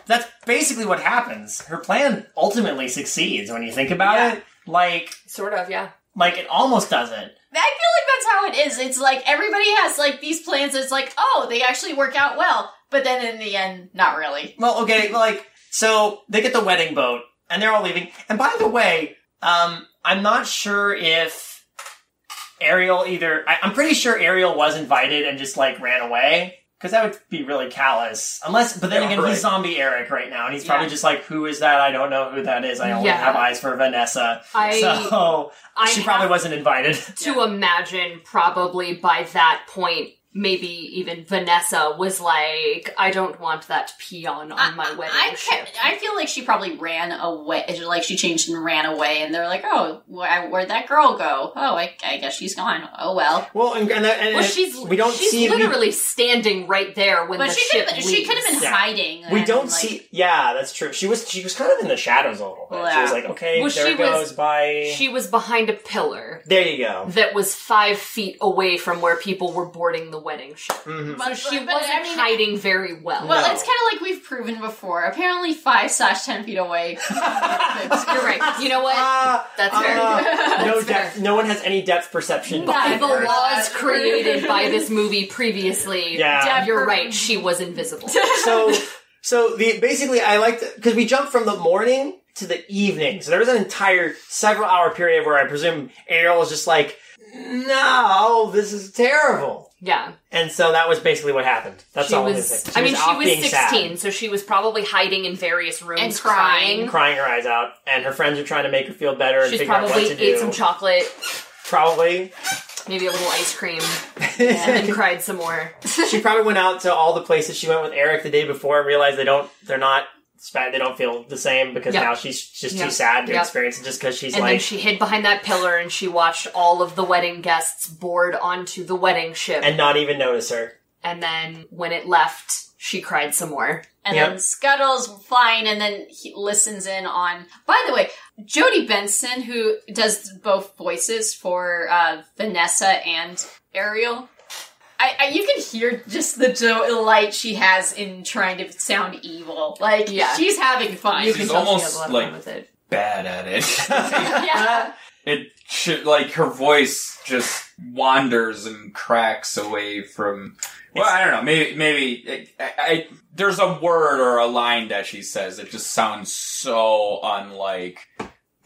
[SPEAKER 3] That's basically what happens. Her plan ultimately succeeds when you think about
[SPEAKER 1] Yeah.
[SPEAKER 3] it. Like,
[SPEAKER 4] Sort of, yeah.
[SPEAKER 3] like it almost doesn't.
[SPEAKER 1] I feel like that's how it is. It's like everybody has like these plans. It's like, oh, they actually work out well, but then in the end, not really.
[SPEAKER 3] Well, okay, like so they get the wedding boat and they're all leaving. And by the way, um, I'm not sure if Ariel either. I, I'm pretty sure Ariel was invited and just like ran away because that would be really callous. Unless, but then
[SPEAKER 2] Yeah,
[SPEAKER 3] again,
[SPEAKER 2] right.
[SPEAKER 3] he's zombie Eric right now, and he's probably
[SPEAKER 4] Yeah.
[SPEAKER 3] just like, "Who is that? I don't know who that is. I only
[SPEAKER 4] Yeah.
[SPEAKER 3] have eyes for Vanessa."
[SPEAKER 4] I
[SPEAKER 3] so
[SPEAKER 4] I
[SPEAKER 3] she
[SPEAKER 4] have
[SPEAKER 3] probably wasn't invited.
[SPEAKER 4] to imagine probably by that point, maybe even Vanessa was like, I don't want that peon on my wedding
[SPEAKER 6] I,
[SPEAKER 4] ship.
[SPEAKER 6] kept, I feel like she probably ran away. it's Like she changed and ran away, and they're like, "Oh, wh- where'd that girl go? Oh, I, I guess she's gone. Oh well."
[SPEAKER 3] well, and, and, and
[SPEAKER 4] well, she's
[SPEAKER 3] we don't
[SPEAKER 4] she's
[SPEAKER 3] see we-
[SPEAKER 4] literally standing right there when
[SPEAKER 6] But
[SPEAKER 4] the
[SPEAKER 6] she
[SPEAKER 4] ship
[SPEAKER 6] could she could have been
[SPEAKER 3] Yeah.
[SPEAKER 6] hiding.
[SPEAKER 3] We
[SPEAKER 6] and,
[SPEAKER 3] don't
[SPEAKER 6] like-
[SPEAKER 3] see. Yeah, that's true. She was she was kind of in the shadows a little bit. She was
[SPEAKER 6] Yeah.
[SPEAKER 3] like, okay,
[SPEAKER 4] Well,
[SPEAKER 3] there
[SPEAKER 4] she
[SPEAKER 3] it goes.
[SPEAKER 4] was-
[SPEAKER 3] Bye.
[SPEAKER 4] She was behind a pillar
[SPEAKER 3] there you go.
[SPEAKER 4] that was five feet away from where people were boarding the wedding ship.
[SPEAKER 3] Mhm.
[SPEAKER 4] So she
[SPEAKER 1] but,
[SPEAKER 4] wasn't
[SPEAKER 1] I mean,
[SPEAKER 4] hiding very well.
[SPEAKER 1] Well,
[SPEAKER 3] No.
[SPEAKER 1] it's kind of like we've proven before. Apparently, five slash ten feet
[SPEAKER 4] <laughs>
[SPEAKER 1] away.
[SPEAKER 4] You're right. You know what?
[SPEAKER 3] Ah,
[SPEAKER 4] That's
[SPEAKER 3] ah, <laughs>
[SPEAKER 4] fair.
[SPEAKER 3] no
[SPEAKER 4] That's fair.
[SPEAKER 3] depth. No one has any depth perception.
[SPEAKER 4] By
[SPEAKER 1] Yeah,
[SPEAKER 4] the
[SPEAKER 1] fair.
[SPEAKER 4] laws created by this movie previously,
[SPEAKER 3] Yeah.
[SPEAKER 4] you're right. She was invisible.
[SPEAKER 3] so so the basically I liked because we jumped from the morning to the evening. So there was an entire several hour period where I presume Ariel was just like, no, this is terrible.
[SPEAKER 4] Yeah,
[SPEAKER 3] And so that was basically what happened. That's
[SPEAKER 4] she
[SPEAKER 3] all. it
[SPEAKER 4] was.
[SPEAKER 3] is.
[SPEAKER 4] I mean,
[SPEAKER 3] off
[SPEAKER 4] she
[SPEAKER 3] being
[SPEAKER 4] was
[SPEAKER 3] sad.
[SPEAKER 4] 16, so she was probably hiding in various rooms
[SPEAKER 1] And crying.
[SPEAKER 3] crying her eyes out, and her friends are trying to make her feel better and
[SPEAKER 4] She's
[SPEAKER 3] figure out
[SPEAKER 4] probably
[SPEAKER 3] what to
[SPEAKER 4] ate
[SPEAKER 3] do.
[SPEAKER 4] some chocolate,
[SPEAKER 3] probably.
[SPEAKER 4] maybe a little ice cream,
[SPEAKER 3] <laughs>
[SPEAKER 4] and <laughs> then cried some more.
[SPEAKER 3] she probably went out to all the places she went with Eric the day before and realized they don't, they're not, they don't feel the same because
[SPEAKER 4] Yeah.
[SPEAKER 3] now she's just
[SPEAKER 4] Yeah.
[SPEAKER 3] too sad to
[SPEAKER 4] Yeah.
[SPEAKER 3] experience it just because she's
[SPEAKER 4] And then
[SPEAKER 3] like,
[SPEAKER 4] she hid behind that pillar and she watched all of the wedding guests board onto the wedding ship.
[SPEAKER 3] and not even notice her.
[SPEAKER 4] and then when it left, she cried some more.
[SPEAKER 6] and
[SPEAKER 3] Yep.
[SPEAKER 6] then Scuttles flying, and then he listens in on. By the way, Jodie Benson, who does both voices for uh, Vanessa and Ariel,
[SPEAKER 1] I, I, you can hear just the delight she has in trying to sound evil. Like
[SPEAKER 4] Yeah.
[SPEAKER 1] she's having fun.
[SPEAKER 4] You
[SPEAKER 2] She's
[SPEAKER 4] can tell she
[SPEAKER 2] almost,
[SPEAKER 4] has a lot of
[SPEAKER 2] like-
[SPEAKER 4] fun with it.
[SPEAKER 2] Bad at it.
[SPEAKER 1] <laughs>
[SPEAKER 2] <laughs>
[SPEAKER 4] <laughs>
[SPEAKER 1] yeah.
[SPEAKER 2] it should, like her voice just wanders and cracks away from. Well, I don't know. Maybe maybe I, I, there's a word or a line that she says that just sounds so unlike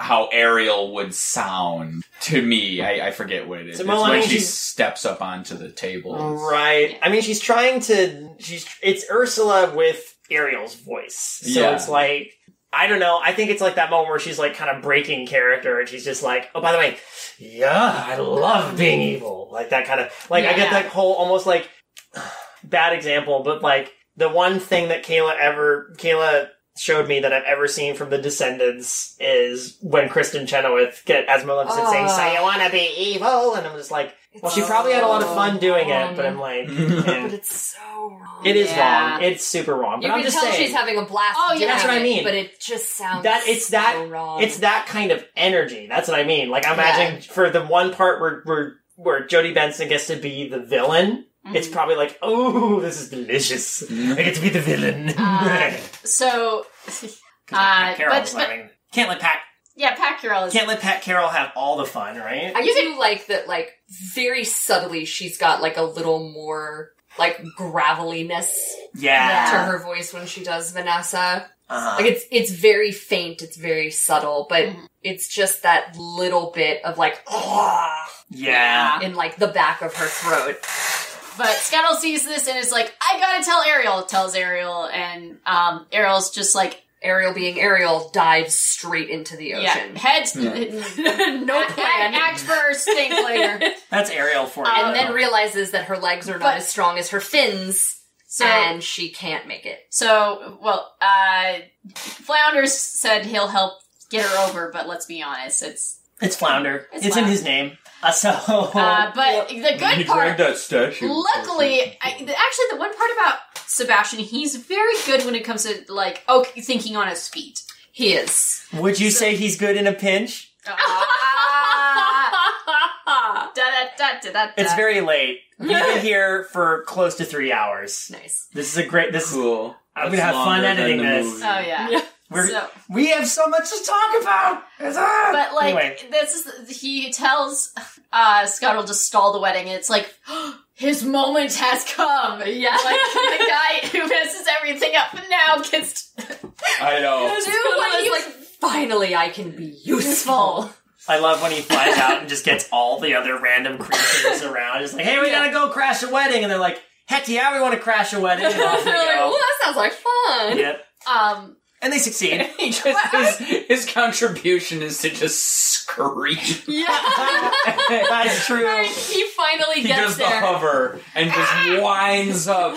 [SPEAKER 2] how Ariel would sound to me. I, I forget what it is.
[SPEAKER 3] So,
[SPEAKER 2] it's
[SPEAKER 3] Melanie,
[SPEAKER 2] when she
[SPEAKER 3] she's-
[SPEAKER 2] steps up onto the table. <laughs>
[SPEAKER 3] Right. I mean, she's trying to, she's, it's Ursula with Ariel's voice. So
[SPEAKER 2] Yeah.
[SPEAKER 3] it's like, I don't know. I think it's like that moment where she's like kind of breaking character and she's just like, oh, by the way, yeah, I love being evil. Like that kind of, like, I get
[SPEAKER 4] Yeah.
[SPEAKER 3] that whole almost like <sighs> bad example, but like the one thing that Kayla ever, Kayla showed me that I've ever seen from The Descendants is when Kristen Chenoweth get as Maleficent saying,
[SPEAKER 4] Ah.
[SPEAKER 3] so you want to be evil? And I'm just like, well, she probably had a lot of
[SPEAKER 4] Oh,
[SPEAKER 3] fun doing it, but I'm like,
[SPEAKER 2] <laughs>
[SPEAKER 3] eh.
[SPEAKER 4] But it's so wrong.
[SPEAKER 3] it is
[SPEAKER 6] Yeah.
[SPEAKER 3] wrong. It's super wrong. But
[SPEAKER 4] you
[SPEAKER 3] I'm
[SPEAKER 4] can
[SPEAKER 3] just
[SPEAKER 4] tell
[SPEAKER 3] saying,
[SPEAKER 4] she's having a blast.
[SPEAKER 6] Oh, yeah,
[SPEAKER 4] doing
[SPEAKER 3] that's what I
[SPEAKER 4] it,
[SPEAKER 3] mean.
[SPEAKER 4] But it just sounds
[SPEAKER 3] That- it's
[SPEAKER 4] so
[SPEAKER 3] that-
[SPEAKER 4] wrong.
[SPEAKER 3] it's that kind of energy. That's what I mean. Like, I imagine for the one part where where where Jodie Benson gets to be the villain, it's
[SPEAKER 1] Mm-hmm.
[SPEAKER 3] probably like, oh, this is delicious. I get to be the villain. <laughs>
[SPEAKER 6] Uh,
[SPEAKER 4] <laughs>
[SPEAKER 6] so
[SPEAKER 3] Pat
[SPEAKER 6] uh,
[SPEAKER 3] Carroll's
[SPEAKER 6] but- but-
[SPEAKER 3] having- Can't let Pat
[SPEAKER 6] yeah, Pat Carroll is
[SPEAKER 3] can't let Pat Carroll have all the fun, right?
[SPEAKER 4] I do like that, like very subtly, she's got like a little more like graveliness
[SPEAKER 1] Yeah.
[SPEAKER 4] to her voice when she does Vanessa.
[SPEAKER 3] Uh-huh.
[SPEAKER 4] Like it's it's very faint, it's very subtle, but
[SPEAKER 1] Mhm.
[SPEAKER 4] it's just that little bit of like ah
[SPEAKER 3] yeah.
[SPEAKER 4] in like the back of her throat.
[SPEAKER 1] But Scuttle sees this and is like, I gotta tell Ariel. Tells Ariel, and um, Ariel's just like,
[SPEAKER 4] Ariel being Ariel dives straight into the
[SPEAKER 1] yeah, <laughs>
[SPEAKER 4] ocean.
[SPEAKER 1] heads,
[SPEAKER 4] <laughs> no plan.
[SPEAKER 1] act first,
[SPEAKER 4] <laughs>
[SPEAKER 1] think later. Um,
[SPEAKER 3] That's Ariel for you.
[SPEAKER 4] and then realizes that her legs are not
[SPEAKER 1] But-
[SPEAKER 4] as strong as her fins
[SPEAKER 1] So,
[SPEAKER 4] and she can't make it.
[SPEAKER 1] so well, uh, Flounders said he'll help get her over, but let's be honest, it's.
[SPEAKER 3] it's Flounder.
[SPEAKER 1] It's
[SPEAKER 3] It's, in
[SPEAKER 1] Flounder.
[SPEAKER 3] his name. Uh, so
[SPEAKER 1] Uh, but the
[SPEAKER 2] he
[SPEAKER 1] good part
[SPEAKER 2] grabbed that statue.
[SPEAKER 1] Luckily, I, th- actually, the one part about Sebastian, he's very good when it comes to like okay, thinking on his feet.
[SPEAKER 4] He is.
[SPEAKER 3] <laughs> would you say he's good in a pinch?
[SPEAKER 1] <laughs>
[SPEAKER 4] <laughs>
[SPEAKER 1] Ah. Da da da da da.
[SPEAKER 3] It's very late. We've
[SPEAKER 1] <laughs>
[SPEAKER 3] been here for close to three hours.
[SPEAKER 4] Nice.
[SPEAKER 3] This is a great. This is.
[SPEAKER 2] cool.
[SPEAKER 3] I'm
[SPEAKER 2] That's
[SPEAKER 3] gonna have fun
[SPEAKER 2] longer
[SPEAKER 3] editing
[SPEAKER 2] than the
[SPEAKER 3] this.
[SPEAKER 1] Oh
[SPEAKER 2] movie.
[SPEAKER 1] yeah.
[SPEAKER 3] We're,
[SPEAKER 4] <laughs>
[SPEAKER 1] So-
[SPEAKER 3] we have so much to talk about. It's, ah!
[SPEAKER 1] But like
[SPEAKER 3] anyway,
[SPEAKER 1] this is he tells uh Scuttle to stall the wedding and it's like <gasps> his moment has come. <laughs>
[SPEAKER 4] Yeah.
[SPEAKER 1] Like the guy <laughs> who messes everything up now gets to
[SPEAKER 2] I know.
[SPEAKER 1] do
[SPEAKER 4] It's
[SPEAKER 1] what you
[SPEAKER 4] like, finally I can <laughs> be useful.
[SPEAKER 3] I love when he flies out and just gets all the other random creatures around. Just like, hey, we gotta go crash a wedding, and they're like, heck yeah, we want to crash a <laughs> wedding. And
[SPEAKER 1] <laughs>
[SPEAKER 3] off we
[SPEAKER 4] They're like,
[SPEAKER 3] go.
[SPEAKER 4] well, that sounds like fun. <laughs>
[SPEAKER 3] Yep.
[SPEAKER 1] um
[SPEAKER 3] And
[SPEAKER 1] <laughs>
[SPEAKER 3] they succeed.
[SPEAKER 2] He just his, his contribution is to just scream.
[SPEAKER 3] <laughs> That's true.
[SPEAKER 4] he finally
[SPEAKER 2] he
[SPEAKER 4] gets
[SPEAKER 2] does the
[SPEAKER 4] there.
[SPEAKER 2] hover and just winds up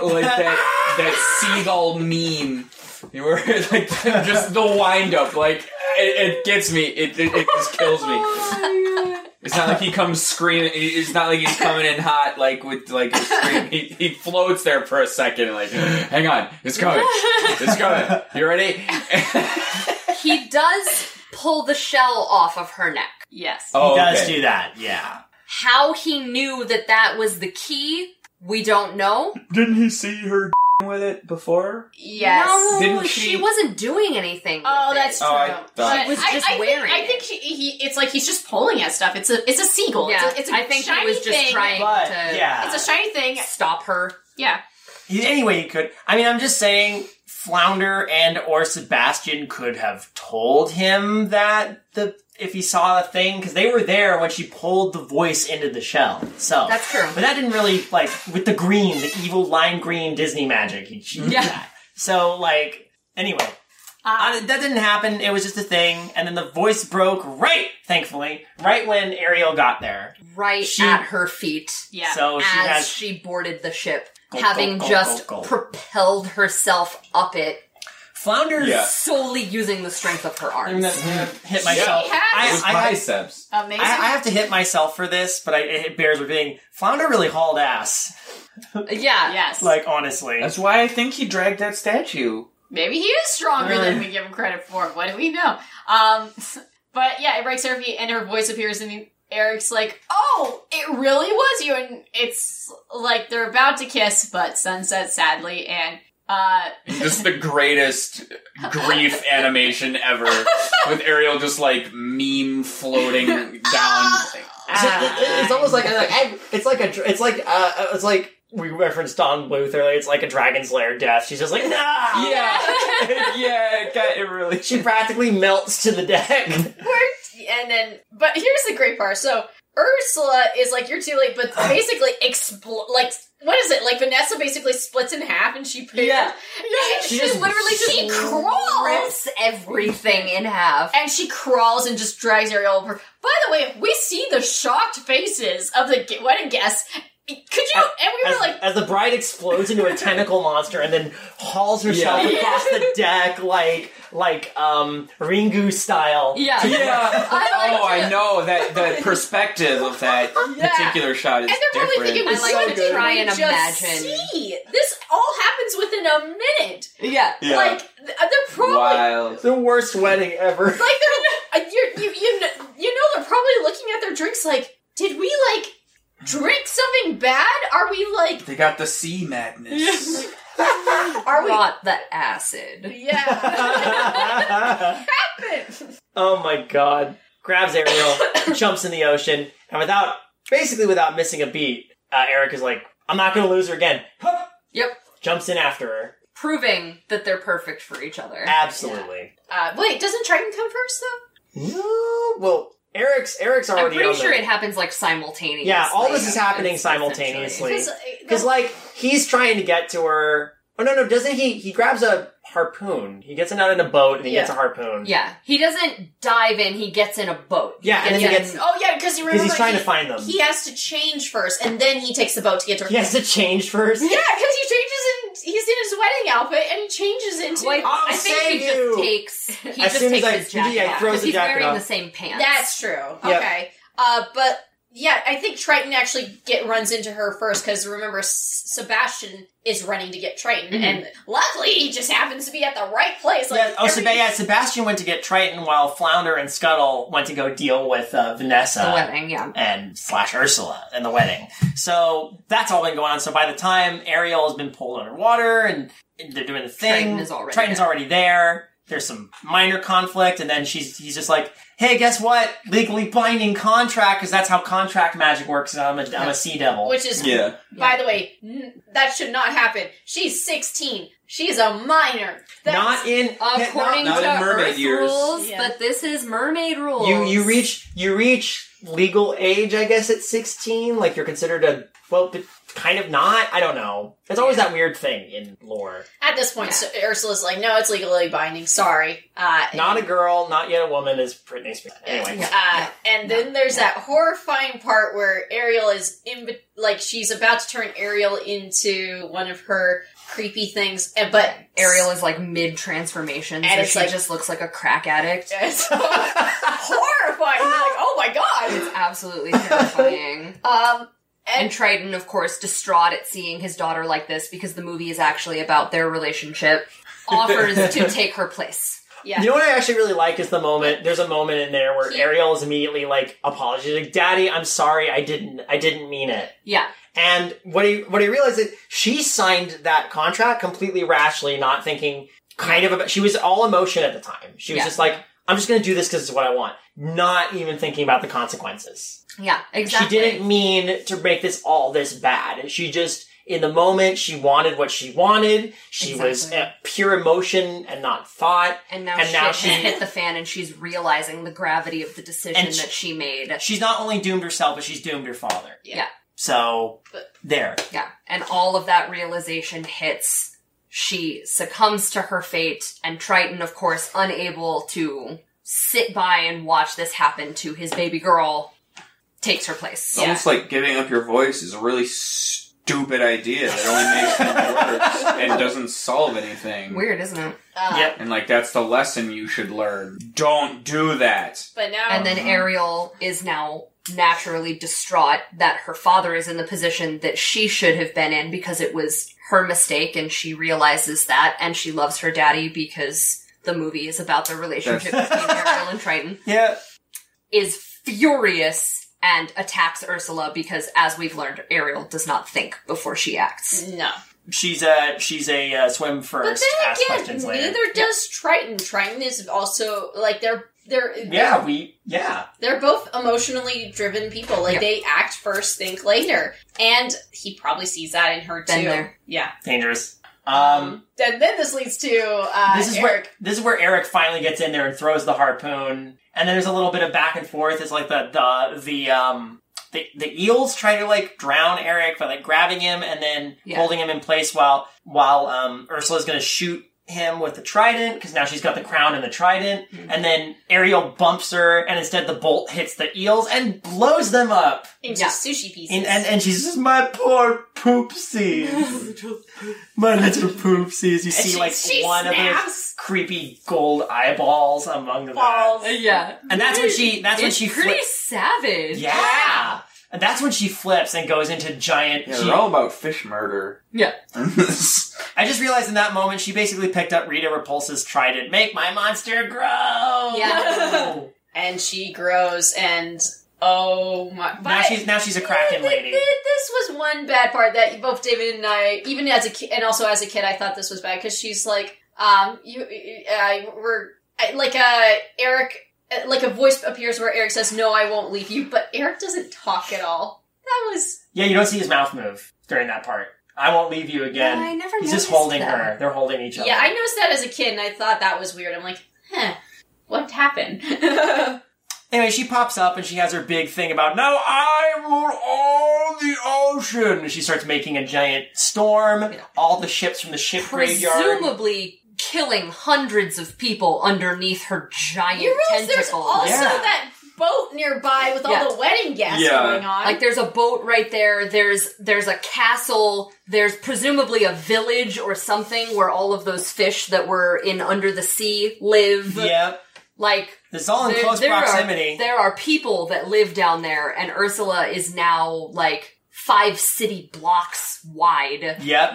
[SPEAKER 2] like that that seagull meme where it's <laughs> like just the wind up like it, it gets me it, it, it just kills me it's not like he comes screaming it's not like he's coming in hot like with like a scream he, he floats there for a second like hang on it's coming it's coming you ready
[SPEAKER 4] <laughs>
[SPEAKER 2] <laughs>
[SPEAKER 4] He does pull the shell off of her neck.
[SPEAKER 1] yes.
[SPEAKER 2] oh
[SPEAKER 3] he does
[SPEAKER 2] okay.
[SPEAKER 3] do that. Yeah.
[SPEAKER 4] How he knew that that was the key, we don't know.
[SPEAKER 2] didn't he see her <laughs> with it before
[SPEAKER 1] Yes.
[SPEAKER 4] No,
[SPEAKER 2] Didn't
[SPEAKER 4] she...
[SPEAKER 2] she-
[SPEAKER 4] wasn't doing anything. with
[SPEAKER 1] Oh,
[SPEAKER 4] it.
[SPEAKER 1] that's true.
[SPEAKER 2] Oh, I thought-
[SPEAKER 1] But
[SPEAKER 4] She was just
[SPEAKER 1] I, I
[SPEAKER 4] wearing
[SPEAKER 1] Think, I
[SPEAKER 4] it.
[SPEAKER 1] think she, he. It's like he's just pulling at stuff. It's a. It's a seagull.
[SPEAKER 4] Yeah,
[SPEAKER 1] It's a, it's a
[SPEAKER 4] I think
[SPEAKER 1] shiny
[SPEAKER 4] he was just
[SPEAKER 1] thing.
[SPEAKER 4] trying
[SPEAKER 3] But
[SPEAKER 4] to
[SPEAKER 3] yeah.
[SPEAKER 1] It's a shiny thing.
[SPEAKER 4] stop her.
[SPEAKER 1] Yeah.
[SPEAKER 3] He- anyway, you could. I mean, I'm just saying, Flounder and or Sebastian could have told him that the if he saw the thing because they were there when she pulled the voice into the shell. So
[SPEAKER 4] That's true.
[SPEAKER 3] But that didn't really like with the green, the evil lime green Disney magic. He cheated
[SPEAKER 4] Yeah.
[SPEAKER 3] that. So like anyway,
[SPEAKER 1] Uh,
[SPEAKER 3] I- that didn't happen. It was just a thing, and then the voice broke right, thankfully, right when Ariel got there.
[SPEAKER 4] Right
[SPEAKER 3] She-
[SPEAKER 4] at her feet
[SPEAKER 1] yeah.
[SPEAKER 3] So she
[SPEAKER 4] as
[SPEAKER 3] has
[SPEAKER 4] she boarded the ship,
[SPEAKER 3] Go, go,
[SPEAKER 4] having
[SPEAKER 3] go,
[SPEAKER 4] just
[SPEAKER 3] go, go.
[SPEAKER 4] propelled herself up it
[SPEAKER 3] Flounder's
[SPEAKER 2] Yeah.
[SPEAKER 4] solely using the strength of her
[SPEAKER 3] I'm
[SPEAKER 4] arms.
[SPEAKER 3] gonna hit myself.
[SPEAKER 1] has-
[SPEAKER 2] His
[SPEAKER 3] I, I, have,
[SPEAKER 2] biceps.
[SPEAKER 1] Amazing.
[SPEAKER 3] I, I have to hit myself for this, but I, it bears repeating. Flounder really hauled ass.
[SPEAKER 4] Yeah.
[SPEAKER 1] yes.
[SPEAKER 3] Like honestly,
[SPEAKER 2] That's why I think he dragged that statue.
[SPEAKER 1] Maybe he is stronger than we give him credit for. What do we know? Um. <laughs> But yeah, it breaks her feet, and her voice appears, and Eric's like, "Oh, it really was you." And it's like they're about to kiss, but sunset sadly, and uh,
[SPEAKER 2] Just the greatest grief animation ever, with Ariel just like
[SPEAKER 1] <laughs>
[SPEAKER 2] meme floating down.
[SPEAKER 7] It's, it- it's almost like, a, it's like a dr- it's like uh, uh, it's like we referenced Don Bluth earlier. It's like a Dragon's Lair death. She's just like nah.
[SPEAKER 2] Yeah, <laughs> yeah, it, got, it really. <laughs>
[SPEAKER 7] She practically melts to the deck.
[SPEAKER 1] worked. And then, but here's the great part. So Ursula is like, "You're too late," <laughs> but basically, expl- like, what is it? Like Vanessa basically splits in half, and she <laughs>
[SPEAKER 4] Yeah.
[SPEAKER 1] And she, literally just <laughs> she crawls.
[SPEAKER 4] Rips everything in half.
[SPEAKER 1] And she crawls and just drags Ariel over. By the way, we see the shocked faces of the ge- wedding guests. Could you? And we
[SPEAKER 7] As,
[SPEAKER 1] were like,
[SPEAKER 7] as the bride explodes into a tentacle monster and then hauls herself
[SPEAKER 2] Yeah.
[SPEAKER 7] across the deck like like um Ringu style.
[SPEAKER 4] Yeah.
[SPEAKER 2] Yeah.
[SPEAKER 4] I liked
[SPEAKER 2] oh, I
[SPEAKER 4] it.
[SPEAKER 2] know that the perspective of that particular shot is
[SPEAKER 1] and they're
[SPEAKER 2] different.
[SPEAKER 1] probably thinking,
[SPEAKER 4] I
[SPEAKER 1] "What
[SPEAKER 4] like to
[SPEAKER 1] did we
[SPEAKER 4] try and
[SPEAKER 1] just
[SPEAKER 4] imagine.
[SPEAKER 1] See, this all happens within a minute.
[SPEAKER 4] Yeah.
[SPEAKER 2] yeah.
[SPEAKER 1] Like th- uh, they're probably
[SPEAKER 2] wild.
[SPEAKER 7] The worst wedding
[SPEAKER 1] <laughs>
[SPEAKER 7] ever. <laughs>
[SPEAKER 1] like they're uh, you're, you you kn- you know they're probably looking at their drinks like did we like drink something bad are we like
[SPEAKER 2] They got the sea madness.
[SPEAKER 1] are we
[SPEAKER 4] Not the acid.
[SPEAKER 1] yeah <laughs>
[SPEAKER 4] <laughs>
[SPEAKER 7] oh my god. Grabs
[SPEAKER 1] <coughs>
[SPEAKER 7] Ariel, jumps in the ocean, and without basically without missing a beat, uh, Eric is like,
[SPEAKER 3] I'm not going to lose her again. <laughs> Hup!
[SPEAKER 4] Yep.
[SPEAKER 3] Jumps in after her.
[SPEAKER 4] proving that they're perfect for each other.
[SPEAKER 3] Absolutely.
[SPEAKER 1] Uh, wait, doesn't Triton come first though?
[SPEAKER 3] No. Well, Eric's Eric's
[SPEAKER 4] I'm
[SPEAKER 3] already.
[SPEAKER 4] pretty
[SPEAKER 3] on
[SPEAKER 4] sure
[SPEAKER 3] the,
[SPEAKER 4] it happens like simultaneously.
[SPEAKER 3] Yeah, all this is happening
[SPEAKER 4] It's essentially-
[SPEAKER 3] simultaneously.
[SPEAKER 1] Because
[SPEAKER 3] Because like he's trying to get to her. Oh no no! Doesn't he? He grabs a harpoon. He gets it out in a boat and he
[SPEAKER 1] Yeah.
[SPEAKER 3] gets a harpoon.
[SPEAKER 4] Yeah, he doesn't dive in; he gets in a boat.
[SPEAKER 3] Yeah, and then
[SPEAKER 4] Gets
[SPEAKER 3] he gets
[SPEAKER 4] in-
[SPEAKER 1] oh yeah, because you
[SPEAKER 3] because
[SPEAKER 1] remember
[SPEAKER 3] he's trying
[SPEAKER 1] he,
[SPEAKER 3] to find them.
[SPEAKER 1] he has to change first, and then he takes the boat to get to her.
[SPEAKER 3] He has to change first.
[SPEAKER 1] <laughs> Yeah, because he changes in he's in his wedding outfit and he changes into
[SPEAKER 4] Well, I-
[SPEAKER 3] I'll
[SPEAKER 4] I think
[SPEAKER 3] save
[SPEAKER 4] he
[SPEAKER 3] you.
[SPEAKER 4] just takes he
[SPEAKER 3] As
[SPEAKER 4] just
[SPEAKER 3] soon as
[SPEAKER 4] takes
[SPEAKER 3] I-
[SPEAKER 4] his jacket
[SPEAKER 3] yeah,
[SPEAKER 4] off
[SPEAKER 3] throws
[SPEAKER 4] 'cause
[SPEAKER 3] the
[SPEAKER 4] he's
[SPEAKER 3] jacket
[SPEAKER 4] wearing
[SPEAKER 3] off.
[SPEAKER 4] the same pants.
[SPEAKER 1] That's true.
[SPEAKER 3] Yep.
[SPEAKER 1] Okay. Uh, but yeah, I think Triton actually get runs into her first because remember S- Sebastian is running to get Triton,
[SPEAKER 3] Mm-hmm.
[SPEAKER 4] Mhm.
[SPEAKER 1] and luckily he just happens to be at the right place. Like,
[SPEAKER 5] yeah, oh, Seb-
[SPEAKER 1] every-
[SPEAKER 5] yeah, Sebastian went to get Triton while Flounder and Scuttle went to go deal with uh, Vanessa.
[SPEAKER 4] the wedding. Yeah,
[SPEAKER 5] and slash Ursula and the wedding. So that's all been going on. So by the time Ariel has been pulled underwater and they're doing the thing,
[SPEAKER 4] Triton is already
[SPEAKER 5] Triton's
[SPEAKER 4] there.
[SPEAKER 5] already there. There's some minor conflict, and then she's he's just like, "Hey, guess what? Legally binding contract, because that's how contract magic works. And I'm a, I'm a sea devil."
[SPEAKER 1] which is
[SPEAKER 2] Yeah.
[SPEAKER 1] by the way, n- that should not happen. She's sixteen. She's a minor.
[SPEAKER 3] Not in not-
[SPEAKER 4] according
[SPEAKER 2] not
[SPEAKER 4] to
[SPEAKER 2] in mermaid
[SPEAKER 4] Earth
[SPEAKER 2] years.
[SPEAKER 4] rules,
[SPEAKER 1] Yeah.
[SPEAKER 4] but this is mermaid rules.
[SPEAKER 3] you you reach you reach legal age, I guess, at sixteen. Like you're considered a well, but kind of not. I don't know. It's always that weird thing in lore.
[SPEAKER 1] at this point, so Ursula's like, "No, it's legally binding. Sorry." Uh,
[SPEAKER 3] Not a girl, not yet a woman is Britney Spears. Anyway,
[SPEAKER 1] Uh,
[SPEAKER 4] Yeah.
[SPEAKER 1] and then there's that horrifying part where Ariel is in, be- like she's about to turn Ariel into one of her creepy things, and but
[SPEAKER 4] Ariel is like mid transformation,
[SPEAKER 1] And
[SPEAKER 4] so
[SPEAKER 1] it's
[SPEAKER 4] she
[SPEAKER 1] like-
[SPEAKER 4] just looks like a crack addict.
[SPEAKER 1] is <laughs> horrifying. You're like, oh my god.
[SPEAKER 4] It's absolutely terrifying. <laughs>
[SPEAKER 1] Um,
[SPEAKER 4] And Triton, of course, distraught at seeing his daughter like this because the movie is actually about their relationship, offers to
[SPEAKER 3] <laughs>
[SPEAKER 4] take her place.
[SPEAKER 1] yeah.
[SPEAKER 3] You know what I actually really like is the moment. There's a moment in there where
[SPEAKER 1] He-
[SPEAKER 3] Ariel is immediately like apologetic, "Daddy, I'm sorry. I didn't. I didn't mean it."
[SPEAKER 4] Yeah.
[SPEAKER 3] And what he what he realized is she signed that contract completely rashly, not thinking kind of about. She was all emotion at the time. She was
[SPEAKER 4] Yeah.
[SPEAKER 3] just like, "I'm just going to do this because it's what I want," not even thinking about the consequences.
[SPEAKER 4] Yeah, exactly.
[SPEAKER 3] She didn't mean to make this all this bad. And she just in the moment she wanted what she wanted. She was
[SPEAKER 4] Exactly.
[SPEAKER 3] uh, pure emotion and not thought.
[SPEAKER 4] and now
[SPEAKER 3] and
[SPEAKER 4] shit
[SPEAKER 3] now
[SPEAKER 4] has
[SPEAKER 3] she-
[SPEAKER 4] hit the fan and she's realizing the gravity of the decision
[SPEAKER 5] And she-
[SPEAKER 4] that she made.
[SPEAKER 5] she's not only doomed herself, but she's doomed her father.
[SPEAKER 4] Yeah.
[SPEAKER 5] So there.
[SPEAKER 4] Yeah. And all of that realization hits. She succumbs to her fate, and Triton, of course, unable to sit by and watch this happen to his baby girl, takes her place.
[SPEAKER 2] It's
[SPEAKER 3] Oh.
[SPEAKER 2] almost like giving up your voice is a really stupid idea that only makes things worse
[SPEAKER 4] <laughs>
[SPEAKER 2] and doesn't solve anything.
[SPEAKER 4] Weird, isn't it?
[SPEAKER 1] Uh,
[SPEAKER 5] Yep.
[SPEAKER 2] And like that's the lesson you should learn. Don't do that.
[SPEAKER 1] But now,
[SPEAKER 4] And then
[SPEAKER 5] Oh.
[SPEAKER 4] Ariel is now naturally distraught that her father is in the position that she should have been in because it was her mistake and she realizes that and she loves her daddy because the movie is about the relationship between Ariel and Triton
[SPEAKER 5] Yeah.
[SPEAKER 4] is furious and attacks Ursula because as we've learned Ariel does not think before she acts.
[SPEAKER 1] no.
[SPEAKER 5] She's a she's a uh, swim
[SPEAKER 1] But
[SPEAKER 5] first. ask
[SPEAKER 1] then again,
[SPEAKER 5] questions later.
[SPEAKER 1] neither does Triton. Triton is also like they're they're
[SPEAKER 5] Yeah. We. Yeah.
[SPEAKER 1] They're both emotionally driven people. Like
[SPEAKER 4] Yeah.
[SPEAKER 1] they act first, think later, and he probably sees that in her
[SPEAKER 4] Been
[SPEAKER 1] too.
[SPEAKER 4] there.
[SPEAKER 1] Yeah.
[SPEAKER 5] Dangerous. um
[SPEAKER 1] Um. And then this leads to uh,
[SPEAKER 5] this is
[SPEAKER 1] Eric.
[SPEAKER 5] where this is where Eric finally gets in there and throws the harpoon, and then there's a little bit of back and forth. It's like the the the um the, the eels try to like drown Eric by like grabbing him and then
[SPEAKER 4] Yeah.
[SPEAKER 5] holding him in place while while um Ursula's gonna shoot him with the trident because now she's got the crown and the trident,
[SPEAKER 1] Mm-hmm.
[SPEAKER 5] and then Ariel bumps her, and instead the bolt hits the eels and blows them up,
[SPEAKER 1] into
[SPEAKER 4] Yeah.
[SPEAKER 1] sushi pieces.
[SPEAKER 5] and and, and she's just my
[SPEAKER 1] <laughs>
[SPEAKER 5] poor poopsies, my little poopsies. You
[SPEAKER 1] And
[SPEAKER 5] see
[SPEAKER 1] she-
[SPEAKER 5] like
[SPEAKER 1] she
[SPEAKER 5] one of those
[SPEAKER 1] snaps.
[SPEAKER 5] creepy gold eyeballs among the
[SPEAKER 1] Balls.
[SPEAKER 4] Yeah.
[SPEAKER 5] And that's when she that's when she
[SPEAKER 4] pretty
[SPEAKER 5] flips.
[SPEAKER 4] savage.
[SPEAKER 5] Yeah. And that's when she flips and goes into giant
[SPEAKER 2] Yeah,
[SPEAKER 5] she-
[SPEAKER 2] they're all about fish murder. <laughs>
[SPEAKER 4] Yeah.
[SPEAKER 5] I just realized in that moment she basically picked up Rita Repulsa's trident. Make my monster grow. <laughs>
[SPEAKER 4] Yeah.
[SPEAKER 1] And she grows, and oh my!
[SPEAKER 5] now she's now she's a Kraken lady.
[SPEAKER 1] This was one bad part that both David and I, even as a kid, and also as a kid, I thought this was bad because she's like, um, you, I were I- like uh, Eric, uh, like a voice appears where Eric says, "No, I won't leave you," but Eric doesn't talk at all. That was
[SPEAKER 3] Yeah, you don't see his mouth move during that part. I won't leave you again.
[SPEAKER 4] I never
[SPEAKER 3] He's
[SPEAKER 4] noticed
[SPEAKER 3] just holding
[SPEAKER 4] that.
[SPEAKER 3] her. They're holding each other.
[SPEAKER 1] Yeah, I noticed that as a kid, and I thought that was weird. I'm like, huh, what happened? <laughs>
[SPEAKER 3] Anyway, she pops up and she has her big thing about, now I rule all the ocean. And She starts making a giant storm. All the ships from the ship graveyard.
[SPEAKER 4] Presumably killing hundreds of people underneath her giant
[SPEAKER 1] you realize
[SPEAKER 4] tentacles.
[SPEAKER 1] there's also
[SPEAKER 3] Yeah.
[SPEAKER 1] that boat nearby with all
[SPEAKER 4] Yeah.
[SPEAKER 1] the wedding guests
[SPEAKER 2] Yeah.
[SPEAKER 1] going on.
[SPEAKER 4] Like there's a boat right there. There's there's a castle. There's presumably a village or something where all of those fish that were in under the sea live.
[SPEAKER 3] Yep.
[SPEAKER 4] Like
[SPEAKER 3] It's all Oh, in close proximity.
[SPEAKER 4] Are, there are people that live down there, and Ursula is now like five city blocks wide
[SPEAKER 3] Yep.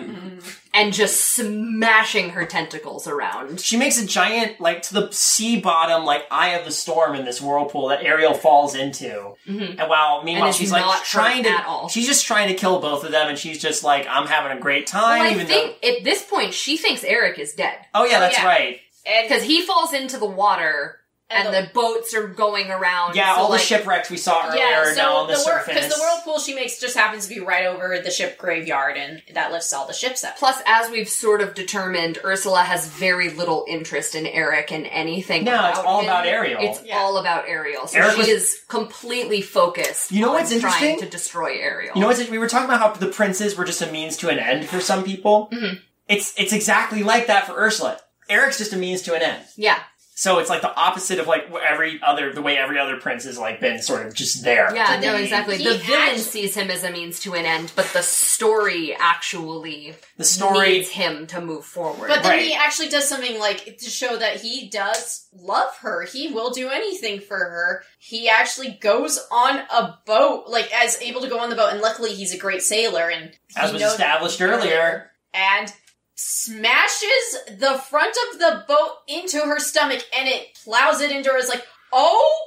[SPEAKER 4] and just smashing her tentacles around.
[SPEAKER 3] She makes a giant, like, to the sea bottom, like, eye of the storm in this whirlpool that Ariel falls into.
[SPEAKER 4] Mhm.
[SPEAKER 3] And while, meanwhile,
[SPEAKER 4] And it's
[SPEAKER 3] she's, like,
[SPEAKER 4] not
[SPEAKER 3] trying
[SPEAKER 4] hurt
[SPEAKER 3] to,
[SPEAKER 4] at all.
[SPEAKER 3] she's just trying to kill both of them, and she's just like, I'm having a great time,
[SPEAKER 4] Well, I
[SPEAKER 3] even
[SPEAKER 4] think at this point she thinks Eric is dead
[SPEAKER 3] though. Oh, yeah, that's
[SPEAKER 1] Yeah.
[SPEAKER 3] right.
[SPEAKER 1] and,
[SPEAKER 4] because he falls into the water and,
[SPEAKER 1] and
[SPEAKER 4] the, boats are going around.
[SPEAKER 3] Yeah,
[SPEAKER 4] so,
[SPEAKER 3] all
[SPEAKER 4] like,
[SPEAKER 3] the shipwrecks we saw earlier
[SPEAKER 1] yeah,
[SPEAKER 3] are now
[SPEAKER 1] so
[SPEAKER 3] on the,
[SPEAKER 1] the whirl-
[SPEAKER 3] surface.
[SPEAKER 1] the whirlpool she makes just happens to be right over the ship graveyard, and that lifts all the ships up.
[SPEAKER 4] Plus, as we've sort of determined, Ursula has very little interest in Eric and anything.
[SPEAKER 3] No, it's all
[SPEAKER 4] him.
[SPEAKER 3] about Ariel.
[SPEAKER 4] It's
[SPEAKER 1] Yeah.
[SPEAKER 4] all about Ariel. So
[SPEAKER 3] Eric
[SPEAKER 4] she
[SPEAKER 3] was-
[SPEAKER 4] is completely focused.
[SPEAKER 3] You know
[SPEAKER 4] on
[SPEAKER 3] what's interesting?
[SPEAKER 4] Trying to destroy Ariel.
[SPEAKER 3] You know what? We were talking about how the princes were just a means to an end for some people.
[SPEAKER 4] Mhm.
[SPEAKER 3] It's it's exactly like that for Ursula. Eric's just a means to an end.
[SPEAKER 4] yeah,
[SPEAKER 3] So it's like the opposite of like what every other the way every other prince has like been sort of just there.
[SPEAKER 4] yeah,
[SPEAKER 3] to
[SPEAKER 4] no,
[SPEAKER 3] be-
[SPEAKER 4] exactly.
[SPEAKER 1] He
[SPEAKER 4] The villain
[SPEAKER 1] actu-
[SPEAKER 4] sees him as a means to an end, but the story actually
[SPEAKER 3] The story.
[SPEAKER 4] needs him to move forward.
[SPEAKER 1] But then
[SPEAKER 3] Right.
[SPEAKER 1] he actually does something like to show that he does love her. He will do anything for her. He actually goes on a boat, like as able to go on the boat, and luckily he's a great sailor and he
[SPEAKER 3] As was
[SPEAKER 1] knows-
[SPEAKER 3] established earlier.
[SPEAKER 1] and smashes the front of the boat into her stomach and it plows it into her. It's like, oh,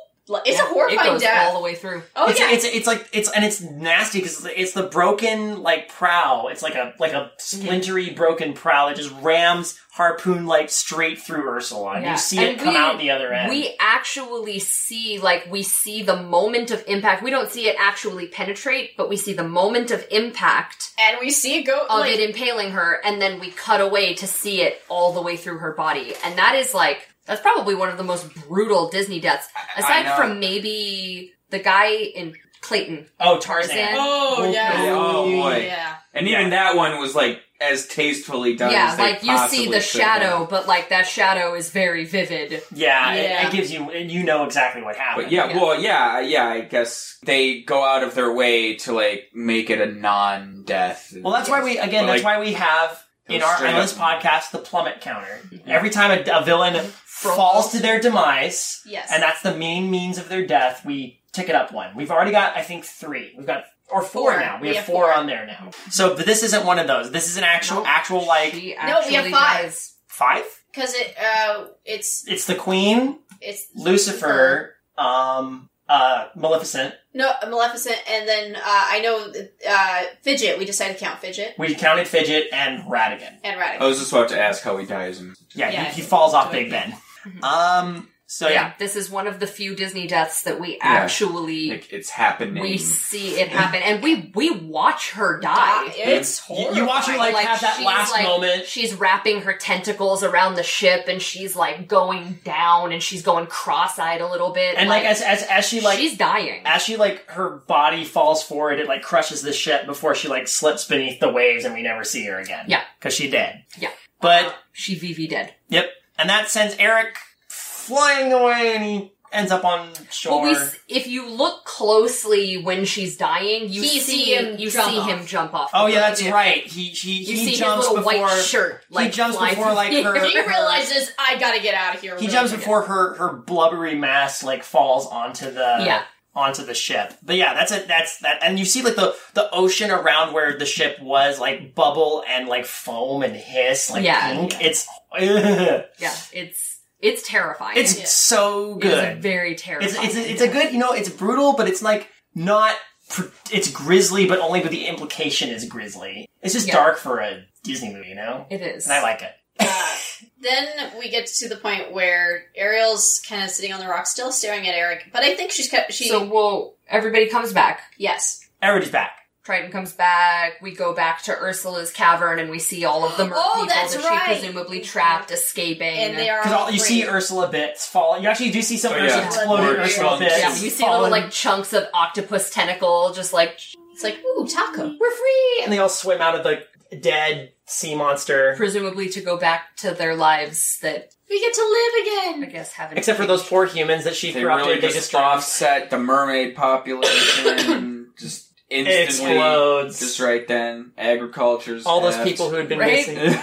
[SPEAKER 1] it's
[SPEAKER 4] Yeah,
[SPEAKER 1] a horrifying
[SPEAKER 4] it goes
[SPEAKER 1] death.
[SPEAKER 4] all the way through.
[SPEAKER 1] oh
[SPEAKER 3] it's,
[SPEAKER 1] yeah,
[SPEAKER 3] it's it's like it's and it's nasty because it's, it's the broken like prow. It's like a like
[SPEAKER 4] Mm-hmm.
[SPEAKER 3] a splintery broken prow that just rams harpoon like straight through Ursula. And
[SPEAKER 4] Yeah.
[SPEAKER 3] You see
[SPEAKER 4] And
[SPEAKER 3] it come
[SPEAKER 4] we-
[SPEAKER 3] out the other end.
[SPEAKER 4] We actually see, like, we see the moment of impact. We don't see it actually penetrate, but we see the moment of impact
[SPEAKER 1] and we see it go
[SPEAKER 4] of
[SPEAKER 1] like,
[SPEAKER 4] it impaling her, and then we cut away to see it all the way through her body. And that is, like, that's probably one of the most brutal Disney deaths. Aside
[SPEAKER 2] know.
[SPEAKER 4] from maybe the guy in Clayton.
[SPEAKER 3] oh Tarzan.
[SPEAKER 4] Tarzan.
[SPEAKER 1] oh yeah,
[SPEAKER 2] Oh, boy.
[SPEAKER 1] yeah.
[SPEAKER 2] And
[SPEAKER 3] Yeah.
[SPEAKER 2] even that one was like as tastefully done.
[SPEAKER 4] yeah,
[SPEAKER 2] as they
[SPEAKER 4] like, you see
[SPEAKER 2] possibly
[SPEAKER 4] the
[SPEAKER 2] could have.
[SPEAKER 4] shadow, but, like, that shadow is very vivid.
[SPEAKER 3] Yeah,
[SPEAKER 1] Yeah.
[SPEAKER 3] It, it gives you and you know exactly what happened.
[SPEAKER 2] But yeah,
[SPEAKER 4] Yeah.
[SPEAKER 2] well, yeah, yeah. I guess they go out of their way to like make it a non-death.
[SPEAKER 3] Well, that's why we again.
[SPEAKER 2] But,
[SPEAKER 3] that's
[SPEAKER 2] like,
[SPEAKER 3] why we have in
[SPEAKER 2] It was
[SPEAKER 3] our
[SPEAKER 2] straight
[SPEAKER 3] on this
[SPEAKER 2] up-
[SPEAKER 3] podcast the plummet counter. Every time a, a villain falls to their demise,
[SPEAKER 1] Yes.
[SPEAKER 3] and that's the main means of their death, we tick it up one. We've already got, I think, three. We've got or four,
[SPEAKER 1] Four.
[SPEAKER 3] now.
[SPEAKER 1] We
[SPEAKER 3] We, have
[SPEAKER 1] have
[SPEAKER 3] four,
[SPEAKER 1] four.
[SPEAKER 3] on there now. So, but this isn't one of those. This is an actual,
[SPEAKER 4] Nope.
[SPEAKER 3] actual like
[SPEAKER 4] She
[SPEAKER 1] No, we have
[SPEAKER 4] actually
[SPEAKER 1] five.
[SPEAKER 4] dies.
[SPEAKER 3] five.
[SPEAKER 1] Because it, uh, it's
[SPEAKER 3] It's the Queen,
[SPEAKER 1] it's
[SPEAKER 3] Lucifer, um, uh, Maleficent.
[SPEAKER 1] No, Maleficent, and then uh, I know uh, Fidget. We decided to count Fidget
[SPEAKER 3] We counted Fidget and Radigan.
[SPEAKER 1] and
[SPEAKER 2] I
[SPEAKER 1] Radigan.
[SPEAKER 2] was just about to ask how he dies. And
[SPEAKER 3] Yeah,
[SPEAKER 1] Yeah,
[SPEAKER 3] he, he falls off
[SPEAKER 1] do it.
[SPEAKER 3] Big Ben.
[SPEAKER 4] Mm-hmm.
[SPEAKER 3] Um, so
[SPEAKER 4] yeah.
[SPEAKER 3] yeah.
[SPEAKER 4] this is one of the few Disney deaths that we actually
[SPEAKER 2] like, it's happening.
[SPEAKER 4] we see it happen, and we we watch her
[SPEAKER 1] Die.
[SPEAKER 4] die.
[SPEAKER 1] Ah, It's
[SPEAKER 3] You,
[SPEAKER 1] horrible.
[SPEAKER 3] you watch her like,
[SPEAKER 4] Like,
[SPEAKER 3] have that
[SPEAKER 4] she's
[SPEAKER 3] last
[SPEAKER 4] like-
[SPEAKER 3] moment.
[SPEAKER 4] She's wrapping her tentacles around the ship, and she's like going down, and she's going cross-eyed a little bit,
[SPEAKER 3] And like, as, as as she like
[SPEAKER 4] she's dying.
[SPEAKER 3] as she like her body falls forward, it like crushes the ship before she like slips beneath the waves and we never see her again.
[SPEAKER 4] Yeah.
[SPEAKER 3] Cause she dead.
[SPEAKER 4] Yeah.
[SPEAKER 3] But
[SPEAKER 4] she VV dead.
[SPEAKER 3] yep. And that sends Eric flying away and he ends up on
[SPEAKER 4] Well,
[SPEAKER 3] shore.
[SPEAKER 4] we s- if you look closely when she's dying, you
[SPEAKER 1] He
[SPEAKER 4] see
[SPEAKER 1] see him
[SPEAKER 4] you
[SPEAKER 1] jump
[SPEAKER 4] see
[SPEAKER 1] off.
[SPEAKER 4] him jump off.
[SPEAKER 3] oh yeah, that's
[SPEAKER 4] Yeah.
[SPEAKER 3] right. He he,
[SPEAKER 4] You
[SPEAKER 3] he
[SPEAKER 4] see
[SPEAKER 3] jumps
[SPEAKER 4] his little
[SPEAKER 3] before
[SPEAKER 4] white shirt. Like,
[SPEAKER 3] jumps
[SPEAKER 4] fly
[SPEAKER 3] before,
[SPEAKER 4] through
[SPEAKER 3] like,
[SPEAKER 4] the air.
[SPEAKER 3] her- <laughs>
[SPEAKER 1] he realizes I gotta get out of here.
[SPEAKER 3] he
[SPEAKER 1] really
[SPEAKER 3] jumps
[SPEAKER 1] quick.
[SPEAKER 3] before her her blubbery mass like falls onto the
[SPEAKER 4] Yeah.
[SPEAKER 3] onto the ship. But yeah, that's it. That's that. And you see like the the ocean around where the ship was like bubble and like foam and hiss like
[SPEAKER 4] Yeah.
[SPEAKER 3] pink.
[SPEAKER 1] Yeah.
[SPEAKER 3] It's
[SPEAKER 4] <laughs> Yeah, it's it's terrifying.
[SPEAKER 3] it's
[SPEAKER 1] Yeah.
[SPEAKER 3] so
[SPEAKER 4] It is
[SPEAKER 3] good.
[SPEAKER 4] very
[SPEAKER 3] It's
[SPEAKER 4] terrifying.
[SPEAKER 3] it's it's a good. You know, it's brutal, but it's like not. pr- It's grisly, but only but the implication is grisly. It's just
[SPEAKER 4] Yeah.
[SPEAKER 3] dark for a Disney movie, you know.
[SPEAKER 4] It is.
[SPEAKER 3] And I like it.
[SPEAKER 1] <laughs> Uh, then we get to the point where Ariel's kind of sitting on the rock, still staring at Eric. But I think she's cut. She
[SPEAKER 4] so, well, everybody comes back.
[SPEAKER 1] yes,
[SPEAKER 3] Everybody's back.
[SPEAKER 4] Triton comes back. We go back to Ursula's cavern and we see all of the
[SPEAKER 1] <gasps>
[SPEAKER 4] mer
[SPEAKER 1] Oh,
[SPEAKER 4] people
[SPEAKER 1] that's
[SPEAKER 4] that
[SPEAKER 1] right.
[SPEAKER 4] she presumably trapped escaping.
[SPEAKER 1] and they are
[SPEAKER 3] Because all
[SPEAKER 1] all
[SPEAKER 3] you see
[SPEAKER 1] free.
[SPEAKER 3] Ursula bits fall. You actually do see some
[SPEAKER 2] Oh,
[SPEAKER 3] Ursula
[SPEAKER 2] yeah.
[SPEAKER 3] exploded
[SPEAKER 2] Yeah.
[SPEAKER 3] Ursula bits.
[SPEAKER 4] yeah, you see little
[SPEAKER 3] falling,
[SPEAKER 4] like chunks of octopus tentacle just like
[SPEAKER 8] It's like, ooh, taco.
[SPEAKER 3] we're free, and
[SPEAKER 9] and they all swim out of the dead sea monster.
[SPEAKER 4] presumably to go back to their lives that
[SPEAKER 8] We get to live
[SPEAKER 4] I
[SPEAKER 8] again.
[SPEAKER 4] guess haven't
[SPEAKER 9] Except for those poor humans that she
[SPEAKER 2] They
[SPEAKER 9] corrupted.
[SPEAKER 2] really
[SPEAKER 9] they
[SPEAKER 2] just,
[SPEAKER 9] just
[SPEAKER 2] offset the mermaid
[SPEAKER 9] <coughs>
[SPEAKER 2] population. just instantly.
[SPEAKER 9] It explodes.
[SPEAKER 2] Just right then. Agriculture's
[SPEAKER 9] all those
[SPEAKER 2] effed.
[SPEAKER 9] people who had been
[SPEAKER 2] <laughs>
[SPEAKER 4] Right?
[SPEAKER 9] missing.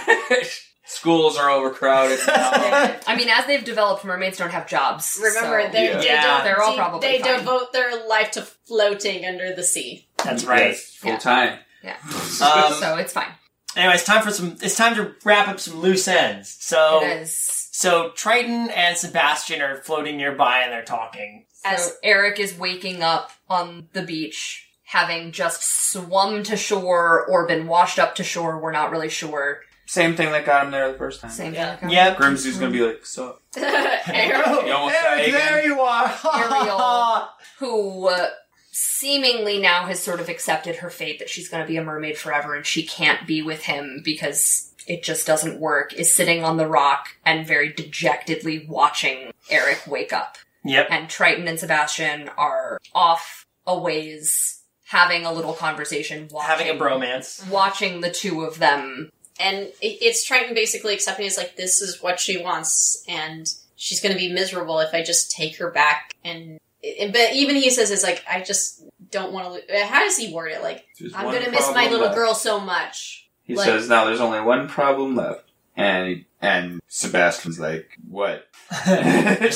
[SPEAKER 2] Schools are overcrowded.
[SPEAKER 9] <laughs>
[SPEAKER 2] now.
[SPEAKER 4] I mean, as they've developed, mermaids don't have jobs.
[SPEAKER 1] Remember,
[SPEAKER 4] so-
[SPEAKER 1] they,
[SPEAKER 2] Yeah.
[SPEAKER 1] they
[SPEAKER 3] Yeah.
[SPEAKER 1] don't-
[SPEAKER 4] They're all
[SPEAKER 1] see,
[SPEAKER 4] probably
[SPEAKER 1] they
[SPEAKER 4] fine.
[SPEAKER 1] devote their life to floating under the sea.
[SPEAKER 3] <laughs>
[SPEAKER 1] <laughs>
[SPEAKER 3] that's right.
[SPEAKER 2] Yes, full
[SPEAKER 4] Yeah.
[SPEAKER 2] time.
[SPEAKER 4] Yeah.
[SPEAKER 3] Um,
[SPEAKER 4] so it's fine.
[SPEAKER 3] Anyway, it's time for some. It's time to wrap up some loose ends. So
[SPEAKER 4] it is.
[SPEAKER 3] So Triton and Sebastian are floating nearby and they're talking.
[SPEAKER 4] As Eric is waking up on the beach, having just swum to shore or been washed up to shore, we're not really sure.
[SPEAKER 2] Same thing that got him there the first time.
[SPEAKER 4] Same
[SPEAKER 1] Yeah.
[SPEAKER 4] thing.
[SPEAKER 3] Yep.
[SPEAKER 2] Grimsey's gonna be like, so.
[SPEAKER 1] Arrow.
[SPEAKER 2] You almost died
[SPEAKER 3] Eric,
[SPEAKER 2] again.
[SPEAKER 3] there you are. <laughs>
[SPEAKER 4] Ariel. Who uh, seemingly now has sort of accepted her fate that she's going to be a mermaid forever and she can't be with him because it just doesn't work, is sitting on the rock and very dejectedly watching Eric wake up.
[SPEAKER 3] Yep.
[SPEAKER 4] and Triton and Sebastian are off a ways having a little conversation, watching,
[SPEAKER 3] Having a bromance.
[SPEAKER 4] watching the two of them.
[SPEAKER 1] and it- it's Triton basically accepting it's like this is what she wants, and she's going to be miserable if I just take her back. And it- but even he says it's like I just don't want to. How does he word it? Like
[SPEAKER 2] There's
[SPEAKER 1] I'm
[SPEAKER 2] one
[SPEAKER 1] going to miss my
[SPEAKER 2] problem
[SPEAKER 1] little
[SPEAKER 2] left.
[SPEAKER 1] girl so much.
[SPEAKER 2] He
[SPEAKER 1] Like-
[SPEAKER 2] says, now there's only one problem left. And and Sebastian's like, what? and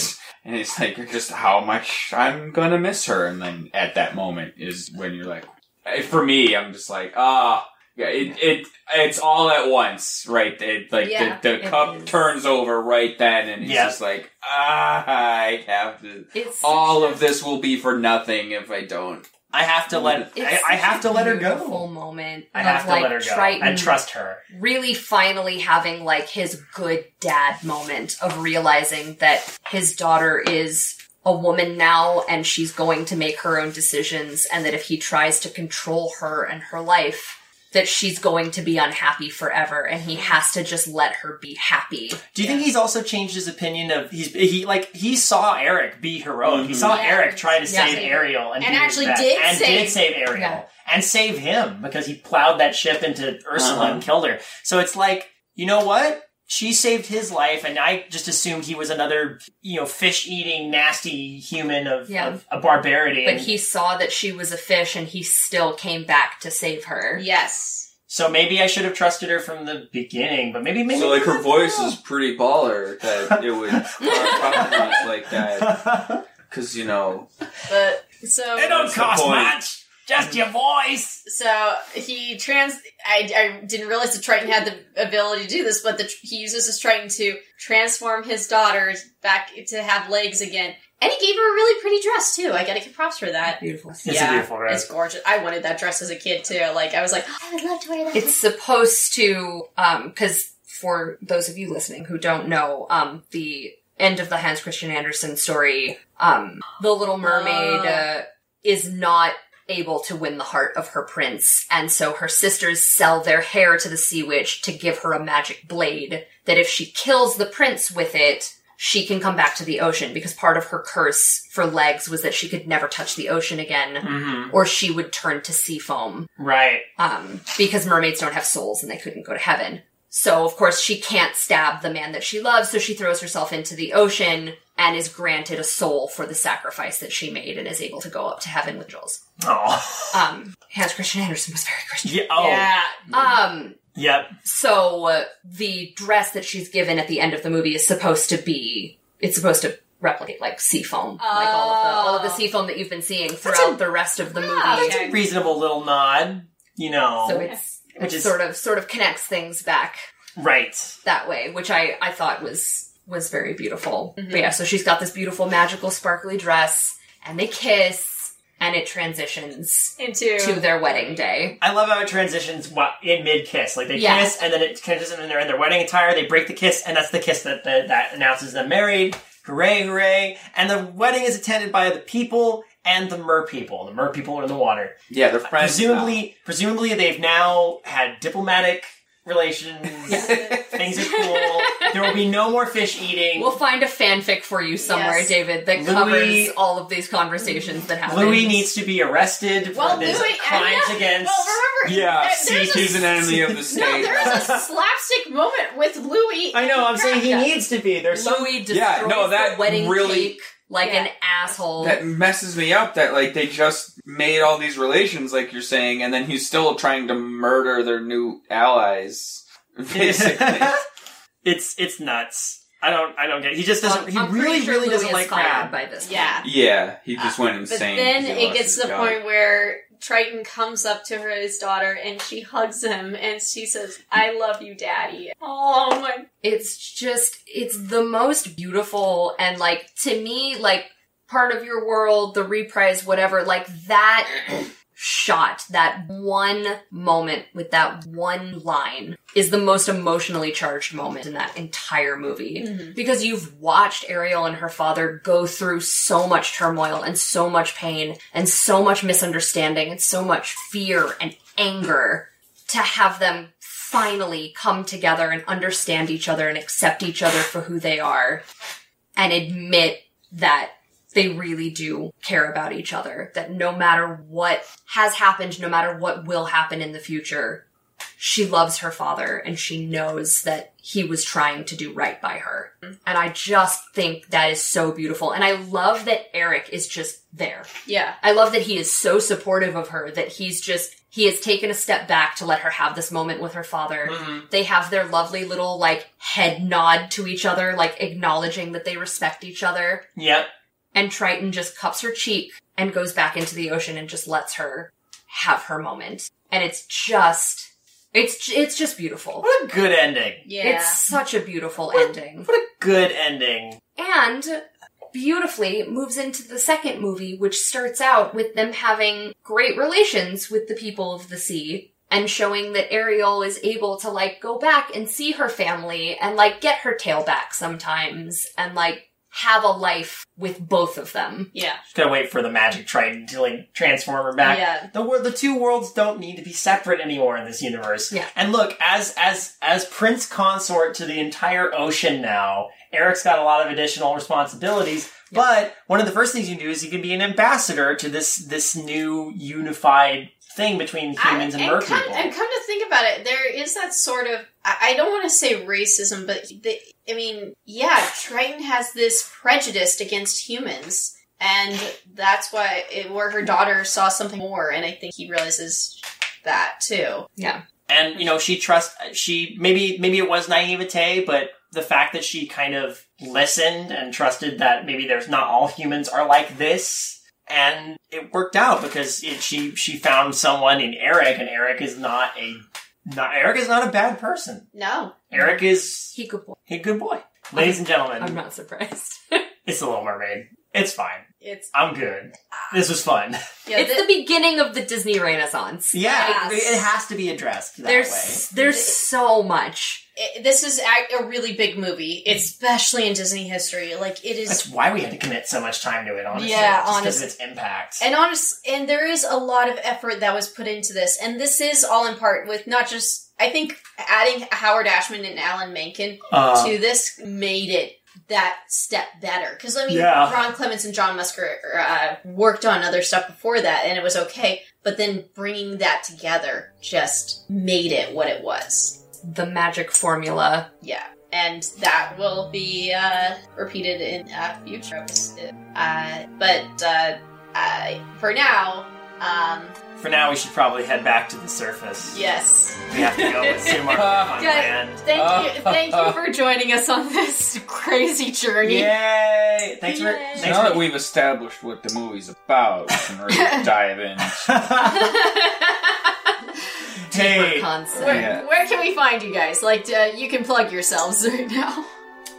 [SPEAKER 2] he's like, just how much I'm gonna miss her. And then at that moment is when you're like, eh, for me, I'm just like, ah. Yeah, it, it it's all at once, right? It, like
[SPEAKER 1] Yeah,
[SPEAKER 2] the, the
[SPEAKER 4] it
[SPEAKER 2] cup
[SPEAKER 4] is.
[SPEAKER 2] turns over right then, and he's
[SPEAKER 3] Yeah.
[SPEAKER 2] just like, ah, I have to.
[SPEAKER 4] It's
[SPEAKER 2] All
[SPEAKER 4] such
[SPEAKER 2] of this will be for nothing if I don't.
[SPEAKER 3] I have to let.
[SPEAKER 4] a-
[SPEAKER 3] I,
[SPEAKER 4] it's
[SPEAKER 3] I
[SPEAKER 4] such
[SPEAKER 3] have
[SPEAKER 4] a
[SPEAKER 3] to let her
[SPEAKER 4] beautiful
[SPEAKER 3] go.
[SPEAKER 4] Moment
[SPEAKER 3] I
[SPEAKER 4] of,
[SPEAKER 3] have to
[SPEAKER 4] like,
[SPEAKER 3] let her go
[SPEAKER 4] Triton
[SPEAKER 3] and trust her.
[SPEAKER 4] really finally having like his good dad moment of realizing that his daughter is a woman now and she's going to make her own decisions and that if he tries to control her and her life that she's going to be unhappy forever and he has to just let her be happy
[SPEAKER 3] Do you think he's also changed his opinion of he's he like he saw Eric be heroic. He saw
[SPEAKER 1] Mhm.
[SPEAKER 3] Eric try to
[SPEAKER 4] Yeah.
[SPEAKER 3] save Ariel and,
[SPEAKER 1] And
[SPEAKER 3] do his
[SPEAKER 1] actually
[SPEAKER 3] best.
[SPEAKER 1] did
[SPEAKER 3] and
[SPEAKER 1] save-
[SPEAKER 3] did save Ariel
[SPEAKER 4] Yeah.
[SPEAKER 3] and save him because he plowed that ship into Ursula
[SPEAKER 2] Uh-huh.
[SPEAKER 3] and killed her. So it's like you know what she saved his life, and I just assumed he was another you know fish eating nasty human of,
[SPEAKER 4] Yeah.
[SPEAKER 3] of a barbarity.
[SPEAKER 4] but
[SPEAKER 3] And
[SPEAKER 4] he saw that she was a fish and he still came back to save her
[SPEAKER 1] Yes.
[SPEAKER 3] so maybe I should have trusted her from the beginning, but maybe maybe
[SPEAKER 2] <laughs> So like her voice is pretty baller that
[SPEAKER 1] <laughs>
[SPEAKER 2] it would compromise like that because you know
[SPEAKER 1] But so
[SPEAKER 3] It don't
[SPEAKER 2] That's the
[SPEAKER 3] cost
[SPEAKER 2] point.
[SPEAKER 3] much, just your voice.
[SPEAKER 1] So he trans. I, I didn't realize that Triton had the ability to do this, but the, he uses his Triton to transform his daughter back to have legs again. And he gave her a really pretty dress too. I gotta give props for that.
[SPEAKER 4] beautiful
[SPEAKER 3] It's
[SPEAKER 1] yeah,
[SPEAKER 3] a beautiful dress.
[SPEAKER 1] It's gorgeous. I wanted that dress as a kid too. Like I was like, "Oh, I would love to wear that.
[SPEAKER 4] It's supposed to, um, because for those of you listening who don't know, um, the end of the Hans Christian Andersen story, um, the Little Mermaid uh, is not able to win the heart of her prince, and so her sisters sell their hair to the Sea Witch to give her a magic blade that if she kills the prince with it. She can come back to the ocean because part of her curse for legs was that she could never touch the ocean again,
[SPEAKER 3] hmm
[SPEAKER 4] or she would turn to sea foam
[SPEAKER 3] Right.
[SPEAKER 4] um, because mermaids don't have souls and they couldn't go to heaven. So, of course, she can't stab the man that she loves, so she throws herself into the ocean and is granted a soul for the sacrifice that she made and is able to go up to heaven with Jules.
[SPEAKER 3] Oh.
[SPEAKER 4] Um, Hans Christian Andersen was very Christian.
[SPEAKER 3] <laughs> Yeah. Oh.
[SPEAKER 1] yeah.
[SPEAKER 4] Um,
[SPEAKER 3] Yep.
[SPEAKER 4] so uh, the dress that she's given at the end of the movie is supposed to be, it's supposed to replicate like sea foam, like all of, the, all
[SPEAKER 3] Oh.
[SPEAKER 4] of the sea foam that you've been seeing throughout the rest of the movie.
[SPEAKER 3] That's a reasonable little nod. You know.
[SPEAKER 4] So it's,
[SPEAKER 3] Which
[SPEAKER 4] it
[SPEAKER 3] is-
[SPEAKER 4] sort of sort of connects things back
[SPEAKER 3] right.
[SPEAKER 4] that way, which I, I thought was was very beautiful. But yeah, so she's got this beautiful magical sparkly dress and they kiss and it transitions
[SPEAKER 1] Into
[SPEAKER 4] to their wedding day.
[SPEAKER 3] I love how it transitions wa- in mid kiss. Like they
[SPEAKER 4] Yeah.
[SPEAKER 3] kiss, and then it transitions, and they're in their wedding attire. They break the kiss, and that's the kiss that that that announces them married. Hooray! Hooray! And the wedding is attended by the people and the mer people. The mer people are in the water.
[SPEAKER 2] Yeah, they're friends.
[SPEAKER 3] presumably, presumably they've now had diplomatic relations. Things are cool. There will be no more fish eating.
[SPEAKER 4] We'll find a fanfic for you somewhere,
[SPEAKER 10] Yes.
[SPEAKER 4] David, that
[SPEAKER 3] Louis-
[SPEAKER 4] covers all of these conversations that happen.
[SPEAKER 3] Louis needs to be arrested
[SPEAKER 10] Well,
[SPEAKER 3] for his
[SPEAKER 10] Louis-
[SPEAKER 3] crimes
[SPEAKER 10] I know.
[SPEAKER 3] against.
[SPEAKER 10] Well, remember,
[SPEAKER 2] Yeah,
[SPEAKER 10] there-
[SPEAKER 2] see,
[SPEAKER 10] there's
[SPEAKER 2] he's
[SPEAKER 10] a,
[SPEAKER 2] an
[SPEAKER 1] <laughs>
[SPEAKER 2] enemy of the
[SPEAKER 10] no,
[SPEAKER 2] state.
[SPEAKER 10] there's a slapstick moment with Louis.
[SPEAKER 11] I know. I'm saying he
[SPEAKER 10] Yeah.
[SPEAKER 11] needs to be. There's
[SPEAKER 3] <laughs>
[SPEAKER 11] some
[SPEAKER 4] Louis destroys
[SPEAKER 2] Yeah, no, that
[SPEAKER 4] the wedding
[SPEAKER 2] really-
[SPEAKER 4] cake like an asshole.
[SPEAKER 2] that messes me up that like they just made all these relations like you're saying and then he's still trying to murder their new allies <laughs> basically
[SPEAKER 1] <laughs>
[SPEAKER 3] it's it's nuts. I don't I don't get. It. He just doesn't.
[SPEAKER 4] I'm-
[SPEAKER 3] He
[SPEAKER 4] I'm pretty
[SPEAKER 3] really
[SPEAKER 4] sure
[SPEAKER 3] really
[SPEAKER 4] Louis
[SPEAKER 3] doesn't
[SPEAKER 4] is
[SPEAKER 3] like
[SPEAKER 4] fired
[SPEAKER 3] crab.
[SPEAKER 4] by this.
[SPEAKER 10] Yeah.
[SPEAKER 2] yeah he just went
[SPEAKER 1] But
[SPEAKER 2] insane
[SPEAKER 1] then
[SPEAKER 2] 'cause he
[SPEAKER 1] it
[SPEAKER 2] lost
[SPEAKER 1] gets to
[SPEAKER 2] his
[SPEAKER 1] the
[SPEAKER 2] job.
[SPEAKER 1] point where Triton comes up to her, his daughter, and she hugs him and she says, I love you, daddy. Oh my.
[SPEAKER 4] It's just, it's the most beautiful and like, to me, like, part of your world, the reprise, whatever, like that shot, that one moment with that one line is the most emotionally charged moment in that entire movie. Because you've watched Ariel and her father go through so much turmoil and so much pain and so much misunderstanding and so much fear and anger to have them finally come together and understand each other and accept each other for who they are and admit that they really do care about each other. That no matter what has happened, no matter what will happen in the future, she loves her father and she knows that he was trying to do right by her. And I just think that is so beautiful. And I love that Eric is just there.
[SPEAKER 1] Yeah.
[SPEAKER 4] I love that he is so supportive of her that he's just he has taken a step back to let her have this moment with her father.
[SPEAKER 3] Hmm. Mm-hmm.
[SPEAKER 4] They have their lovely little like head nod to each other, like acknowledging that they respect each other.
[SPEAKER 3] Yep.
[SPEAKER 4] And Triton just cups her cheek and goes back into the ocean and just lets her have her moment. And it's just it's it's just beautiful.
[SPEAKER 3] What a good ending.
[SPEAKER 1] Yeah.
[SPEAKER 4] It's such a beautiful ending.
[SPEAKER 3] What a good ending.
[SPEAKER 4] and beautifully moves into the second movie, which starts out with them having great relations with the people of the sea and showing that Ariel is able to like go back and see her family and like get her tail back sometimes and like have a life with both of them.
[SPEAKER 1] yeah.
[SPEAKER 3] Just gotta wait for the magic trident to like transform her back.
[SPEAKER 1] Yeah.
[SPEAKER 3] The wor- the two worlds don't need to be separate anymore in this universe.
[SPEAKER 4] Yeah.
[SPEAKER 3] And look, as as as prince consort to the entire ocean now, Eric's got a lot of additional responsibilities. But one of the first things you can do is you can be an ambassador to this this new unified thing between humans and,
[SPEAKER 1] I,
[SPEAKER 3] mer
[SPEAKER 1] come,
[SPEAKER 3] people.
[SPEAKER 1] and come to think about it, there is that sort of I, I don't want to say racism, but the, I mean, yeah, Triton has this prejudice against humans, and that's why it, where her daughter saw something more, and I think he realizes that too.
[SPEAKER 3] and you know she trust she maybe maybe it was naivete but the fact that she kind of listened and trusted that maybe there's not all humans are like this and it worked out because it, she she found someone in eric and eric is not a not eric is not a bad person
[SPEAKER 1] No,
[SPEAKER 3] eric is
[SPEAKER 4] He could
[SPEAKER 3] a good boy ladies and
[SPEAKER 4] I'm
[SPEAKER 3] gentlemen
[SPEAKER 4] not <laughs> surprised.
[SPEAKER 3] it's the little mermaid it's fine
[SPEAKER 1] it's
[SPEAKER 3] i'm good this was fun <laughs>
[SPEAKER 1] yeah,
[SPEAKER 4] it's
[SPEAKER 1] thi-
[SPEAKER 4] the beginning of the Disney Renaissance.
[SPEAKER 3] yeah it,
[SPEAKER 4] Yes.
[SPEAKER 3] it has to be addressed that way
[SPEAKER 4] There's there's so much.
[SPEAKER 1] it- this is a, a really big movie, especially in Disney history. Like it is
[SPEAKER 3] That's why we had to commit so much time to it, honestly.
[SPEAKER 1] Yeah,
[SPEAKER 3] just 'cause
[SPEAKER 1] honest-
[SPEAKER 3] of its impact.
[SPEAKER 1] And honest, and there is a lot of effort that was put into this, and this is all in part with not just. I think adding Howard Ashman and Alan Menken
[SPEAKER 3] Uh,
[SPEAKER 1] to this made it that step better. Because I mean,
[SPEAKER 3] Yeah.
[SPEAKER 1] Ron Clements and John Musker uh, worked on other stuff before that, and it was okay. But then bringing that together just made it what it was.
[SPEAKER 4] The magic
[SPEAKER 3] <laughs>
[SPEAKER 4] formula.
[SPEAKER 1] Yeah. And that will be uh, repeated in uh, future episodes. Uh, but uh, uh, for now, um,
[SPEAKER 3] For now, we should probably head back to the surface.
[SPEAKER 1] Yes.
[SPEAKER 3] We have to go assume our on
[SPEAKER 10] Guys.
[SPEAKER 3] land.
[SPEAKER 10] Thank
[SPEAKER 2] you- thank you
[SPEAKER 10] for joining us on this crazy journey.
[SPEAKER 3] Yay! Thanks for.
[SPEAKER 10] Yay.
[SPEAKER 3] Thanks
[SPEAKER 2] now
[SPEAKER 3] for <laughs>
[SPEAKER 2] that we've established what the movie's about we can
[SPEAKER 1] <laughs>
[SPEAKER 2] really dive in
[SPEAKER 3] hey,
[SPEAKER 4] Concept.
[SPEAKER 10] Where,
[SPEAKER 2] Yeah.
[SPEAKER 10] where can we find you guys? Like, uh, you can plug
[SPEAKER 1] <laughs>
[SPEAKER 10] yourselves right now.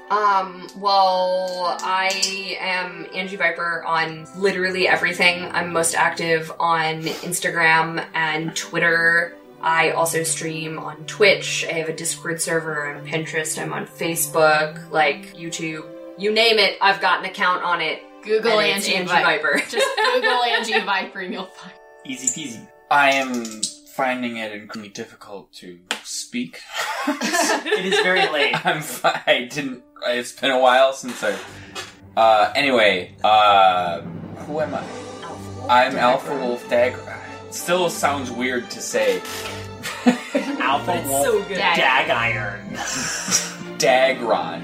[SPEAKER 4] Um, well, I am Angie Viper on literally everything. I'm most active on Instagram and Twitter. I also stream on Twitch. I have a Discord server. I'm Pinterest. I'm on Facebook, like YouTube. You name it, I've got an account on it.
[SPEAKER 1] Google
[SPEAKER 4] and it's
[SPEAKER 1] Angie,
[SPEAKER 4] Angie
[SPEAKER 1] Viper. <laughs>
[SPEAKER 4] Viper.
[SPEAKER 1] Just Google Angie Viper and you'll find.
[SPEAKER 3] Easy peasy.
[SPEAKER 2] I am finding it incredibly difficult to speak. <laughs>
[SPEAKER 3] It is very late.
[SPEAKER 2] I'm fi- I didn't. It's been a while since I. Uh, anyway, uh, who am I? I'm Alpha Wolf Dagger. Still sounds weird to say.
[SPEAKER 3] Alpha
[SPEAKER 4] It's
[SPEAKER 3] Wolf
[SPEAKER 4] so good.
[SPEAKER 1] Dag-
[SPEAKER 3] Dag Iron.
[SPEAKER 2] Dagron.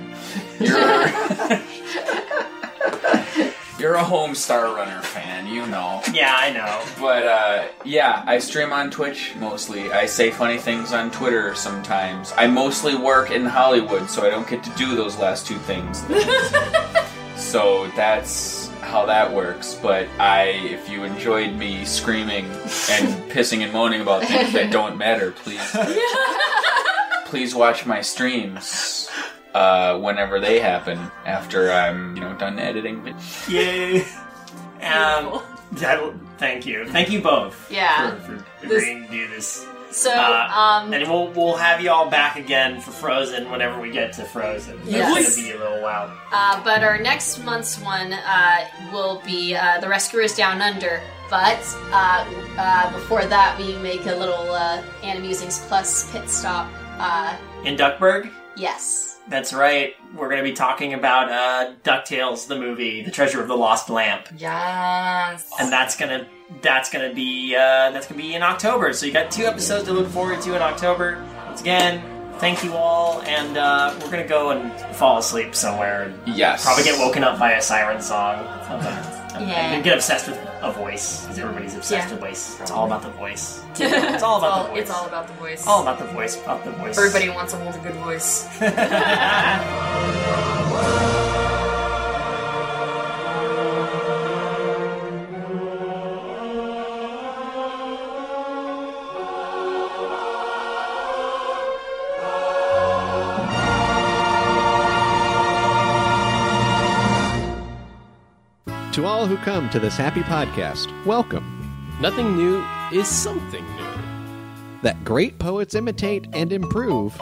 [SPEAKER 2] <laughs> You're. You're a home Star Runner fan, you know.
[SPEAKER 3] Yeah, I know.
[SPEAKER 2] But uh, yeah, I stream on Twitch mostly. I say funny things on Twitter sometimes. I mostly work in Hollywood, so I don't get to do those last two things. so that's how that works. But I, if you enjoyed me screaming and pissing and moaning about things that don't matter, please, please watch my streams. Uh, whenever they happen, after I'm you know done editing, but
[SPEAKER 3] Yay. Um,
[SPEAKER 4] Beautiful.
[SPEAKER 3] that- thank you. Thank you both
[SPEAKER 1] Yeah.
[SPEAKER 3] for, for agreeing to do this.
[SPEAKER 1] So,
[SPEAKER 3] Uh,
[SPEAKER 1] um,
[SPEAKER 3] And we'll we'll have you all back again for Frozen whenever we get to Frozen.
[SPEAKER 1] Yes.
[SPEAKER 3] That's gonna be a little while.
[SPEAKER 1] uh, but our next month's one uh, will be uh, The Rescuers Down Under. But uh, uh, before that, we make a little uh, Animusings Plus pit stop. Uh,
[SPEAKER 3] In Duckburg,
[SPEAKER 1] yes.
[SPEAKER 3] that's right. We're gonna be talking about uh, Ducktales, the movie, The Treasure of the Lost Lamp,
[SPEAKER 4] Yes.
[SPEAKER 3] and that's gonna that's gonna be uh, that's gonna be in October. So you got two episodes to look forward to in October. Once again, thank you all, and uh, we're gonna go and fall asleep somewhere and
[SPEAKER 2] yes,
[SPEAKER 3] Probably get woken up by a siren song. Something.
[SPEAKER 4] Yeah.
[SPEAKER 3] And get obsessed with a voice, because everybody's obsessed
[SPEAKER 4] Yeah.
[SPEAKER 3] with voice. It's all about the
[SPEAKER 4] <laughs>
[SPEAKER 3] voice. It's all about the Oh.
[SPEAKER 4] All-
[SPEAKER 3] voice.
[SPEAKER 4] it's all about the voice.
[SPEAKER 3] All about the voice. About the voice.
[SPEAKER 4] Everybody wants to hold a good voice.
[SPEAKER 3] <laughs>
[SPEAKER 4] <laughs>
[SPEAKER 12] To all who come to this happy podcast, welcome.
[SPEAKER 13] Nothing new is something new,
[SPEAKER 12] That great poets imitate and improve.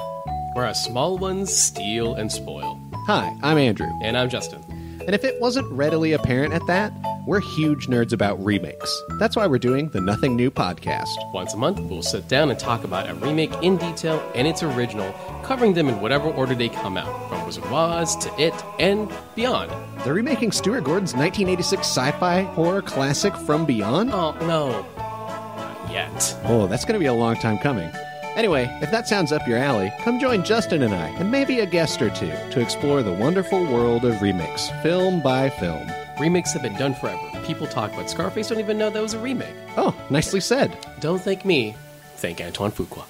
[SPEAKER 13] where our small ones steal and spoil.
[SPEAKER 12] Hi, I'm Andrew.
[SPEAKER 13] And I'm Justin.
[SPEAKER 12] And if it wasn't readily apparent at that, we're huge nerds about remakes. That's why we're doing the Nothing New podcast.
[SPEAKER 13] Once a month, we'll sit down and talk about a remake in detail and its original, covering them in whatever order they come out, from Wizard of Oz to It and beyond.
[SPEAKER 12] They're remaking Stuart Gordon's 1986 sci fi horror classic From Beyond.
[SPEAKER 13] Oh, no. Not yet.
[SPEAKER 12] Oh, that's going to be a long time coming. Anyway, if that sounds up your alley, come join Justin and I, and maybe a guest or two, to explore the wonderful world of remakes, film by film.
[SPEAKER 13] Remakes have been done forever. People talk about Scarface, don't even know that was a remake.
[SPEAKER 12] Oh, nicely said.
[SPEAKER 13] Don't thank me, thank Antoine Fuqua.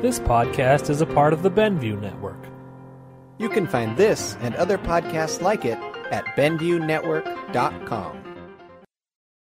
[SPEAKER 14] This podcast is a part of the Benview Network.
[SPEAKER 12] You can find this and other podcasts like it at BenviewNetwork.com.